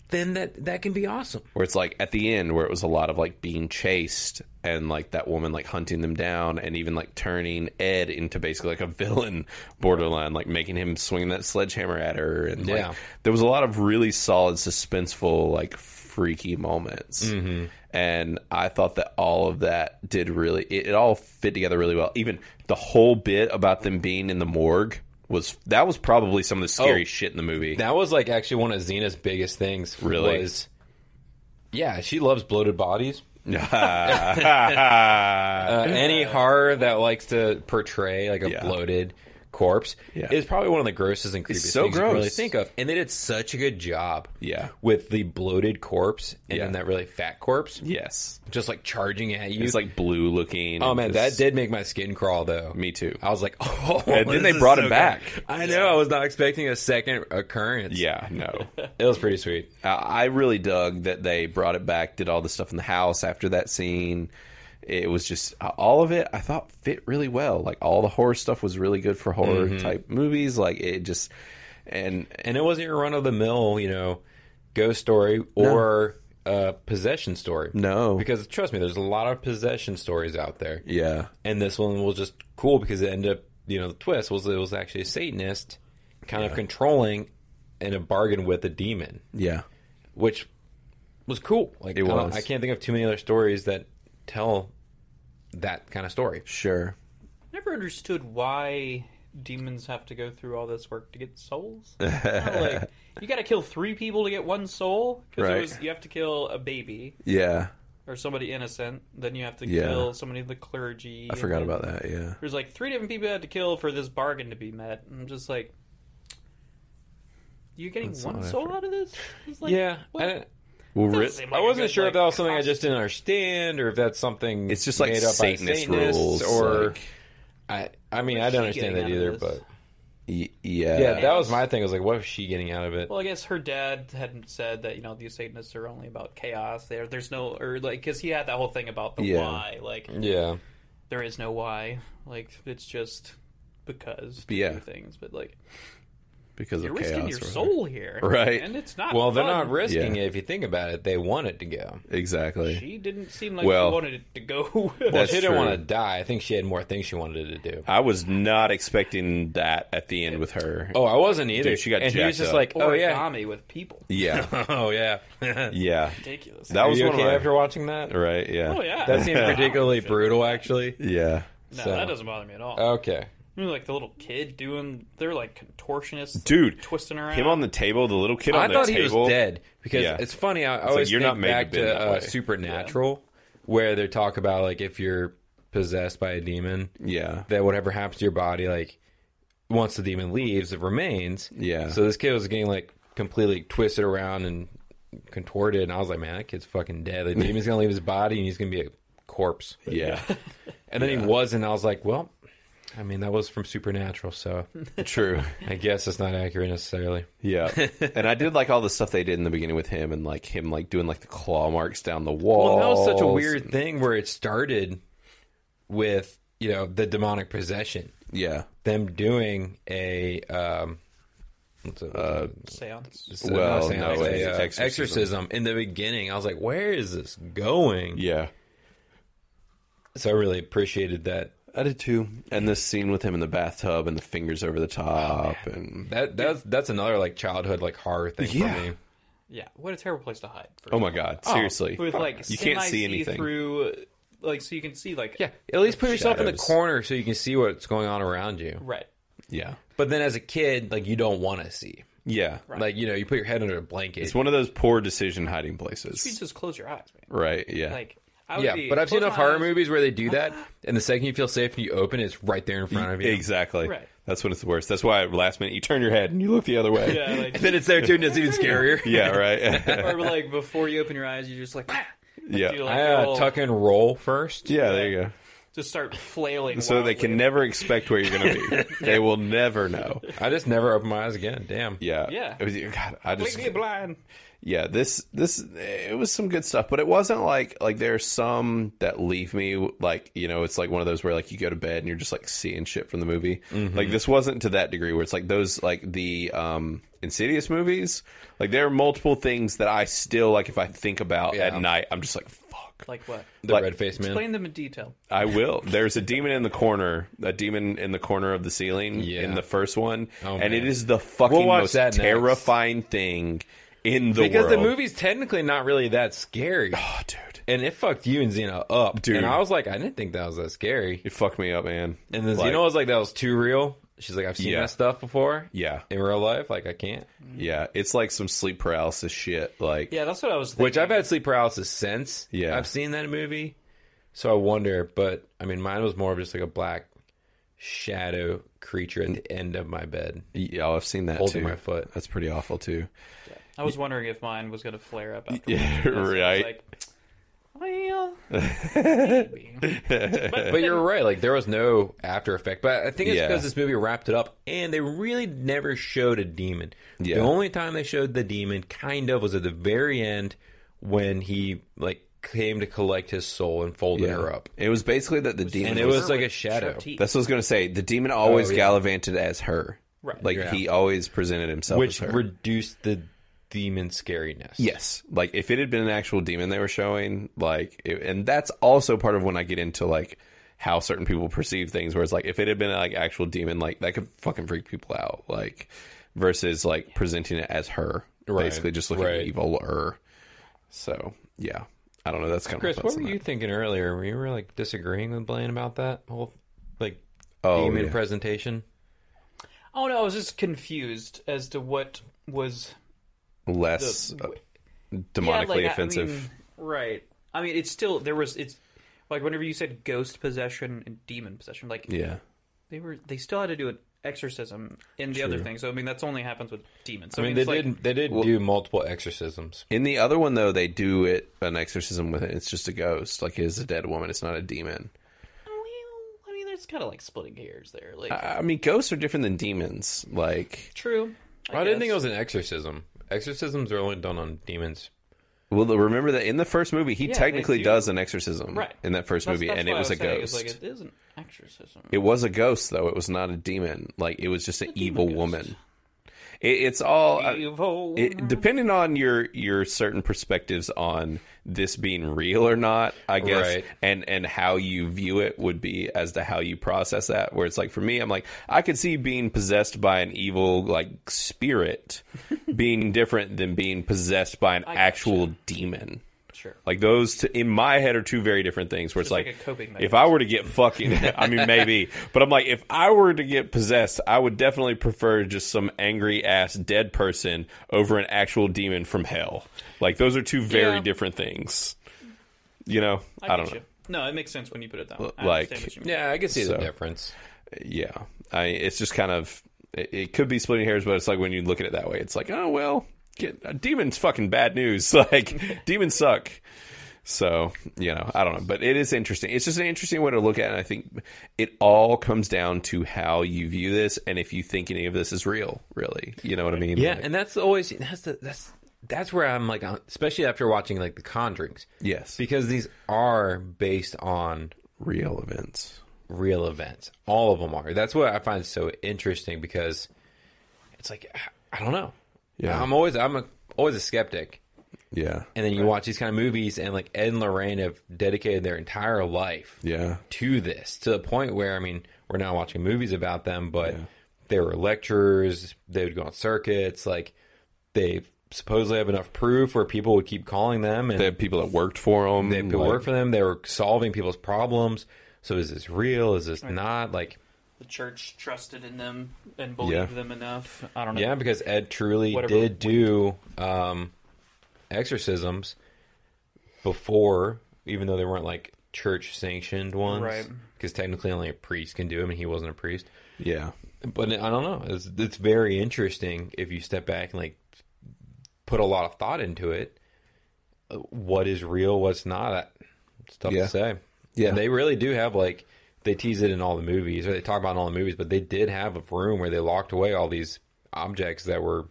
S3: then that that can be awesome.
S1: where it's like at the end where it was a lot of like being chased and like that woman like hunting them down and even like turning Ed into basically like a villain borderline, like making him swing that sledgehammer at her. And like,
S3: Yeah.
S1: there was a lot of really solid, suspenseful, like freaky moments.
S3: Mm-hmm.
S1: And I thought that all of that did really, it, it all fit together really well. Even the whole bit about them being in the morgue was, that was probably some of the scary
S3: Oh.
S1: shit in the movie.
S3: That was like actually one of Xena's biggest things.
S1: Really?
S3: was yeah, she loves bloated bodies. Uh, any horror that likes to portray like a
S1: Yeah.
S3: bloated corpse
S1: Yeah.
S3: is probably one of the grossest and creepiest
S1: so
S3: things you can really
S1: gross.
S3: think of. And they did such a good job.
S1: Yeah.
S3: with the bloated corpse and
S1: Yeah.
S3: then that really fat corpse.
S1: yes.
S3: just like charging at you.
S1: It's like blue looking.
S3: oh man,
S1: Just-
S3: that did make my skin crawl though.
S1: Me too.
S3: I was like, oh.
S1: And then
S3: this
S1: they
S3: is
S1: brought him
S3: good.
S1: back.
S3: I know. I was not expecting a second occurrence.
S1: Yeah, no.
S3: it was pretty sweet.
S1: I- I really dug that they brought it back, did all the stuff in the house after that scene. It was just uh, all of it. I thought fit really well. Like all the horror stuff was really good for horror
S3: Mm-hmm.
S1: type movies. Like it just and
S3: And it wasn't your run of the mill, you know, ghost story or uh, possession story.
S1: no,
S3: Because trust me, there's a lot of possession stories out there,
S1: yeah,
S3: and this one was just cool because it ended up, you know, the twist was it was actually a Satanist, kind of controlling, and a bargain with a demon.
S1: yeah,
S3: which was cool. Like
S1: It
S3: I don't-
S1: was.
S3: I, can't think of too many other stories that tell that kind of story.
S1: sure.
S2: Never understood why demons have to go through all this work to get souls. Kinda like, you got to kill three people to get one soul because
S1: Right.
S2: you have to kill a baby
S1: Yeah,
S2: or somebody innocent. Then you have to
S1: Yeah.
S2: kill somebody in the clergy.
S1: I forgot about that. Yeah,
S2: There's like three different people you had to kill for this bargain to be met. I'm just like, you're getting
S1: That's
S2: one
S1: not
S2: soul
S1: effort.
S2: out of this? It's like,
S3: yeah,
S2: what?
S3: I, didn't-
S1: well,
S2: Doesn't
S1: ri-
S2: seem
S3: I
S2: like a
S3: wasn't
S2: good,
S3: sure
S2: like,
S3: if that was something I
S2: cost-
S3: just didn't understand, or if that's something
S1: it's just like
S3: made up by
S1: Satanist
S3: Satanists,
S1: rules.
S3: or
S1: like,
S3: I, I mean, I
S2: What's
S3: don't
S2: she
S3: understand
S2: getting
S3: that
S2: out of
S3: either. uh,
S2: this?
S3: But
S1: y- yeah,
S3: yeah, that was my thing. I was like, what was she getting out of it?
S2: Well, I guess her dad had said that you know these Satanists are only about chaos. There, there's no or like because he had that whole thing about the
S1: Yeah.
S2: why. Like
S3: yeah,
S2: there is no why. Like it's just because to
S1: Yeah.
S2: do things. But like
S1: because
S2: You're
S1: of chaos.
S2: risking your
S1: or whatever.
S2: soul here,
S1: Right.
S2: And it's not.
S3: Well, they're
S2: fun.
S3: not risking
S1: Yeah.
S3: it if you think about it. They want it to go.
S1: Exactly.
S2: She didn't seem like
S1: Well-
S2: she wanted it to go.
S3: Well,
S1: That's
S3: she didn't
S1: true.
S3: want to die. I think she had more things she wanted to do.
S1: I was not expecting that at the end with her.
S3: Oh, I wasn't either.
S1: Dude, she got
S3: and he
S1: jacked
S3: was just
S1: up.
S3: like, oh yeah,
S2: origami with people.
S1: Yeah,
S3: oh yeah.
S1: yeah.
S2: Ridiculous.
S1: That
S3: Are
S1: was
S3: you
S1: one
S3: okay
S1: of my
S3: after watching that?
S1: right. Yeah.
S2: oh yeah.
S3: That seemed
S2: Wow.
S3: particularly brutal, actually.
S1: Yeah.
S2: No,
S3: so-
S2: that doesn't bother me at
S1: Uh,
S2: all.
S3: Okay.
S2: You know, like the little kid doing, they're like contortionists,
S1: Dude,
S2: twisting around.
S1: Him on the table, the little kid
S3: I
S1: on the
S3: thought
S1: table.
S3: he was dead because
S1: Yeah.
S3: it's funny. I always
S1: you're
S3: think
S1: not made to
S3: back
S1: be
S3: to,
S1: that way.
S3: uh, Supernatural, where they talk about like if you're possessed by a demon,
S1: Yeah.
S3: that whatever happens to your body, like once the demon leaves, it remains.
S1: Yeah.
S3: So this kid was getting like completely twisted around and contorted, and I was like, man, that kid's fucking dead. The demon's gonna leave his body, and he's gonna be a corpse.
S1: Yeah.
S3: And then he wasn't. I was like, well, I mean, that was from Supernatural, so
S1: True.
S3: I guess it's not accurate necessarily.
S1: Yeah. And I did like all the stuff they did in the beginning with him and like him like doing like the claw marks down the wall.
S3: Well, that was such a weird thing where it started with you know the demonic possession,
S1: Yeah.
S3: them doing a um, what's it, uh,
S2: seance.
S1: well, no,
S3: a,
S1: it's
S3: uh,
S1: exorcism.
S3: exorcism. in the beginning. I was like, where is this going?
S1: Yeah.
S3: So I really appreciated that.
S1: I did too. And this scene with him in the bathtub and the fingers over the top
S3: Oh,
S1: and
S3: That that's that's another like childhood like horror thing
S1: Yeah.
S3: for me.
S2: Yeah, what a terrible place to hide. For
S1: Oh my god. Seriously.
S2: With like
S1: you can't see
S2: semi-see
S1: anything.
S2: through, like so you can see like
S3: Yeah, at least put yourself in the
S1: Shadows.
S3: corner so you can see what's going on around you.
S2: right.
S1: Yeah.
S3: But then as a kid, like you don't want to see.
S1: Yeah.
S3: Like you know, you put your head under a blanket.
S1: It's one of those poor decision hiding
S2: You
S1: places.
S2: just close your eyes, man.
S1: Right. Yeah.
S2: Like I
S1: Oh,
S2: would
S3: Yeah,
S2: be,
S3: but I've seen
S2: close
S3: enough
S2: my
S3: horror
S2: eyes-
S3: movies where they do that, and the second you feel safe and you open, it's right there in front of you.
S1: Exactly.
S2: Right.
S1: That's when it's the worst. That's why last minute you turn your head and you look the other way.
S2: Yeah, like,
S3: And then it's there too, and it's even scarier.
S1: Yeah, right.
S2: or like before you open your eyes, you just like ah!
S1: yeah.
S2: do, like,
S3: I uh,
S2: little-
S3: tuck and roll first.
S1: yeah, there you go.
S2: just start flailing.
S1: So they
S2: wildly.
S1: can never expect where you're going to be. They will never know.
S3: I just never open my eyes again. Damn.
S1: Yeah.
S2: Yeah.
S1: It was- God, I just
S2: Make me blind.
S1: yeah this this it was some good stuff but it wasn't like like there's some that leave me like you know it's like one of those where like you go to bed and you're just like seeing shit from the movie
S3: Mm-hmm.
S1: like this wasn't to that degree where it's like those like the um insidious movies like there are multiple things that i still like if i think about
S3: Yeah.
S1: at night i'm just like fuck
S2: Like what?
S3: The
S1: Like-
S3: red faced man.
S2: Explain them in detail.
S1: I will. There's a demon in the corner, a demon in the corner of the ceiling
S3: Yeah.
S1: in the first one,
S3: Oh,
S1: and
S3: man.
S1: it is the fucking
S3: We'll watch
S1: most
S3: that next.
S1: terrifying thing in the
S3: because
S1: world.
S3: the movie's technically not really that scary.
S1: oh, dude,
S3: And it fucked you and Xena up.
S1: Dude.
S3: And I was like, I didn't think that was that scary.
S1: it fucked me up, man.
S3: And then
S1: Like,
S3: Xena was like, that was too real. She's like, I've seen
S1: Yeah.
S3: that stuff before.
S1: yeah,
S3: In real life. Like, I can't.
S1: yeah, it's like some sleep paralysis shit. Like,
S2: Yeah, that's what I was. Thinking.
S3: Which I've had sleep paralysis since.
S1: Yeah.
S3: I've seen that movie. So I wonder, but I mean, mine was more of just like a black shadow creature at the end of my bed.
S1: yeah, oh, I've seen that
S3: Holding
S1: too.
S3: my foot.
S1: That's pretty awful too.
S2: I was wondering if mine was going to flare up. After
S1: Yeah,
S2: watching this. I was
S1: right.
S2: Like, well, maybe.
S3: But you're right. Like, there was no after effect. But I think it's
S1: Yeah.
S3: because this movie wrapped it up and they really never showed a demon.
S1: Yeah.
S3: The only time they showed the demon, kind of, was at the very end when he, like, came to collect his soul and folded
S1: Yeah.
S3: her up.
S1: It was basically that the demon
S3: And it
S1: was
S3: was like a
S2: With
S3: shadow.
S2: sharp teeth.
S1: That's what I was gonna say. The demon always
S3: Oh, yeah.
S1: gallivanted as her.
S2: Right.
S1: Like
S3: Yeah.
S1: he always presented himself
S3: Which
S1: as her.
S3: reduced the demon scariness.
S1: Yes, like if it had been an actual demon they were showing, like, it, and that's also part of when I get into like how certain people perceive things. Where it's like if it had been like actual demon, like that could fucking freak people out. Like versus like presenting it as her,
S3: Right,
S1: basically just looking
S3: right.
S1: evil her. So yeah, I don't know. That's kind of
S3: Chris, what were you thinking earlier? Were you were like disagreeing with Blaine about that whole like
S1: Oh,
S3: demon
S1: yeah.
S3: presentation?
S2: Oh no, I was just confused as to what was
S1: less uh,
S2: yeah, like,
S1: demonically
S2: I- I
S1: offensive.
S2: mean, right. I mean, it's still there was it's like whenever you said ghost possession and demon possession, like
S1: yeah,
S2: they were they still had to do an exorcism in the other thing. So I mean, that's only happens with demons. So,
S3: I mean, they
S2: it's like,
S3: did they did do multiple exorcisms.
S1: in the other one though, they do it an exorcism with it. It's just a ghost. Like it is a dead woman. It's not a demon.
S2: oh, Well, I mean, there's kind of like splitting hairs there. Like
S1: I mean, ghosts are different than demons. Like,
S2: true. I,
S3: I, didn't think it
S2: guess.
S3: was an exorcism. Exorcisms are only done on demons.
S1: well, remember that in the first movie, he
S2: they
S1: technically
S2: do.
S1: does an exorcism
S2: Right.
S1: in that first
S2: That's-
S1: movie,
S2: that's
S1: and it
S2: why I
S1: was, a
S2: saying,
S1: ghost.
S2: It's like it is an exorcism.
S1: It was a ghost, though. It was not a demon. Like, it was just an evil
S2: ghost.
S1: woman. It, it's all. uh,
S2: Evil.
S1: it, depending on your your certain perspectives on this being real or not i guess
S3: Right.
S1: and and how you view it would be as to how you process that where it's like for me i'm like i could see being possessed by an evil like spirit being different than being possessed by an actual demon
S2: sure.
S1: like those t in my head are two very different things. Where it's,
S2: Just
S1: like,
S2: like a coping
S1: if I were to get fucking, I mean maybe, but I'm like if I were to get possessed, I would definitely prefer just some angry ass dead person over an actual demon from hell. Like those are two very
S2: Yeah.
S1: different things. You know, I,
S2: I,
S1: don't
S2: get
S1: know.
S2: you. No, it makes sense when you put it that way. I
S1: like-
S2: understand what you mean.
S3: Yeah, I can see
S1: So.
S3: the difference.
S1: Yeah, I it's just kind of it, it could be splitting hairs, but it's like when you look at it that way, it's like oh well, get a demon's fucking bad news. Like demons suck. So, you know, I don't know, but it is interesting. It's just an interesting way to look at it. And I think it all comes down to how you view this and if you think any of this is real, really. You know what I mean?
S3: Yeah,
S1: Like,
S3: and that's always that's the, that's that's where I'm like, uh, especially after watching like The Conjurings,
S1: yes.
S3: because these are based on
S1: real events.
S3: real events. All of them are. That's what I find so interesting because it's like I- I don't know.
S1: Yeah.
S3: I'm always I'm a, always a skeptic,
S1: Yeah.
S3: and then you watch these kind of movies, and like Ed and Lorraine have dedicated their entire life
S1: Yeah.
S3: to this to the point where I mean we're now watching movies about them, but they were lecturers. They would go on circuits. Like they supposedly have enough proof where people would keep calling them and
S1: They have people that worked for them.
S3: they people work for them. They were solving people's problems. So is this real? Is this not? Like
S2: The church trusted in them and believed
S1: Yeah.
S2: them enough. I don't know.
S3: yeah, because Ed truly
S2: Whatever
S3: did do um, exorcisms before, even though they weren't like church sanctioned ones.
S2: Right.
S3: Because technically only a priest can do them, and he wasn't a priest.
S1: Yeah.
S3: But I don't know. It's, it's very interesting if you step back and like put a lot of thought into it. Uh, What is real? What's not? I- It's tough
S1: Yeah.
S3: to say.
S1: Yeah.
S3: And they really do have like they tease it in all the movies, or they talk about it in all the movies. But they did have a room where they locked away all these objects that were,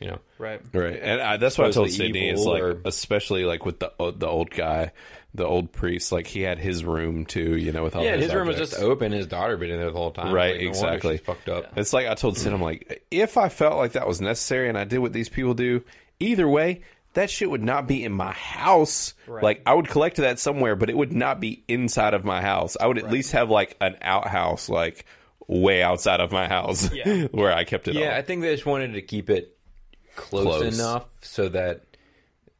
S3: you know,
S2: Right.
S1: Right, and I, that's what I told
S3: Supposedly
S1: Sydney.
S3: evil
S1: It's like,
S3: or-
S1: especially like with the o- the old guy, the old priest. Like he had his room too, you know, with all
S3: yeah.
S1: those
S3: His room was
S1: objects.
S3: just open. His daughter had been in there the whole time.
S1: Right,
S3: Like, no wonder
S1: exactly.
S3: she's fucked up.
S1: It's like I told Sid, I'm like, if I felt like that was necessary and I did what these people do, either way, that shit would not be in my house. Like I would collect that somewhere, but it would not be inside of my house. I would at least have like an outhouse, like way outside of my house,
S2: Yeah.
S1: where I kept it.
S3: Yeah,
S1: all.
S3: I think they just wanted to keep it close,
S1: Close.
S3: enough so that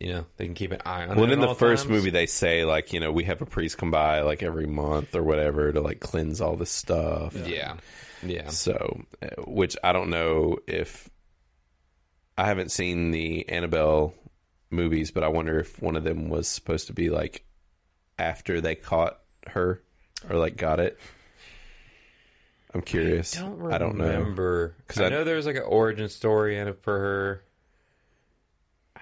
S3: you know they can keep an eye on.
S1: Well, and
S3: it
S1: in
S3: at
S1: the
S3: all
S1: first
S3: times.
S1: movie, they say like you know we have a priest come by like every month or whatever to like cleanse all this stuff.
S3: yeah, yeah,
S1: So, uh, which I don't know if I haven't seen the Annabelle movies, but I wonder if one of them was supposed to be like after they caught her or like got it. I'm curious. I
S3: don't
S1: don't,
S3: remember. I
S1: know.
S3: because I,
S1: I-
S3: know there was like an origin story in it for her.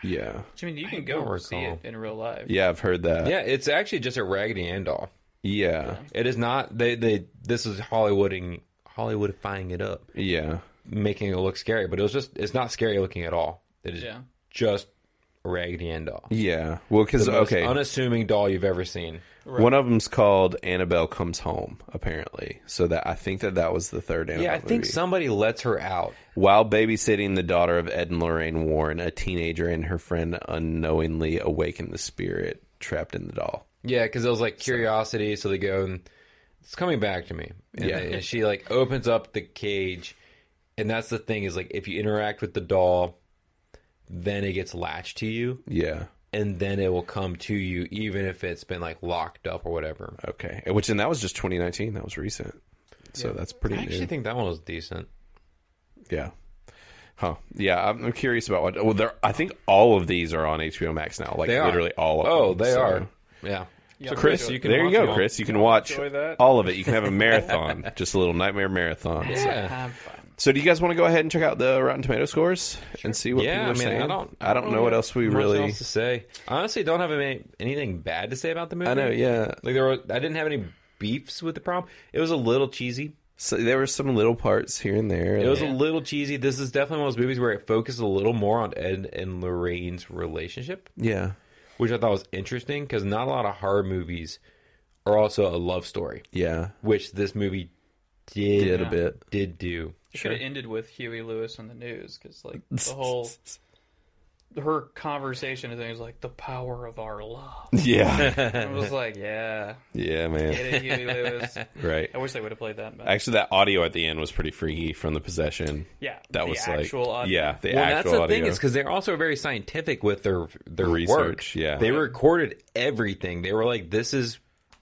S1: Yeah,
S2: Which, I mean, you can
S3: don't
S2: go see
S3: recall.
S2: it in real life.
S1: yeah, I've heard that.
S3: Yeah, it's actually just a Raggedy Ann doll.
S1: yeah,
S3: It is not they they this is Hollywooding Hollywoodifying it up,
S1: yeah.
S3: making it look scary, but it was just it's not scary looking at all. It is
S2: Yeah.
S3: just a Raggedy Ann doll.
S1: yeah. Well, because
S3: The most
S1: okay,
S3: unassuming doll you've ever seen.
S1: One of them's called Annabelle Comes Home, apparently. So that I think that that was the third Annabelle
S3: Yeah, I think
S1: movie.
S3: somebody lets her out.
S1: While babysitting the daughter of Ed and Lorraine Warren, a teenager and her friend unknowingly awaken the spirit trapped in the doll.
S3: Yeah, because it was like curiosity. So they go and it's coming back to me. And,
S1: Yeah.
S3: they- and she like opens up the cage, and that's the thing is like if you interact with the doll, then it gets latched to you,
S1: Yeah.
S3: and then it will come to you, even if it's been like locked up or whatever.
S1: Okay. Which and that was just 2019. That was recent. So that's pretty
S3: I
S1: new.
S3: actually think that one was decent.
S1: yeah. Huh. Yeah, I'm, I'm curious about what. Well, there. I think all of these are on HBO Max now. Like
S3: They are
S1: literally all of them.
S3: Oh, they
S1: So-
S3: are. Yeah.
S2: Yeah.
S3: So
S1: Chris,
S3: Chris, you can
S1: there you
S3: watch
S1: go,
S3: it all.
S1: Chris. You can watch
S2: Enjoy that.
S1: all of it. You can have a marathon, just a little nightmare marathon. So-
S3: Yeah.
S2: Have fun.
S1: So, do you guys want to go ahead and check out the Rotten Tomato scores and see what
S3: Yeah,
S1: people are
S3: I mean, I
S1: saying?
S3: don't-
S1: I don't know what else we
S3: Much
S1: really.
S3: else to say. I honestly don't have any, anything bad to say about the movie.
S1: I know. Yeah,
S3: Like there, were, I didn't have any beefs with the problem. It was a little cheesy.
S1: so there were some little parts here and there.
S3: It was
S2: Yeah.
S3: a little cheesy. This is definitely one of those movies where it focused a little more on Ed and Lorraine's relationship,
S1: yeah,
S3: which I thought was interesting because not a lot of horror movies are also a love story,
S1: yeah,
S3: which this movie did
S1: did a bit.
S3: did do.
S2: It should have ended with Huey Lewis on the news because like the whole her conversation and things like the power of our love.
S1: Yeah.
S2: And I was like, yeah,
S1: yeah, man.
S2: get it, Huey Lewis.
S1: Right.
S2: I wish they would have played that. But
S1: Actually, that audio at the end was pretty freaky from the possession.
S2: yeah,
S1: That
S2: the
S1: was like,
S2: actual audio.
S1: yeah, the
S3: well, that's
S1: actual
S3: the
S1: audio.
S3: thing is because they're also very scientific with their their
S1: Research,
S3: Work.
S1: yeah.
S3: they recorded everything. They were like, "This is,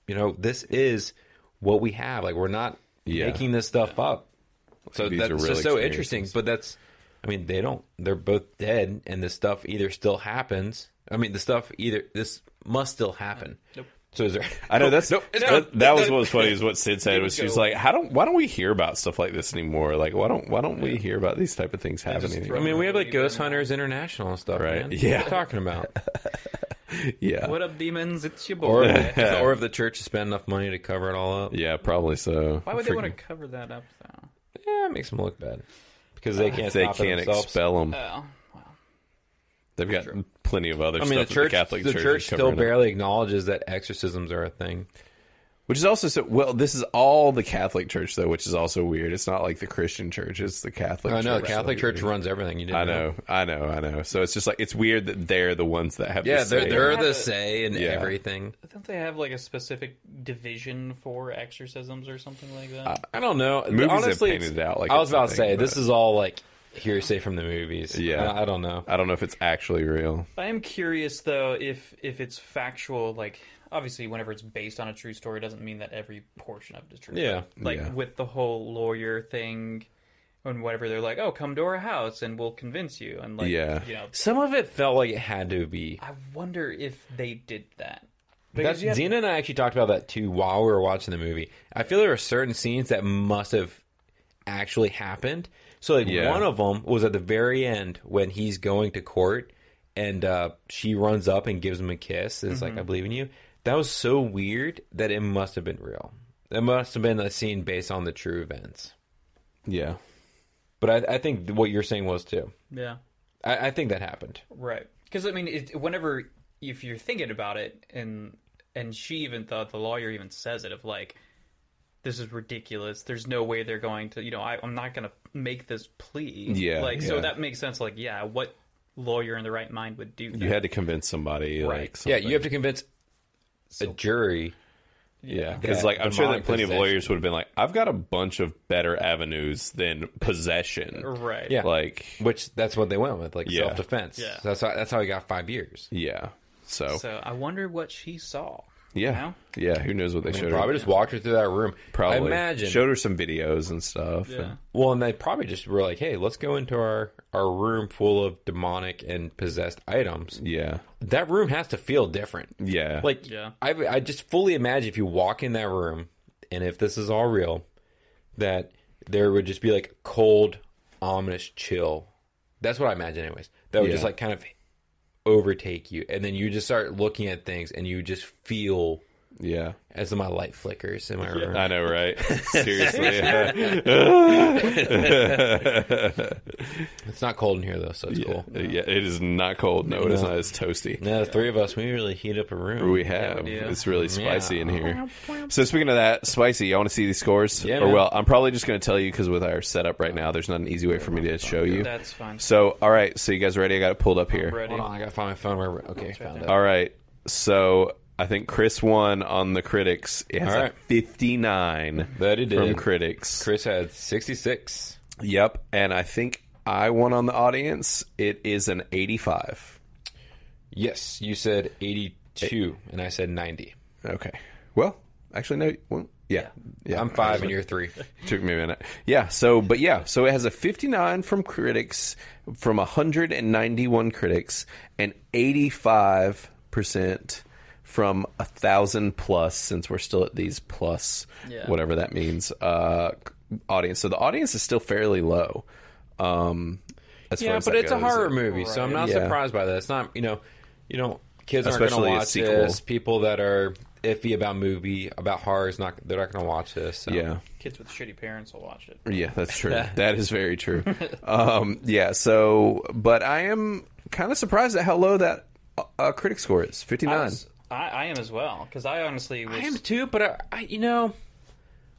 S3: you know, this is what we have. Like, we're not
S1: Yeah.
S3: making this stuff up." So
S1: These
S3: that's
S1: are real
S3: just so
S1: experiences.
S3: interesting. But that's, I mean, they don't. They're both dead, and this stuff either still happens. I mean, the stuff either this must still happen. Nope. So is there?
S1: I know that's that, that was
S3: no.
S1: what was funny is what Sid said was she was
S2: go.
S1: like, how don't why don't we hear about stuff like this anymore? Like why don't why don't we hear about these type of things happening?
S2: throw
S1: anymore?
S3: I mean, we have like Ghost Hunters International and stuff,
S1: Right.
S3: Man.
S1: Yeah.
S3: What are you talking about.
S1: Yeah,
S2: What up, demons? It's your
S3: Or,
S2: boy.
S1: Yeah.
S3: or if the church is spending enough money to cover it all up.
S1: yeah, probably so.
S2: Why would they want to
S1: Freaking-
S2: cover that up though?
S3: Yeah, it makes them look bad because they can't.
S1: Uh, They
S3: stop it
S1: can't
S3: themselves.
S1: expel them.
S2: Oh,
S1: They've got plenty of other.
S3: I mean, the
S1: stuff that
S3: church,
S1: the Catholic
S3: the
S1: Church,
S3: church,
S1: is
S3: still
S1: covering up.
S3: barely acknowledges that exorcisms are a thing.
S1: Which is also so well. This is all the Catholic Church though, which is also weird. It's not like the Christian Church; it's the Catholic.
S3: I know
S1: Church.
S3: the Catholic
S1: So weird.
S3: Church runs everything. You didn't
S1: I know, I know, I know. So it's just like it's weird that they're the ones that have.
S3: Yeah,
S1: the
S3: they're,
S1: say.
S3: they're
S2: Yeah.
S3: the say and
S1: Yeah.
S3: everything.
S2: don't they have like a specific division for exorcisms or something like that?
S3: I don't know.
S1: Movies have
S3: Honestly,
S1: painted
S3: it's-
S1: it out like
S3: I was
S1: it's a
S3: about to
S1: thing,
S3: say,
S1: but-
S3: this is all like hearsay from the movies.
S1: Yeah.
S3: I, I don't know.
S1: I don't know if it's actually real.
S2: I am curious though if if it's factual. Like obviously, whenever it's based on a true story, it doesn't mean that every portion of it is true.
S3: Yeah.
S2: like
S1: Yeah.
S2: with the whole lawyer thing. And whatever they're like, oh, come to our house and we'll convince you. And like,
S1: Yeah.
S2: you know,
S3: Some of it felt like it had to be.
S2: I wonder if they did that.
S3: That's,
S2: Because you have-
S3: Xena and I actually talked about that too while we were watching the movie. I feel there are certain scenes that must have actually happened. So like
S1: Yeah.
S3: one of them was at the very end when he's going to court and uh, she runs up and gives him a kiss. It's like I believe in you. That was so weird that it must have been real. It must have been a scene based on the true events.
S1: Yeah,
S3: But I, I think what you're saying was too.
S2: yeah.
S3: I, I think that happened.
S2: Right. Because I mean, it, whenever if you're thinking about it, and and she even thought the lawyer even says it of like, this is ridiculous. There's no way they're going to, you know, I, I'm not going to make this plea.
S1: Yeah,
S2: Like
S1: yeah.
S2: so that makes sense. Like yeah, what lawyer in the right mind would do that?
S1: you had to convince somebody. Like,
S2: Right.
S1: something.
S3: Yeah, you have to convince a jury.
S1: Yeah, because
S3: that
S1: like I'm sure that
S3: demonic
S1: plenty of
S3: possession.
S1: lawyers would have been like, I've got a bunch of better avenues than possession.
S2: right.
S3: Yeah.
S1: Like,
S3: Which that's what they went with, like
S1: Yeah.
S3: self defense.
S2: Yeah.
S3: that's how, that's how he got five years.
S1: yeah. So,
S2: So I wonder what she saw.
S1: yeah, yeah. Who knows what they showed
S3: Probably
S1: her?
S3: just walked her through that room.
S1: Probably
S3: I imagine.
S1: showed her some videos and stuff.
S2: Yeah.
S3: well, and they probably just were like, "Hey, let's go into our our room full of demonic and possessed items."
S1: and- yeah,
S3: That room has to feel different.
S1: yeah.
S3: Like,
S2: Yeah.
S3: I I just fully imagine if you walk in that room, and if this is all real, that there would just be like cold, ominous chill. That's what I imagine, anyways. That would just
S1: Yeah.
S3: like kind of overtake you, and then you just start looking at things, and you just feel
S1: yeah.
S3: as my light flickers in my room.
S1: I know, right? Seriously,
S3: It's not cold in here though, so it's cool.
S1: yeah. It is not cold. No, it is not. It's toasty.
S3: No, the three of us, we really heat up a room.
S1: We have.
S2: do.
S1: It's really spicy in here. So speaking of that, spicy. I want to see these scores.
S3: Yeah,
S1: or
S3: man.
S1: well, I'm probably just going to tell you because with our setup right now, there's not an easy way for me to show you.
S2: That's fine.
S1: So all right. So you guys ready? I got it pulled up here.
S2: Ready.
S3: Hold on, I gotta find my phone. Where okay, found it.
S1: All right. So I think Chris won on the critics. It has
S3: All
S1: a
S3: right.
S1: 59
S3: That he did.
S1: from critics.
S3: Chris had sixty six.
S1: Yep. And I think I won on the audience. It is an 85.
S3: Yes, you said eighty two, and I said ninety.
S1: Okay. Well, actually, no. Well, yeah. Yeah.
S3: I'm five and you're three.
S1: Took me a minute. Yeah. So, but yeah. So it has a 59 from critics, from 191 critics, and 85 percent from a thousand plus. Since we're still at these plus,
S2: Yeah.
S1: whatever that means, uh, audience. So the audience is still fairly low. Um, as far
S3: yeah,
S1: as
S3: but
S1: that
S3: it's a
S1: goes.
S3: horror movie, so I'm not
S1: Yeah.
S3: surprised by that. It's not you know, you know, kids aren't
S1: Especially
S3: gonna
S1: a
S3: watch
S1: sequel.
S3: this. People that are iffy about movie about horror is not they're not gonna watch this. so.
S1: Yeah.
S2: Kids with shitty parents will watch it.
S1: Yeah, that's true. that is very true. Um, yeah, so, but I am kind of surprised at how low that uh, critic score is 59.
S2: I, was- I, I am as well because I honestly was.
S3: I am too, but I, I you know,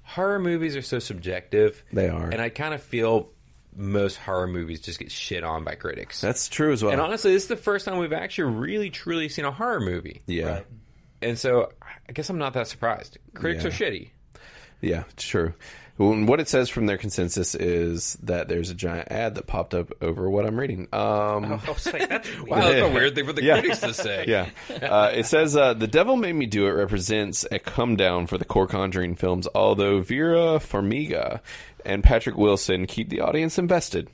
S3: horror movies are so subjective.
S1: They are.
S3: and I kind of feel most horror movies just get shit on by critics.
S1: That's true as well.
S3: and honestly, this is the first time we've actually really truly seen a horror movie.
S1: yeah.
S3: And so I guess I'm not that surprised. Critics
S1: Yeah.
S3: are shitty.
S1: Yeah, it's true. Well, and What it says from their consensus is that there's a giant ad that popped up over what I'm reading.
S3: Oh.
S1: Um,
S2: I was like, that's weird.
S3: Wow, that's a weird thing for the
S1: Yeah.
S3: critics to say.
S1: yeah. Uh, it says uh, The Devil Made Me Do It represents a come down for the core Conjuring films, although Vera Farmiga and Patrick Wilson keep the audience invested,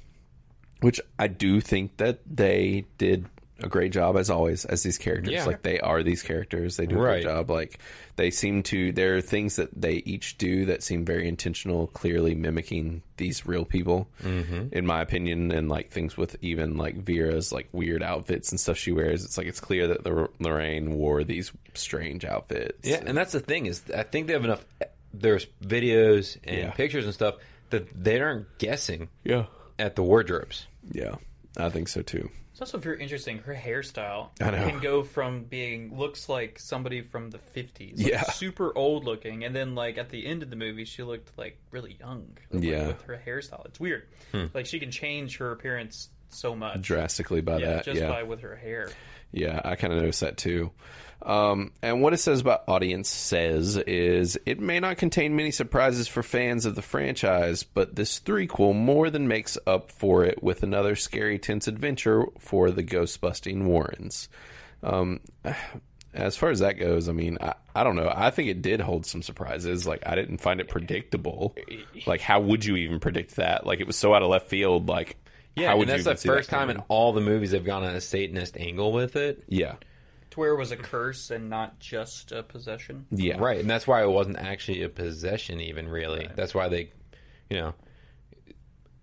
S1: which I do think that they did a great job as always as these characters.
S3: Yeah.
S1: Like they are these characters. They do a
S3: Right.
S1: great job. Like they seem to there are things that they each do that seem very intentional, clearly mimicking these real people,
S2: Mm-hmm.
S1: in my opinion. And like things with even like Vera's like weird outfits and stuff she wears. It's like it's clear that the Lorraine wore these strange outfits.
S3: Yeah, and that's the thing is I think they have enough there's videos and
S1: Yeah.
S3: pictures and stuff that they aren't guessing
S1: yeah,
S3: at the wardrobes.
S1: yeah. I think so too.
S2: It's also very interesting. Her hairstyle
S1: I know.
S2: can go from being looks like somebody from the fifties,
S1: Yeah.
S2: super old looking, and then like at the end of the movie, she looked like really young. like,
S1: Yeah. Hmm.
S2: with her hairstyle, it's weird. Like she can change her appearance so much.
S1: Drastically by
S2: yeah,
S1: that.
S2: just
S1: yeah.
S2: by with her hair.
S1: Yeah, I kind of noticed that too. Um, and what it says about audience says is it may not contain many surprises for fans of the franchise, but this threequel more than makes up for it with another scary, tense adventure for the ghost busting Warrens. Um, as far as that goes, I mean, I, I don't know. I think it did hold some surprises. Like, I didn't find it predictable. Like, how would you even predict that? Like, it was so out of left field. Like,
S3: Yeah,
S1: how would
S3: and that's
S1: you
S3: the
S1: even see that
S3: first time
S1: coming?
S3: in all the movies they've gone on a Satanist angle with it.
S1: Yeah.
S2: To where it was a curse and not just a possession.
S1: Yeah.
S3: Right, and that's why it wasn't actually a possession, even really. That's why they, you know,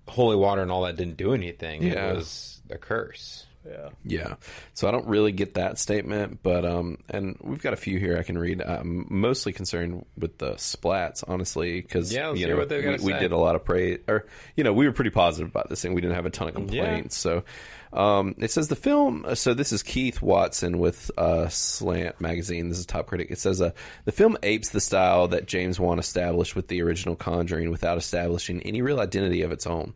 S3: holy water and all that didn't do anything.
S1: Yeah.
S3: It was a curse.
S1: Yeah. So I don't really get that statement, but um, and we've got a few here I can read. I'm mostly concerned with the splats, honestly, because
S3: Yeah, let's
S1: you
S3: hear
S1: know
S3: what they're
S1: we,
S3: gonna
S1: we
S3: say.
S1: did a lot of praise, or you know, we were pretty positive about this thing. We didn't have a ton of complaints. So um, it says the film. So this is Keith Watson with uh, Slant Magazine. This is top critic. It says uh, the film apes the style that James Wan established with the original Conjuring, without establishing any real identity of its own.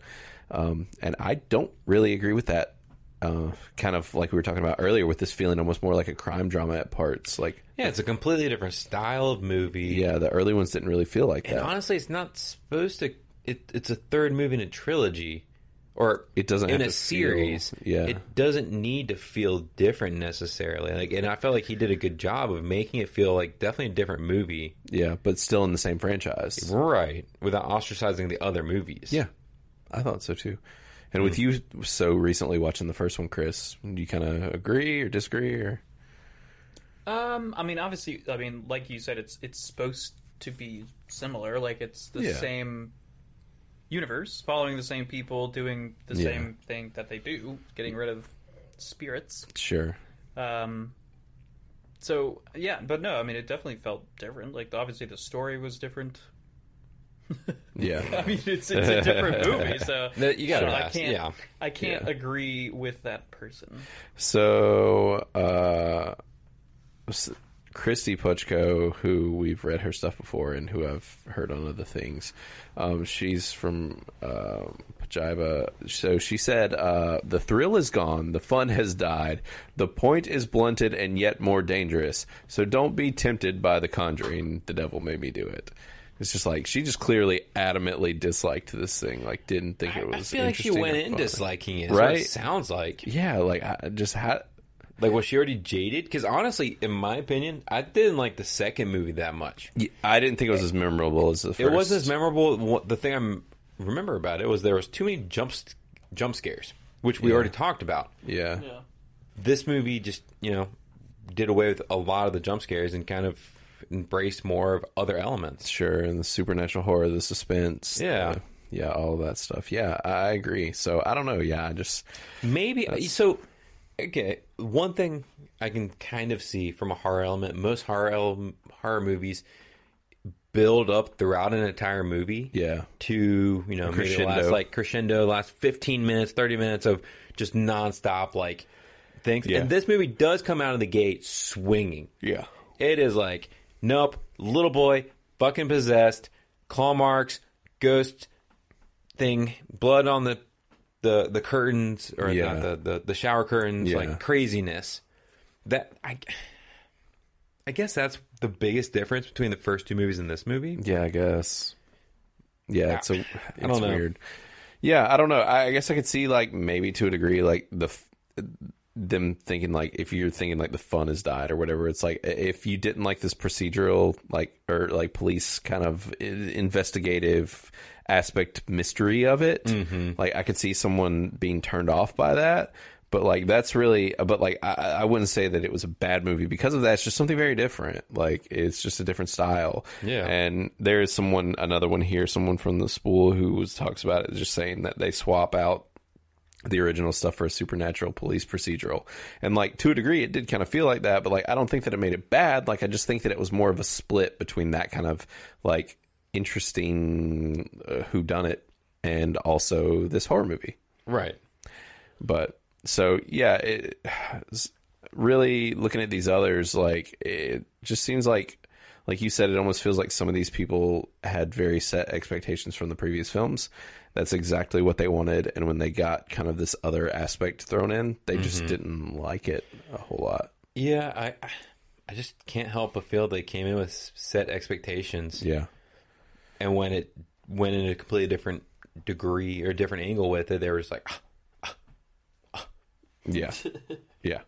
S1: Um, and I don't really agree with that uh, kind of like we were talking about earlier with this feeling almost more like a crime drama at parts. Like,
S3: Yeah, it's a completely different style of movie.
S1: yeah, the early ones didn't really feel like
S3: And
S1: that.
S3: honestly, it's not supposed to. It, it's a third movie in a trilogy, or
S1: It doesn't
S3: in
S1: have to
S3: a series.
S1: feel- yeah.
S3: it doesn't need to feel different necessarily. Like, and I felt like he did a good job of making it feel like definitely a different movie,
S1: yeah, but still in the same franchise.
S3: right? Without ostracizing the other movies.
S1: Yeah, I thought so too. And with you so recently watching the first one, Chris, do you kind of agree or disagree? Or
S2: Um, I mean, obviously, I mean, like you said, it's it's supposed to be similar. Like it's the
S1: Yeah.
S2: same universe, following the same people, doing the
S1: Yeah.
S2: same thing that they do, getting rid of spirits.
S1: sure,
S2: Um, so yeah, but no, I mean, it definitely felt different. Like obviously, the story was different. I
S1: yeah,
S2: mean, it's it's a different movie, so
S3: That- you gotta
S2: so I
S3: ask,
S2: can't
S3: yeah.
S2: I can't
S1: Yeah.
S2: agree with that person.
S1: So, uh, s- Christy Puchko, who we've read her stuff before and who I've heard on other things, um, she's from uh, Pajiba. So she said, uh, The thrill is gone. The fun has died. The point is blunted and yet more dangerous. So don't be tempted by the conjuring. The devil made me do it. It's just like she just clearly adamantly disliked this thing. Like didn't think it was.
S3: I feel like she
S1: interesting
S3: went
S1: or
S3: in
S1: fun.
S3: disliking it. is what it
S1: Right?
S3: sounds like
S1: Yeah, like I just had.
S3: like was she already jaded? Because honestly, in my opinion, I didn't like the second movie that much.
S1: Yeah, I didn't think it was as memorable as the first.
S3: It wasn't as memorable. What- The thing I m- remember about it was there was too many jump jump scares, which we already talked about.
S1: Yeah.
S3: This movie just you know did away with a lot of the jump scares and kind of embraced more of other elements.
S1: sure. And the supernatural horror, the suspense.
S3: Yeah.
S1: the- yeah, all that stuff. Yeah, I agree. So I don't know. Yeah, I just
S3: Maybe so. Okay, one thing I can kind of see from a horror element: most horror el- horror movies build up throughout an entire movie.
S1: yeah,
S3: to you know maybe the last
S1: crescendo.
S3: like crescendo last 15 minutes 30 minutes of just nonstop like things
S1: Yeah.
S3: and this movie does come out of the gate swinging
S1: yeah,
S3: it is like nope little boy fucking possessed claw marks, ghost thing, blood on the the the curtains or
S1: Yeah.
S3: not the, the the shower curtains,
S1: Yeah.
S3: like craziness. That I I guess that's the biggest difference between the first two movies and this movie.
S1: Yeah, I guess. Yeah, it's a it's
S3: don't know.
S1: weird. Yeah, I don't know. I, I guess I could see like maybe to a degree like the f- them thinking like if you're thinking like the fun has died or whatever. It's like if you didn't like this procedural like or like police kind of i- investigative aspect mystery of it, like I could see someone being turned off by that. But like that's really, uh, but like I, I wouldn't say that it was a bad movie because of that. It's just something very different. Like it's just a different style.
S3: Yeah.
S1: And there is someone, another one here, someone from the spool who was talks about it, just saying that they swap out the original stuff for a supernatural police procedural. And like to a degree, it did kind of feel like that, but like I don't think that it made it bad. Like I just think that it was more of a split between that kind of like interesting uh, who done it and also this horror movie.
S3: Right.
S1: But so yeah, it, s- really looking at these others, like it just seems like, like you said, it almost feels like some of these people had very set expectations from the previous films. That's exactly what they wanted, and when they got kind of this other aspect thrown in, they just didn't like it a whole lot.
S3: Yeah, I I- I just can't help but feel they came in with set expectations
S1: Yeah,
S3: and when it went in a completely different degree or different angle with it, they were just like "Ah,
S1: yeah, yeah.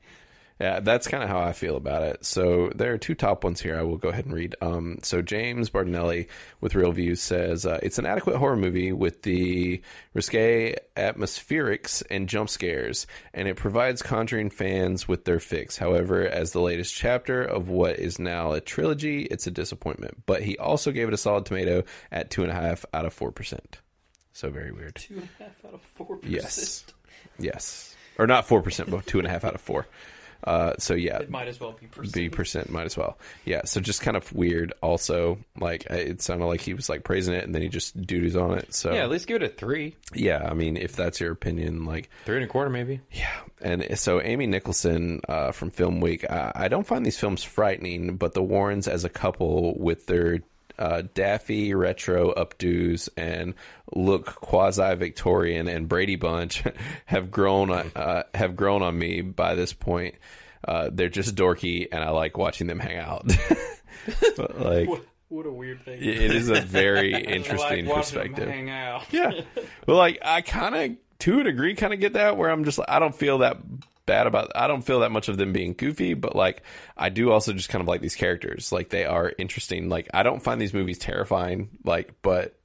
S1: Yeah, that's kind of how I feel about it. So there are two top ones here. I will go ahead and read. Um, so James Bardinelli with Real View says uh, it's an adequate horror movie with the risque atmospherics and jump scares, and it provides Conjuring fans with their fix. However, as the latest chapter of what is now a trilogy, it's a disappointment. But he also gave it a solid tomato at two and a half out of four percent. So very weird.
S4: Two and a half out of four percent.
S1: Yes. Yes. Or not 4%, but two and a half out of four. Uh, so yeah,
S4: It might as well be percent.
S1: B percent might as well. Yeah. So just kind of weird. Also, like I- it sounded like he was like praising it, and then he just doodoos on it. So
S3: Yeah,
S1: yeah,
S3: at least give it a three,
S1: I mean, if that's your opinion, like
S3: three and a quarter maybe.
S1: yeah. And so Amy Nicholson uh, from Film Week, I, I don't find these films frightening, but the Warrens as a couple with their uh, daffy retro updos and look quasi Victorian and Brady Bunch have grown on- uh, have grown on me by this point. Uh, they're just dorky, and I like watching them hang out. But, like
S4: What a weird thing.
S1: it is a very
S4: like watching
S1: interesting
S4: them
S1: perspective.
S4: hang out.
S1: Yeah. Well, like I kind of to a degree kind of get that where I'm just like I don't feel that bad about I don't feel that much of them being goofy, but like I do also just kind of like these characters. Like they are interesting. Like I don't find these movies terrifying, like but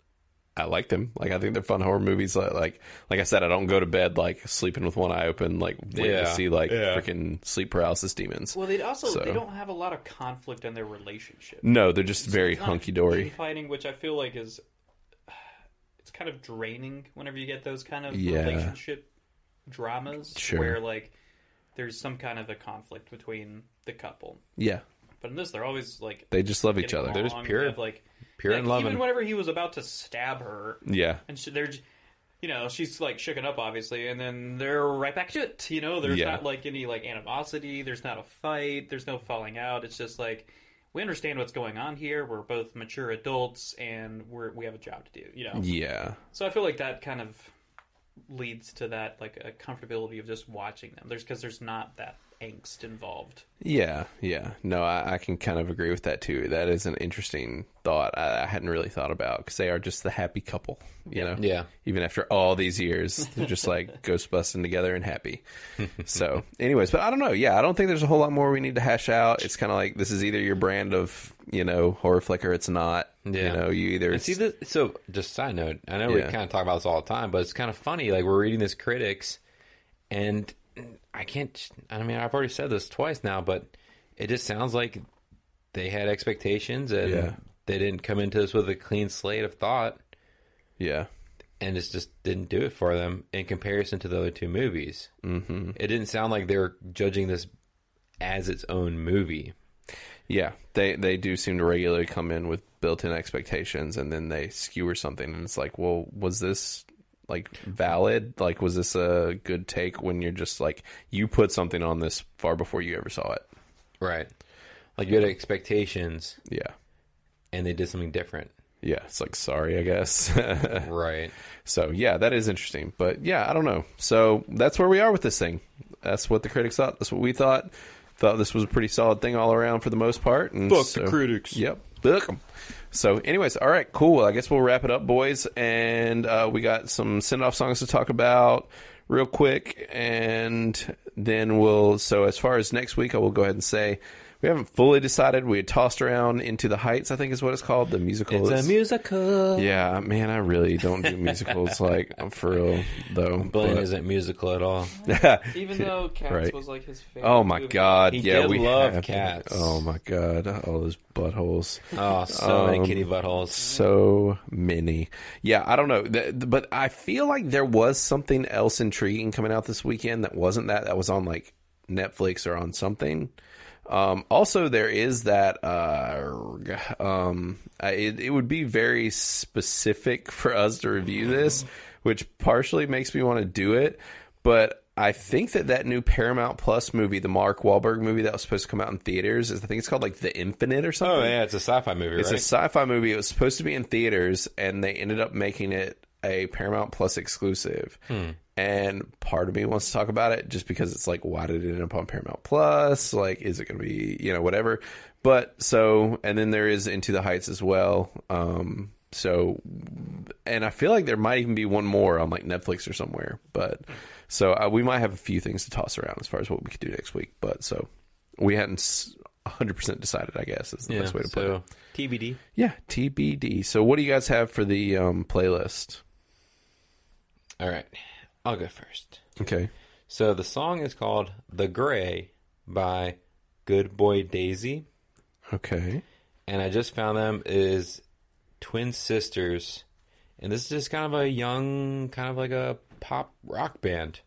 S1: I like them. Like I think they're fun horror movies. Like like, like I said, I don't go to bed like sleeping with one eye open, like waiting
S3: Yeah.
S1: to see like
S3: Yeah.
S1: freaking sleep paralysis demons.
S4: Well, they also
S1: So-
S4: they don't have a lot of conflict in their relationship.
S1: no, they're just very
S4: It's not
S1: hunky dory.
S4: gun Fighting, which I feel like is it's kind of draining whenever you get those kind of
S1: Yeah.
S4: relationship dramas
S1: Sure.
S4: where like there's some kind of a conflict between the couple.
S1: Yeah.
S4: But in this, they're always like
S1: They just love each
S4: getting
S1: other.
S3: They're just
S4: along.
S3: pure-
S4: They have, like
S3: Pure
S4: like,
S3: and loving.
S4: Even whenever he was about to stab her,
S1: Yeah.
S4: and she, they're, j- you know, she's like shooken up obviously, and then they're right back to it. You know, there's
S1: Yeah.
S4: not like any like animosity. There's not a fight. There's no falling out. It's just like we understand what's going on here. We're both mature adults, and we're we have a job to do. You know,
S1: Yeah.
S4: so I feel like that kind of leads to that like a comfortability of just watching them. There's because there's not that angst involved.
S1: Yeah, yeah. No, I, I can kind of agree with that too. That is an interesting thought I, I hadn't really thought about because they are just the happy couple, you know?
S3: Yeah.
S1: Even after all these years, they're just like ghost busting together and happy. So, anyways, but I don't know. Yeah, I don't think there's a whole lot more we need to hash out. It's kind of like this is either your brand of, you know, horror flick or it's not.
S3: Yeah.
S1: You know, you either.
S3: And see this. So, just side note, I know we
S1: Yeah.
S3: kind of talk about this all the time, but it's kind of funny. Like we're reading this critics, and I can't. I mean, I've already said this twice now, but it just sounds like they had expectations and
S1: Yeah.
S3: they didn't come into this with a clean slate of thought,
S1: yeah.
S3: and it just didn't do it for them in comparison to the other two movies. Mm-hmm. It didn't sound like they were judging this as its own movie.
S1: Yeah, they they do seem to regularly come in with built-in expectations, and then they skewer something, and it's like, well, was this like valid? Like, was this a good take? When you're just like, you put something on this far before you ever saw it.
S3: Right. Like you had expectations
S1: Yeah,
S3: and they did something different.
S1: yeah, it's like sorry, I guess.
S3: Right.
S1: so yeah, that is interesting. But yeah, I don't know. So that's where we are with this thing. That's what the critics thought. That's what we thought. Thought this was a pretty solid thing all around for the most part. And
S3: Fuck the
S1: so,
S3: critics.
S1: Yep. Fuck 'em. So, anyways, all right, cool. Well, I guess we'll wrap it up, boys. And uh, we got some send off songs to talk about real quick. And then we'll, so as far as next week, I will go ahead and say we haven't fully decided. We had tossed around Into the Heights, I think is what it's called. The musical is.
S3: musical.
S1: yeah, man, I really don't do musicals like for real, though.
S3: Blaine
S1: but-
S3: isn't musical at all.
S4: Even though Cats
S1: Right.
S4: was like his favorite.
S1: Oh my
S4: movie.
S1: god!
S3: He
S1: yeah,
S3: did
S1: we
S3: love
S1: have-
S3: cats.
S1: Oh my god! All those buttholes.
S3: Oh, so
S1: Um,
S3: many kitty buttholes.
S1: so many. Yeah, I don't know, Th- th- but I feel like there was something else intriguing coming out this weekend that wasn't that. That was on like Netflix or on something. Um, also, there is that. Uh, um, I, it, it would be very specific for us to review this, which partially makes me want to do it, but. I think that that new Paramount Plus movie, the Mark Wahlberg movie that was supposed to come out in theaters, is I think it's called like The Infinite or something.
S3: Oh yeah, it's a sci-fi movie,
S1: It's
S3: right?
S1: a sci-fi movie. It was supposed to be in theaters, and they ended up making it a Paramount Plus exclusive.
S3: Hmm.
S1: And part of me wants to talk about it just because it's like, why did it end up on Paramount Plus? Like, is it going to be, you know, whatever? But so, and then there is Into the Heights as well. Um, so, and I feel like there might even be one more on like Netflix or somewhere. But so uh, we might have a few things to toss around as far as what we could do next week. But so we hadn't s- 100% decided, I guess, is the
S3: yeah,
S1: best way to put it.
S3: so, TBD.
S1: Yeah, TBD. So, what do you guys have for the um, playlist?
S3: All right, I'll go first.
S1: Okay.
S3: So the song is called "The Gray" by Good Boy Daisy,
S1: Okay.
S3: and I just found them is twin sisters, and this is just kind of a young, kind of like a pop rock band.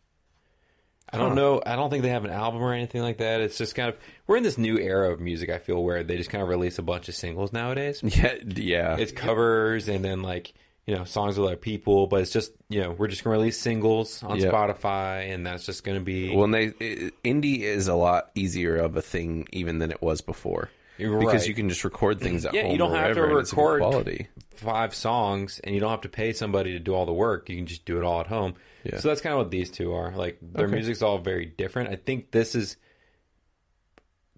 S3: I don't know. I don't think they have an album or anything like that. It's just kind of we're in this new era of music. I feel where they just kind of release a bunch of singles nowadays.
S1: Yeah. Yeah.
S3: it's covers and then like you know songs with other people but it's just you know we're just gonna release singles on
S1: Yeah.
S3: spotify and that's just gonna be
S1: when they it, indie is a lot easier of a thing even than it was before
S3: You're
S1: because
S3: right.
S1: you can just record things at
S3: Yeah, you
S1: home.
S3: don't
S1: or
S3: have to
S1: wherever, and it's a good
S3: record.
S1: quality.
S3: five songs and you don't have to pay somebody to do all the work you can just do it all at home
S1: Yeah.
S3: so that's kind of what these two are like their music's all very different i think this is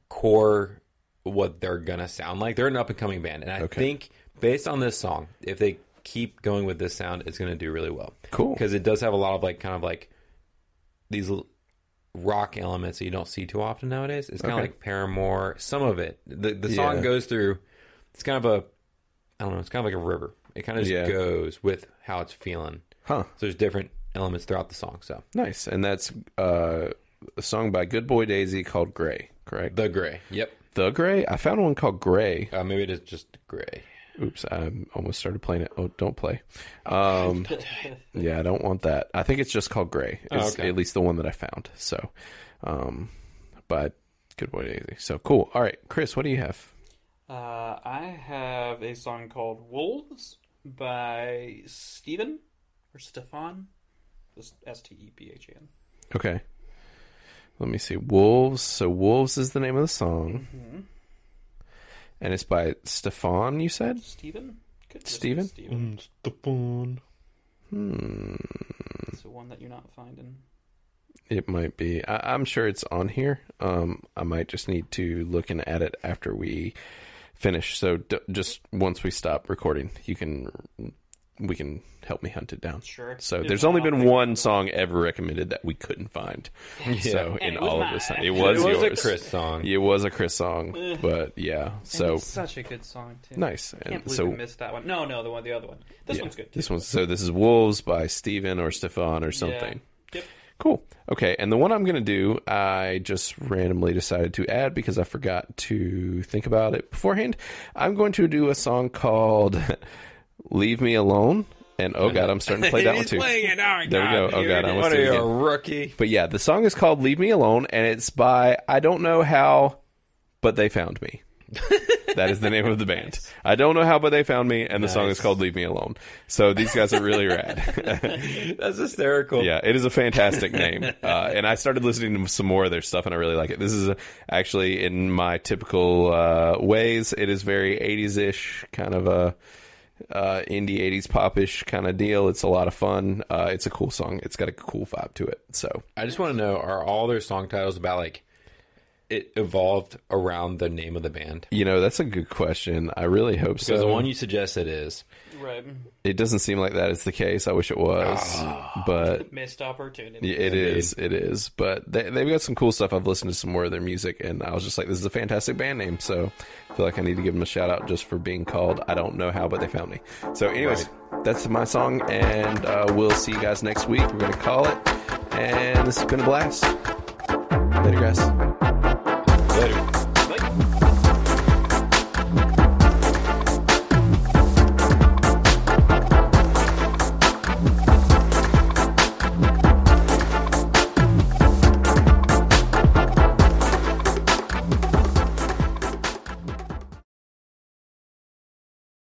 S3: core what they're gonna sound like they're an up and coming band and i
S1: Okay.
S3: think based on this song if they keep going with this sound it's gonna do really well
S1: Cool.
S3: because it does have a lot of like kind of like these l- rock elements that you don't see too often nowadays. It's kind
S1: Okay.
S3: of like Paramore. Some of it, the the song
S1: Yeah.
S3: goes through. It's kind of a, I don't know. It's kind of like a river. It kind of just
S1: Yeah.
S3: goes with how it's feeling.
S1: Huh.
S3: So there's different elements throughout the song. So
S1: Nice. And that's uh, a song by Good Boy Daisy called Gray. Correct.
S3: the gray. Yep.
S1: The Gray. I found one called Gray.
S3: Uh, maybe it is just gray.
S1: Oops. I almost started playing it. Oh, don't play. Um, Yeah, I don't want that. I think it's just called Gray. Is
S3: okay.
S1: At least the one that I found. So, um, but good boy Daisy. So cool. All right, Chris, what do you have?
S4: Uh, I have a song called Wolves by Stephen or Stefan. S T E P H A N.
S1: Okay, let me see. Wolves. So Wolves is the name of the song, and it's by Stefan. You said.
S4: Stephen? Could just be
S1: Stephen?
S4: Stephen.
S3: The phone.
S4: It's the one that you're not finding.
S1: It might be. I, I'm sure it's on here. Um, I might just need to look and at it after we finish. So d- just once we stop recording, you can we can help me hunt it down.
S4: Sure.
S1: So
S4: If
S1: there's
S4: not,
S1: only
S4: I'll
S1: been
S4: think of
S1: one
S4: another.
S1: song ever recommended that we couldn't find. So
S4: And
S1: in
S4: it was
S1: all of
S4: mine.
S1: this, it
S4: It
S1: was
S3: It was
S1: yours.
S3: a Chris song.
S1: It was a Chris song,
S4: Ugh.
S1: but yeah.
S4: Eh. And
S1: So
S4: it's such a good song too.
S1: nice.
S4: Can't
S1: And
S4: believe
S1: so
S4: we missed that one. No, no, the one, the other one. This
S1: yeah,
S4: one's good. Too.
S1: This one's so this is Wolves by Steven or Stefan or
S4: Yeah.
S1: something.
S4: Yep.
S1: Cool. Okay, and the one I'm going to do, I just randomly decided to add because I forgot to think about it beforehand. I'm going to do a song called "Leave Me Alone," and oh god, I'm starting to play that one too.
S3: it. Oh,
S1: There we go. Oh, God, I almost
S3: What
S1: did
S3: are
S1: it
S3: you, a
S1: again.
S3: rookie?
S1: But yeah, the song is called "Leave Me Alone," and it's by I don't know how, but they found me. that is the name of the band. I don't know how, but they found me, and the song is
S3: Nice.
S1: called "Leave Me Alone." So these guys are really rad.
S3: That's hysterical.
S1: Yeah, it is a fantastic name. Uh, and I started listening to some more of their stuff, and I really like it. This is uh actually in my typical uh, ways. It is very 80s ish, kind of a uh, indie 80s popish kind of deal. It's a lot of fun. Uh, it's a cool song. It's got a cool vibe to it. So
S3: I just want to know: Are all their song titles about like it evolved around the name of the band?
S1: you know that's a good question. I really hope
S3: Because
S1: so.
S3: the one you suggested is
S4: Right.
S1: it doesn't seem like that is the case. I wish it was,
S3: Ah.
S1: but
S4: Missed opportunity.
S1: Yeah, it is. It is. But they, they've got some cool stuff. I've listened to some more of their music, and I was just like, this is a fantastic band name. So I feel like I need to give them a shout out just for being called. I don't know how, but they found me. So, anyways, that's my song, and uh, we'll see you guys next week. We're going to call it. And this has been a blast. Later, guys.
S3: later.